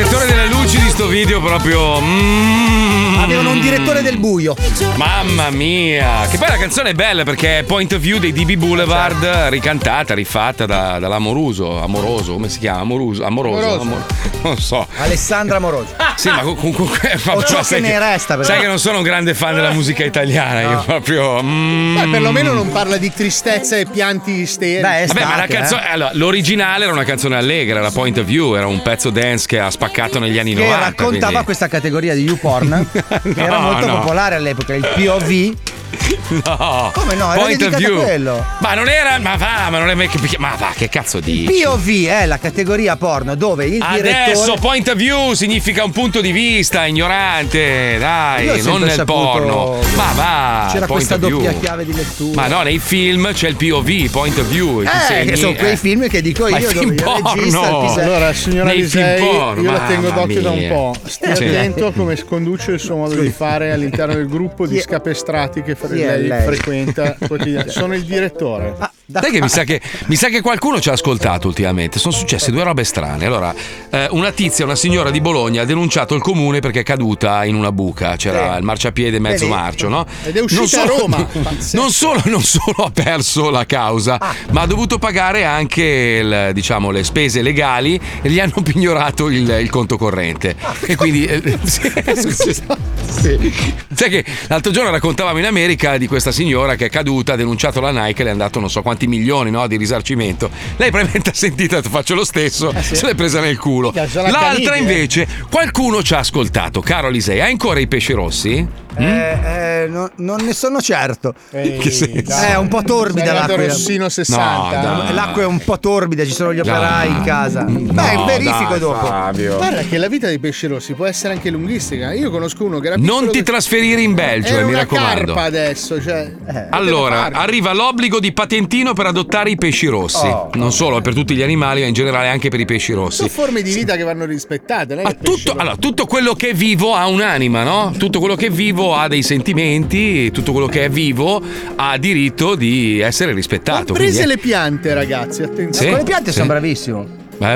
S3: video proprio. mm.
S6: Avevano un direttore del buio.
S3: Mamma mia! Che poi la canzone è bella perché è point of view dei DB
S11: Certo.
S3: Boulevard, ricantata, rifatta da- dall'amoroso. Amoroso, come si chiama? Amoruso. Amoroso.
S6: Amoroso.
S3: amor- non so.
S6: Alessandra Moroso.
S3: Sì, ma con, con- con- Eh, ma cioè,
S6: ciò
S3: sai
S6: che ne resta, però. Eh,
S3: Sai che non sono un grande fan della musica italiana, io proprio. mm.
S7: Beh, perlomeno non parla di tristezza e pianti isterici. Beh,
S3: Vabbè, ma la
S6: eh.
S3: canzone, allora, l'originale era una canzone allegra, era Point of View, era un pezzo dance che ha spaccato negli anni
S6: Che
S3: 90.
S6: raccontava
S3: quindi-
S6: questa categoria di YouPorn che era
S3: No,
S6: molto
S3: no.
S6: popolare all'epoca, il POV.
S3: No.
S6: Come no? Era
S3: Oh, Point of
S6: dedicato a
S3: view.
S6: quello.
S3: Ma non era. Ma va, ma non è. che- Ma va, che cazzo dici?
S6: POV è la categoria porno dove il
S3: Adesso
S6: direttore
S3: point of view significa un punto di vista ignorante,
S6: Io ho
S3: dai,
S6: sempre
S3: non nel
S6: saputo-
S3: porno. Ma va,
S6: c'era
S3: point
S6: questa
S3: of view.
S6: doppia chiave di lettura.
S3: Ma no, nei film c'è il POV, point of view. ti
S6: Eh,
S3: segni,
S6: che sono quei
S3: eh.
S6: film che dico
S3: Ma
S6: io
S3: i
S6: dove
S3: film
S6: il regista il
S3: porno.
S6: pisello-
S7: Allora, signora
S3: Nei
S7: Lisei,
S3: film porno,
S7: io la
S3: mamma
S7: tengo d'occhio da un
S3: mia.
S7: po'. Stia
S3: Sì.
S7: attento a come sconduce il suo modo di fare all'interno del gruppo di scapestrati che fre-
S6: Chi è
S7: lei,
S6: lei? Ah,
S7: frequenta quotidianamente. Sono il direttore.
S3: Sai che mi sa che, mi sa che qualcuno ci ha ascoltato ultimamente. Sono successe due robe strane. Allora, eh, una tizia, una signora di Bologna ha denunciato il comune perché è caduta in una buca. C'era il marciapiede mezzo
S7: Vedi?
S3: marcio, no?
S7: Ed è uscita
S3: Non
S7: a
S3: solo-
S7: Roma.
S3: Non solo, non solo ha perso la causa,
S7: Ah.
S3: ma ha dovuto pagare anche il- diciamo, le spese legali e gli hanno pignorato il, il conto corrente.
S7: Ah,
S3: E quindi. eh, sì, scusa. Sai che l'altro giorno raccontavamo in America di questa signora che è caduta, ha denunciato la Nike, le hanno dato non so quanti milioni no, di risarcimento. Lei probabilmente ha sentito, ha detto, faccio lo stesso,
S7: Eh, sì.
S3: se l'è presa nel culo.
S7: Cazzo, la
S3: L'altra
S7: Caniglia, eh.
S3: invece, qualcuno ci ha ascoltato. Caro Lisei, hai ancora i pesci rossi? Mm?
S6: Eh, eh, no- non ne sono certo. Eh,
S3: In che senso?
S6: È un po' torbida
S7: Sei andato
S6: l'acqua.
S7: Rossino 60. No, dai.
S6: l'acqua è un po' torbida, ci sono gli
S7: Dai.
S6: operai in casa. Beh, verifico dopo.
S7: Guarda che la vita dei pesci rossi può essere anche lunghissima. Io conosco uno che era piccolo
S3: Non ti
S7: che-
S3: trasferire in Belgio,
S7: Era
S3: eh, mi
S7: una
S3: raccomando.
S7: carpa adesso, cioè.
S6: Eh.
S3: Allora, arriva l'obbligo di patentino per adottare i pesci rossi.
S7: Oh.
S3: Non solo, per tutti gli animali, ma in generale anche per i pesci rossi.
S7: Sono forme di vita che vanno rispettate. non è che pesci
S3: Tutto- allora, tutto quello che è vivo ha un'anima, no? Tutto quello che è vivo ha dei sentimenti, tutto quello che è vivo ha diritto di essere rispettato.
S7: Prese
S3: quindi- eh.
S7: le piante, ragazzi, attenzione.
S6: Ecco,
S3: Sì,
S7: Ma
S3: sì.
S6: bravissimo.
S3: Eh,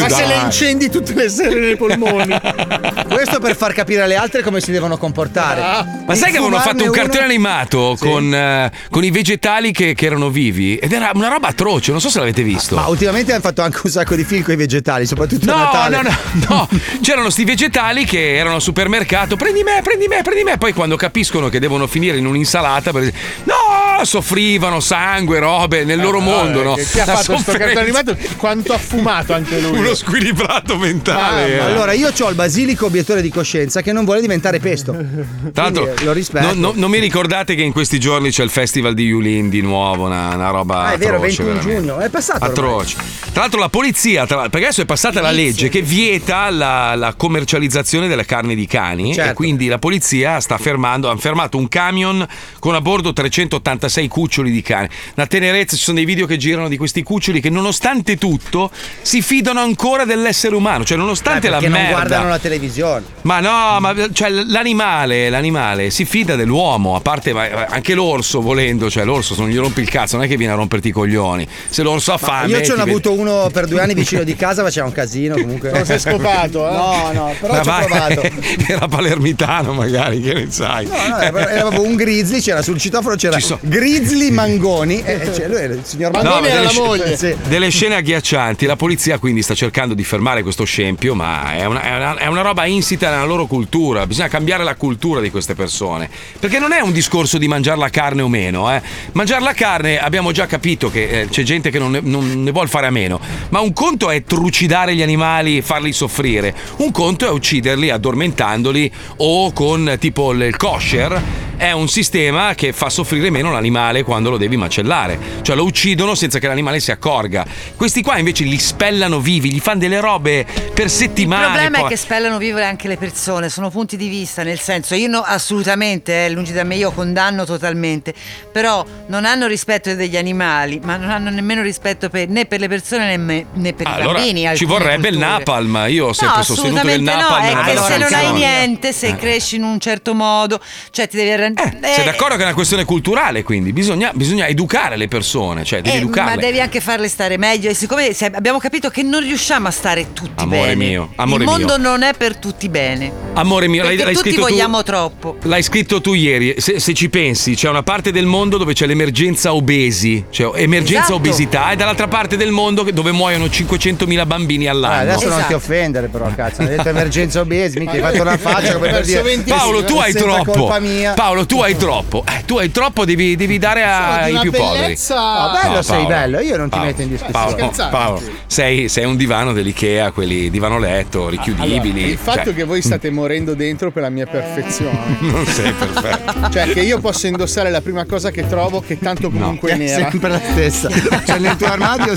S7: ma se le
S3: dai.
S7: incendi tutte le sere nei polmoni.
S6: Questo per far capire alle altre come si devono comportare.
S3: Ma sai che avevano fatto un cartone
S6: cartone
S3: animato con, eh, con i vegetali che, che erano vivi? Ed era una roba atroce, non so se l'avete visto.
S6: Ma ultimamente hanno fatto anche un sacco di film con i vegetali, soprattutto a Natale.
S3: no, no, no. C'erano sti vegetali che erano al supermercato. Prendi me, prendi me, prendi me. Poi quando capiscono che devono finire in un'insalata, per esempio, no, soffrivano sangue, robe
S6: Eh,
S3: nel loro mondo, no?
S7: Che Ah, eh, Chi ha
S3: La
S7: fatto questo
S3: sofferenza.
S7: cartone animato? Quanto ha fumato anche lui.
S3: Uno squilibrato mentale. eh.
S6: Ah, Allora, io ho il basilico obiettore di coscienza che non vuole diventare pesto.
S3: Tra l'altro,
S6: Quindi, eh, lo rispetto.
S3: non- non- non mi ricordate che in questi giorni c'è il festival di Yulin di nuovo, una, una roba.
S6: Ah, è vero,
S3: atroce,
S6: 21
S3: veramente.
S6: giugno, è passato. ormai.
S3: Atroce. Tra l'altro la polizia, tra- perché adesso è passata la legge che vieta la, la commercializzazione della carne di cani
S6: Certo.
S3: e quindi la polizia sta fermando, hanno fermato un camion con a bordo 386 cuccioli di cane. La tenerezza, ci sono dei video che girano di questi cuccioli che nonostante tutto si fidano ancora dell'essere umano, cioè nonostante
S6: Perché
S3: la
S6: non
S3: merda.
S6: guardano la televisione.
S3: Ma no, ma cioè, l'animale, l'animale si fida dell'uomo, a parte ma- anche l'orso volendo, cioè l'orso se non gli rompi il cazzo, non è che viene a romperti i coglioni. Se l'orso ha fame.
S6: Io ce
S3: ti
S6: n'ho
S3: vede-
S6: avuto uno per due anni vicino di casa, faceva un casino comunque.
S7: Non si è scopato, eh?
S6: No, no, però
S3: Ma
S6: ci ho
S3: vai,
S6: provato.
S3: Era palermitano, magari, che ne sai.
S6: No, era era proprio un grizzly, c'era sul citofono c'era Grizzly Mangoni. E cioè, lui era il signor
S3: No,
S6: Mangoni
S3: ma
S6: era
S3: delle
S6: la
S3: sc-
S6: moglie.
S3: Delle scene agghiaccianti, la polizia quindi sta cercando di fermare questo scempio, ma è una, è una- è una roba insita nella loro cultura, bisogna cambiare la cultura di queste persone, perché non è un discorso di mangiare la carne o meno, eh. mangiare la carne abbiamo già capito che eh, c'è gente che non ne, non ne vuol fare a meno, ma un conto è trucidare gli animali e farli soffrire, un conto è ucciderli addormentandoli o con eh, tipo il il kosher è un sistema che fa soffrire meno l'animale quando lo devi macellare. Cioè lo uccidono senza che l'animale si accorga. Questi qua invece li spellano vivi, gli fanno delle robe per
S2: Il
S3: settimane.
S2: problema è
S3: poi.
S2: che spellano vivere anche le persone, sono punti di vista, nel senso io no- assolutamente, eh, lungi da me, io condanno totalmente, però non hanno rispetto degli animali, ma non hanno nemmeno rispetto per- né per le persone né, me- né per i
S3: allora
S2: bambini.
S3: ci
S2: alcune
S3: vorrebbe il
S2: culture.
S3: napalm. Io ho sempre
S2: No,
S3: sostenuto che il
S2: assolutamente no,
S3: napalm
S2: è
S3: è una
S2: che
S3: bella
S2: se non hai
S3: soluzione.
S2: niente, se
S3: Eh.
S2: cresci in un certo modo, cioè ti devi prende.
S3: Sei d'accordo che è una questione culturale, quindi bisogna, bisogna educare le persone, cioè devi
S2: Eh,
S3: educarle.
S2: ma devi anche farle stare meglio. E siccome se- abbiamo capito che non riusciamo a stare tutti
S3: Amore
S2: bene,
S3: mio, amore
S2: il mondo
S3: mio.
S2: non è per tutti bene.
S3: Amore mio, l'hai,
S2: perché
S3: l'hai
S2: tutti
S3: scritto tu-
S2: vogliamo troppo.
S3: L'hai scritto tu ieri, se, se ci pensi, c'è una parte del mondo dove c'è l'emergenza obesi, cioè emergenza
S6: Esatto.
S3: obesità, e dall'altra parte del mondo che- dove muoiono 500.000 bambini
S6: Ah,
S3: all'anno.
S6: adesso non ti offendere, però, cazzo. Hai detto emergenza obesi,
S2: Esatto.
S6: mica hai fatto una faccia come per dire.
S3: Paolo, tu hai
S6: "Sempre
S3: troppo.
S6: colpa mia.
S3: Paolo, tu hai troppo. Eh, tu hai troppo, devi, devi dare
S6: Sono di
S3: ai
S6: una
S3: più poveri.
S6: bellezza- No, Oh, bello sei, bello, io non ti metto in discussione.
S3: Paolo,
S6: Scherzate.
S3: Paolo, sei, sei un divano dell'IKEA, quelli divano letto, richiudibili.
S7: Allora, il fatto
S3: cioè,
S7: che voi state morendo dentro per la mia perfezione.
S3: Non sei perfetto.
S7: Cioè che io posso indossare la prima cosa che trovo che tanto comunque
S6: È
S7: è nera.
S6: sempre la stessa. Cioè, nel tuo armadio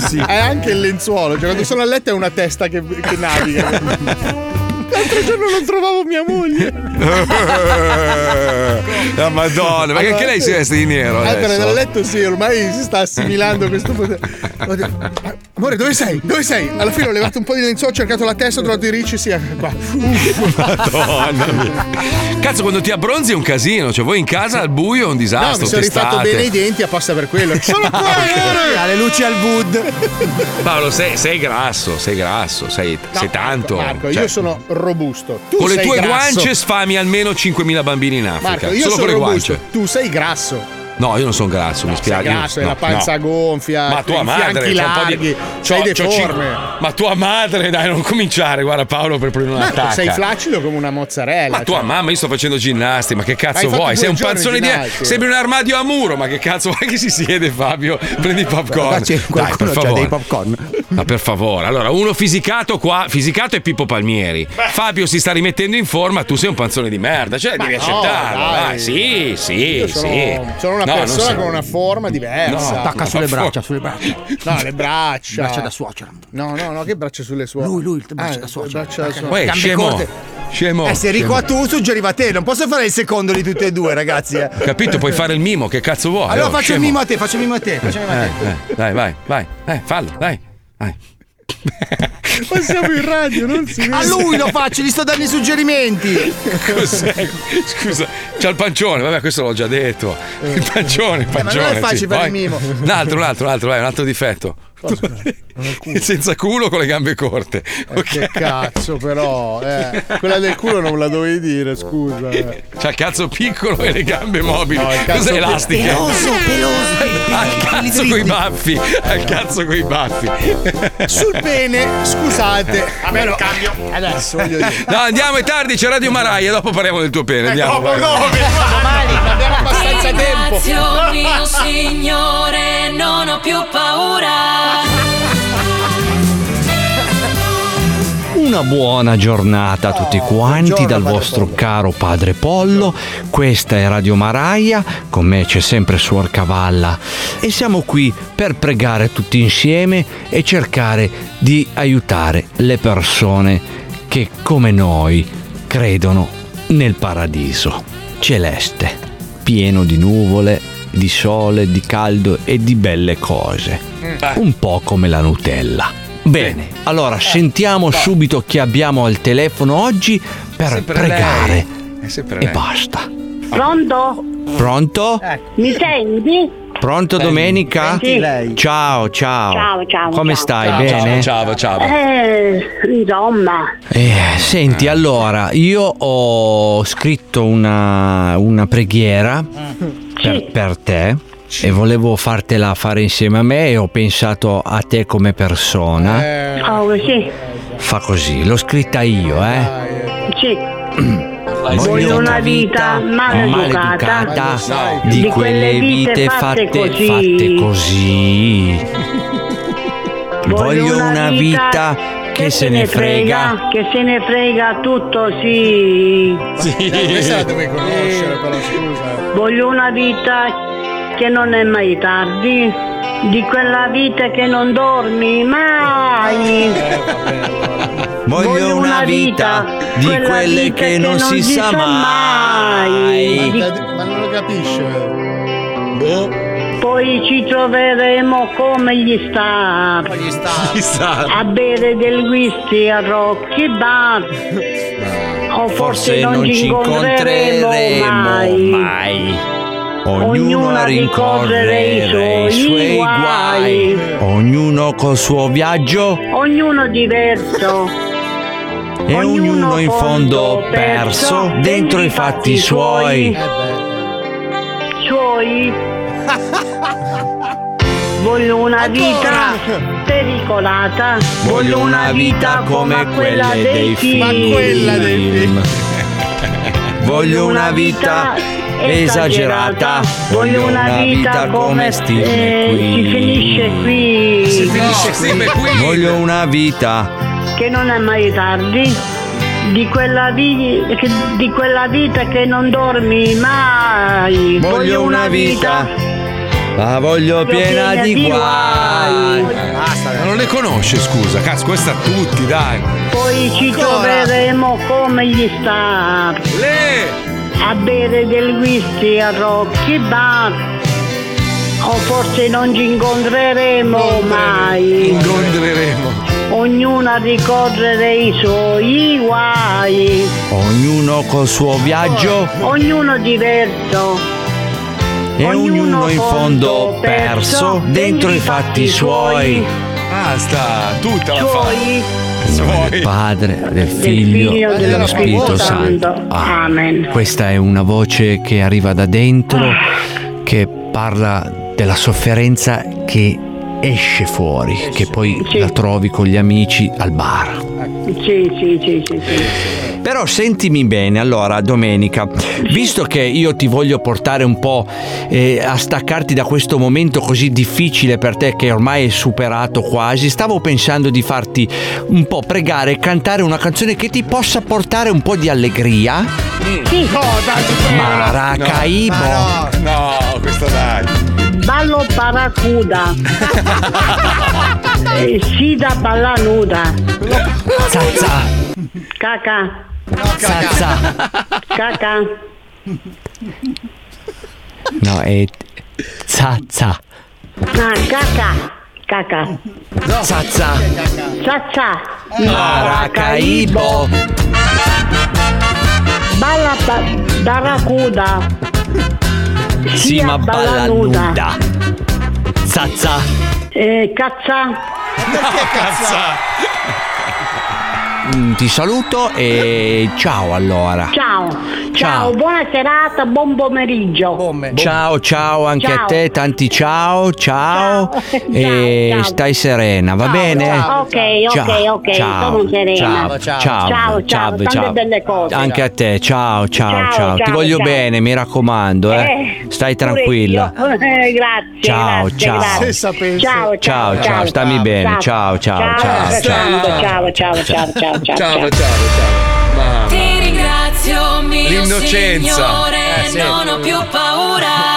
S6: sì.
S7: È anche il lenzuolo, cioè quando sono a letto è una testa che, che naviga. L'altro giorno non trovavo mia moglie.
S3: La Madonna, perché anche lei si veste di nero.
S7: Eh, però
S3: adesso?
S7: nel letto sì, ormai si sta assimilando questo potere. Ho detto, Amore, dove sei? Dove sei? Alla fine ho levato un po' di lenzuolo, ho cercato la testa, ho trovato i ricci, sì, eh, qua.
S3: Madonna mia. Cazzo, quando ti abbronzi è un casino. Cioè, voi in casa al buio è un
S7: No,
S3: disastro.
S7: mi sono rifatto
S3: testate.
S7: bene i denti apposta per quello. Sono qua, amore!
S6: le luci al wood.
S3: Paolo, sei, sei grasso, sei grasso, sei, sei tanto.
S7: Marco,
S3: Cioè,
S7: io sono robusto. Tu
S3: con le
S7: sei
S3: tue
S7: grasso.
S3: guance sfami almeno 5.000 bambini in Africa.
S7: Marco, io
S3: solo
S7: sono
S3: con le
S7: robusto.
S3: guance.
S7: Tu sei grasso.
S3: No, io non sono grasso, mi spiace.
S7: Sei grasso, hai
S3: No,
S7: la panza
S3: no.
S7: gonfia.
S3: Ma tua
S7: i
S3: madre,
S7: fianchi
S3: c'ho un po' di...
S7: larghi, c'hai
S3: c'ho- c'ho
S7: deforme.
S3: cinque- Ma tua madre, dai, non cominciare, guarda Paolo, per prendere una
S7: Marco,
S3: attacca.
S7: sei flaccido come una mozzarella.
S3: Ma tua
S7: cioè.
S3: mamma, io sto facendo ginnastica, ma che cazzo
S7: hai fatto
S3: vuoi?
S7: due
S3: Sei un
S7: giorni
S3: panzone di.
S7: ginnastica.
S3: Sembri un armadio a muro, ma che cazzo vuoi che si siede, Fabio? Prendi i
S6: Qua
S3: popcorn.
S6: c'è
S3: Dai, per
S6: qualcuno c'ha dei
S3: favore.
S6: popcorn.
S3: Ma per favore, allora, uno fisicato qua, fisicato è Pippo Palmieri. Fabio si sta rimettendo in forma, tu sei un panzone di merda, cioè
S7: Ma
S3: devi
S7: no,
S3: accettarlo.
S7: dai.
S3: dai, sì, sì,
S7: Io sono,
S3: sì.
S7: sono una
S3: No, non
S7: persona
S3: sei-
S7: con una forma diversa.
S3: No, attacca sulle braccia,
S23: sulle braccia.
S7: No, le braccia.
S23: Braccia da suocera.
S7: No, no, no, che braccia sulle suore? Lui, lui, il braccia da suocera. Braccia da suocera.
S3: Uè, scemo. Scemo.
S6: Eh, se eri
S3: scemo.
S6: qua tu suggeriva a te, non posso fare il secondo di tutti e due, ragazzi. eh.
S3: Capito? Puoi fare il mimo, che cazzo vuoi?
S6: Allora
S3: Oh,
S6: faccio il
S3: scemo.
S6: mimo a te, faccio il mimo a te, faccio il mimo a te.
S3: Eh, eh, dai, vai, vai, eh, fallo, dai. Eh.
S7: Ma siamo in radio, non si vede.
S6: A lui lo faccio, gli sto dando i suggerimenti.
S3: Cos'è? Scusa, c'ha il pancione, vabbè, questo l'ho già detto. Il pancione, il
S6: Eh, ma non è
S3: pancione.
S6: facile
S3: sì,
S6: fare
S3: vai.
S6: il mimo.
S3: Un altro, un altro, un altro, vai, un altro difetto. Senza culo con le gambe corte. Ok.
S7: Che cazzo, però. eh. Quella del culo non la dovevi dire, scusa. eh.
S3: C'ha il cazzo piccolo e le gambe mobili.
S7: No, il cazzo
S3: Cos'è
S7: piccolo.
S3: elastiche?
S7: Peloso,
S3: peloso. Al cazzo coi baffi. Al cazzo coi baffi.
S7: Sul pene, scusate.
S11: Vabbè, cambio.
S7: Adesso voglio dire.
S3: No, andiamo, è tardi, c'è Radio Maraia, dopo parliamo del tuo
S5: Ecco,
S3: pene. Andiamo.
S11: dopo,
S3: vai.
S17: Ecco,
S11: domani abbiamo
S17: abbastanza tempo.
S5: Ringrazio mio oh, signore, non ho più paura.
S13: Una buona giornata Oh, a tutti quanti dal vostro caro padre Pollo. Questa è Radio Maraia, con me c'è sempre Suor Cavalla e siamo qui per pregare tutti insieme e cercare di aiutare le persone che come noi credono nel paradiso celeste, pieno di nuvole, di sole, di caldo e di belle cose, un po' come la Nutella. Bene,
S3: Eh,
S13: allora sentiamo subito chi abbiamo al telefono oggi per
S3: Sempre
S13: pregare.
S3: lei. È sempre
S13: E
S3: lei.
S13: basta.
S16: Pronto?
S13: Pronto?
S16: Mi senti?
S13: Pronto Domenica?
S16: Sì. Lei.
S13: Ciao, ciao.
S16: Ciao, ciao,
S13: Come
S16: ciao.
S13: stai?
S16: Ciao,
S13: Bene?
S3: Ciao, ciao.
S16: Eh, insomma,
S13: Eh, senti, allora, io ho scritto una, una preghiera per, per te e volevo fartela fare insieme a me e ho pensato a te come persona.
S3: Eh.
S16: oh, sì,
S13: Fa così, l'ho scritta io,
S3: Ah.
S13: eh.
S16: sì. Voglio una vita maleducata,
S13: maleducata di quelle vite fatte, fatte così. Voglio una vita che se ne frega.
S16: che se ne frega tutto, sì.
S7: Dai, Eh, questa la dovevi conoscere, però scusa.
S16: Voglio una vita che non è mai tardi, di quella vita che non dormi mai.
S13: Voglio una vita di
S16: quella
S13: quelle
S16: vita
S13: che non si sa mai.
S16: Boh.
S7: Ma, non lo capisce.
S16: Poi ci troveremo come gli sta. A bere del whisky a Rocky Bar. O forse, non, ci incontreremo mai.
S13: Ognuno
S16: ricorrere
S13: rincorrere
S16: i suoi guai.
S13: Ognuno col suo viaggio
S16: Ognuno diverso.
S13: e ognuno in fondo perso dentro i fatti suoi.
S16: Suoi. Voglio una vita pericolata.
S13: Voglio una vita come quella dei film. Voglio una vita esagerata. Voglio una vita come eh, Steve
S16: eh, Si finisce qui.
S13: Si Voglio una vita.
S16: Che non è mai tardi. Di quella, vi- che- di quella vita che non dormi mai.
S13: Voglio una vita. La voglio piena di guai.
S3: Ma non le conosce, scusa. Cazzo, questa a tutti, dai.
S16: Poi ci troveremo come gli sta a bere del whisky a Rocky Bar o forse non ci incontreremo mai
S3: Incontreremo.
S16: ognuno a ricorrere i suoi guai
S13: Ognuno col suo viaggio
S16: ognuno diverso
S13: e ognuno in fondo perso dentro i fatti suoi.
S3: Basta, tutta la fa.
S16: suoi
S13: Del Padre, del
S16: figlio
S13: Figlio e dello
S16: dello
S13: Spirito
S16: Spirito
S13: Santo.
S16: Santo.
S13: Ah.
S16: Amen.
S13: Questa è una voce che arriva da dentro, che parla della sofferenza che esce fuori, che poi la trovi con gli amici al bar.
S16: sì sì sì sì, sì.
S13: Però sentimi bene, allora Domenica, visto che io ti voglio portare un po' eh, a staccarti da questo momento così difficile per te che ormai è superato quasi, stavo pensando di farti un po' pregare e cantare una canzone che ti possa portare un po' di allegria.
S16: Sì.
S13: Maracaibo.
S3: No, no, no, questa dai.
S16: ballo paracuda Eh, sida balla nuda
S13: Zazza.
S16: caca
S13: Zazza.
S16: caca
S13: No, è Zazza.
S16: Ah, caca caca
S13: Zazza.
S16: Zaccia
S3: Eh.
S13: Maracaibo.
S16: Balla ba- Barracuda
S13: Sì, ma balla nuda. Zazza.
S16: eh, Cazza
S13: Mm, Ti saluto e ciao allora.
S16: Ciao
S13: Ciao.
S16: Ciao, buona serata, buon pomeriggio
S13: Ciao, ciao anche
S16: Ciao.
S13: a te, tanti ciao, ciao, e
S16: ciao.
S13: stai serena, va bene?
S16: Ok, ok,
S13: Ciao,
S16: ok,
S13: ciao,
S16: sono serena
S13: Ciao, ciao, ciao,
S16: ciao, tante belle cose
S13: Anche a te, ciao, ciao, ciao,
S16: Ciao,
S13: ti
S16: ciao,
S13: voglio
S16: ciao.
S13: bene, mi raccomando, eh.
S16: Eh,
S13: stai
S16: pure
S13: tranquilla.
S16: io. Eh, grazie
S13: Ciao,
S16: grazie,
S13: ciao.
S16: grazie.
S13: Se
S16: ciao
S13: Ciao, ciao, stammi bene, ciao, ciao, ciao, ciao.
S16: ciao ciao ciao ciao ciao
S3: Ciao, ciao, ciao. Mamma.
S5: Ti ringrazio, mio
S3: L'innocenza.
S5: oh Signore,
S3: Eh, sì.
S5: non ho più paura.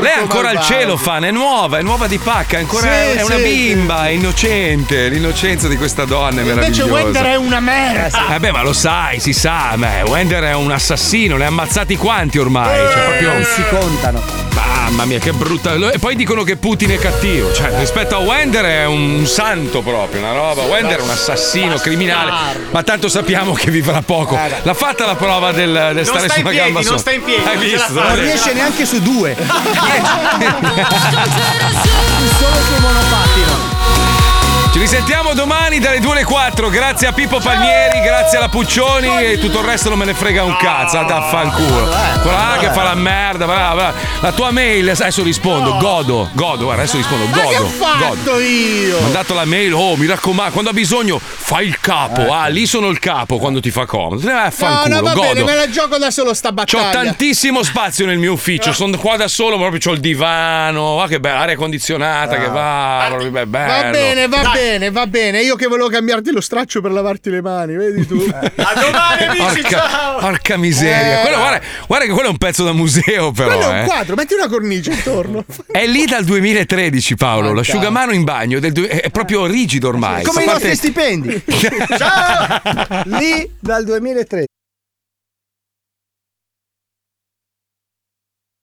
S3: Lei è ancora al
S5: malvagio.
S3: cielo, fan, è nuova, è nuova di pacca, è ancora
S5: Sì,
S3: è una
S5: sì,
S3: bimba, è innocente, l'innocenza di questa donna è
S11: Invece
S3: meravigliosa.
S11: Wender è una merda.
S3: Vabbè, ma lo sai, si sa, ma Wender è un assassino, ne ha ammazzati quanti ormai, cioè proprio si contano. Mamma mia, che brutta. E poi dicono che Putin è cattivo, cioè rispetto a Wender è un santo proprio, una roba. Wender è un assassino criminale, ma tanto sappiamo che vivrà poco.
S5: Eh,
S3: L'ha fatta la prova del, del stare
S7: sta in
S3: sulla
S7: piedi,
S3: gamba Eh,
S7: non
S3: sola.
S7: sta in piedi,
S3: Hai
S7: non ce la
S3: visto?
S7: fa.
S3: Vabbè.
S6: Non riesce neanche su due.
S17: Solo sul monopattino.
S3: Ci risentiamo domani dalle 2 alle 4. Grazie a Pippo Palmieri, grazie alla Puccioni e tutto il resto non me ne frega un cazzo. Da fanculo. Quella là che fa la merda. brava, brava. La tua mail, adesso rispondo. Godo, godo, guarda, adesso rispondo.
S7: Ma che ho
S3: Godo, godo.
S7: fatto io?
S3: Ho mandato la mail, oh mi raccomando, quando ha bisogno fai il capo. Ah, lì sono il capo quando ti fa comodo. Te ne vai a
S7: Eh. No,
S3: fanculo,
S7: no, va bene,
S3: godo.
S7: me la gioco da solo sta
S3: Ho
S7: battaglia.
S3: tantissimo spazio nel mio ufficio, sono qua da solo, ma proprio ho il divano, ah, che bella, aria condizionata che va, proprio be- bello.
S7: Ah. Va bene, va bene, va bene. Io che volevo cambiarti lo straccio per lavarti le mani, vedi tu. A domani,
S3: Eh, Porca, porca miseria,
S7: Eh.
S3: Quello, guarda, guarda che quello è un pezzo da museo, però.
S7: Quello è un
S3: eh.
S7: quadro, metti una cornice intorno.
S3: È lì dal 2013, Paolo. L'asciugamano in bagno del due- è proprio rigido ormai.
S6: Come i
S3: Fa
S6: nostri
S3: parte-
S6: stipendi. Ciao! Lì dal 2003.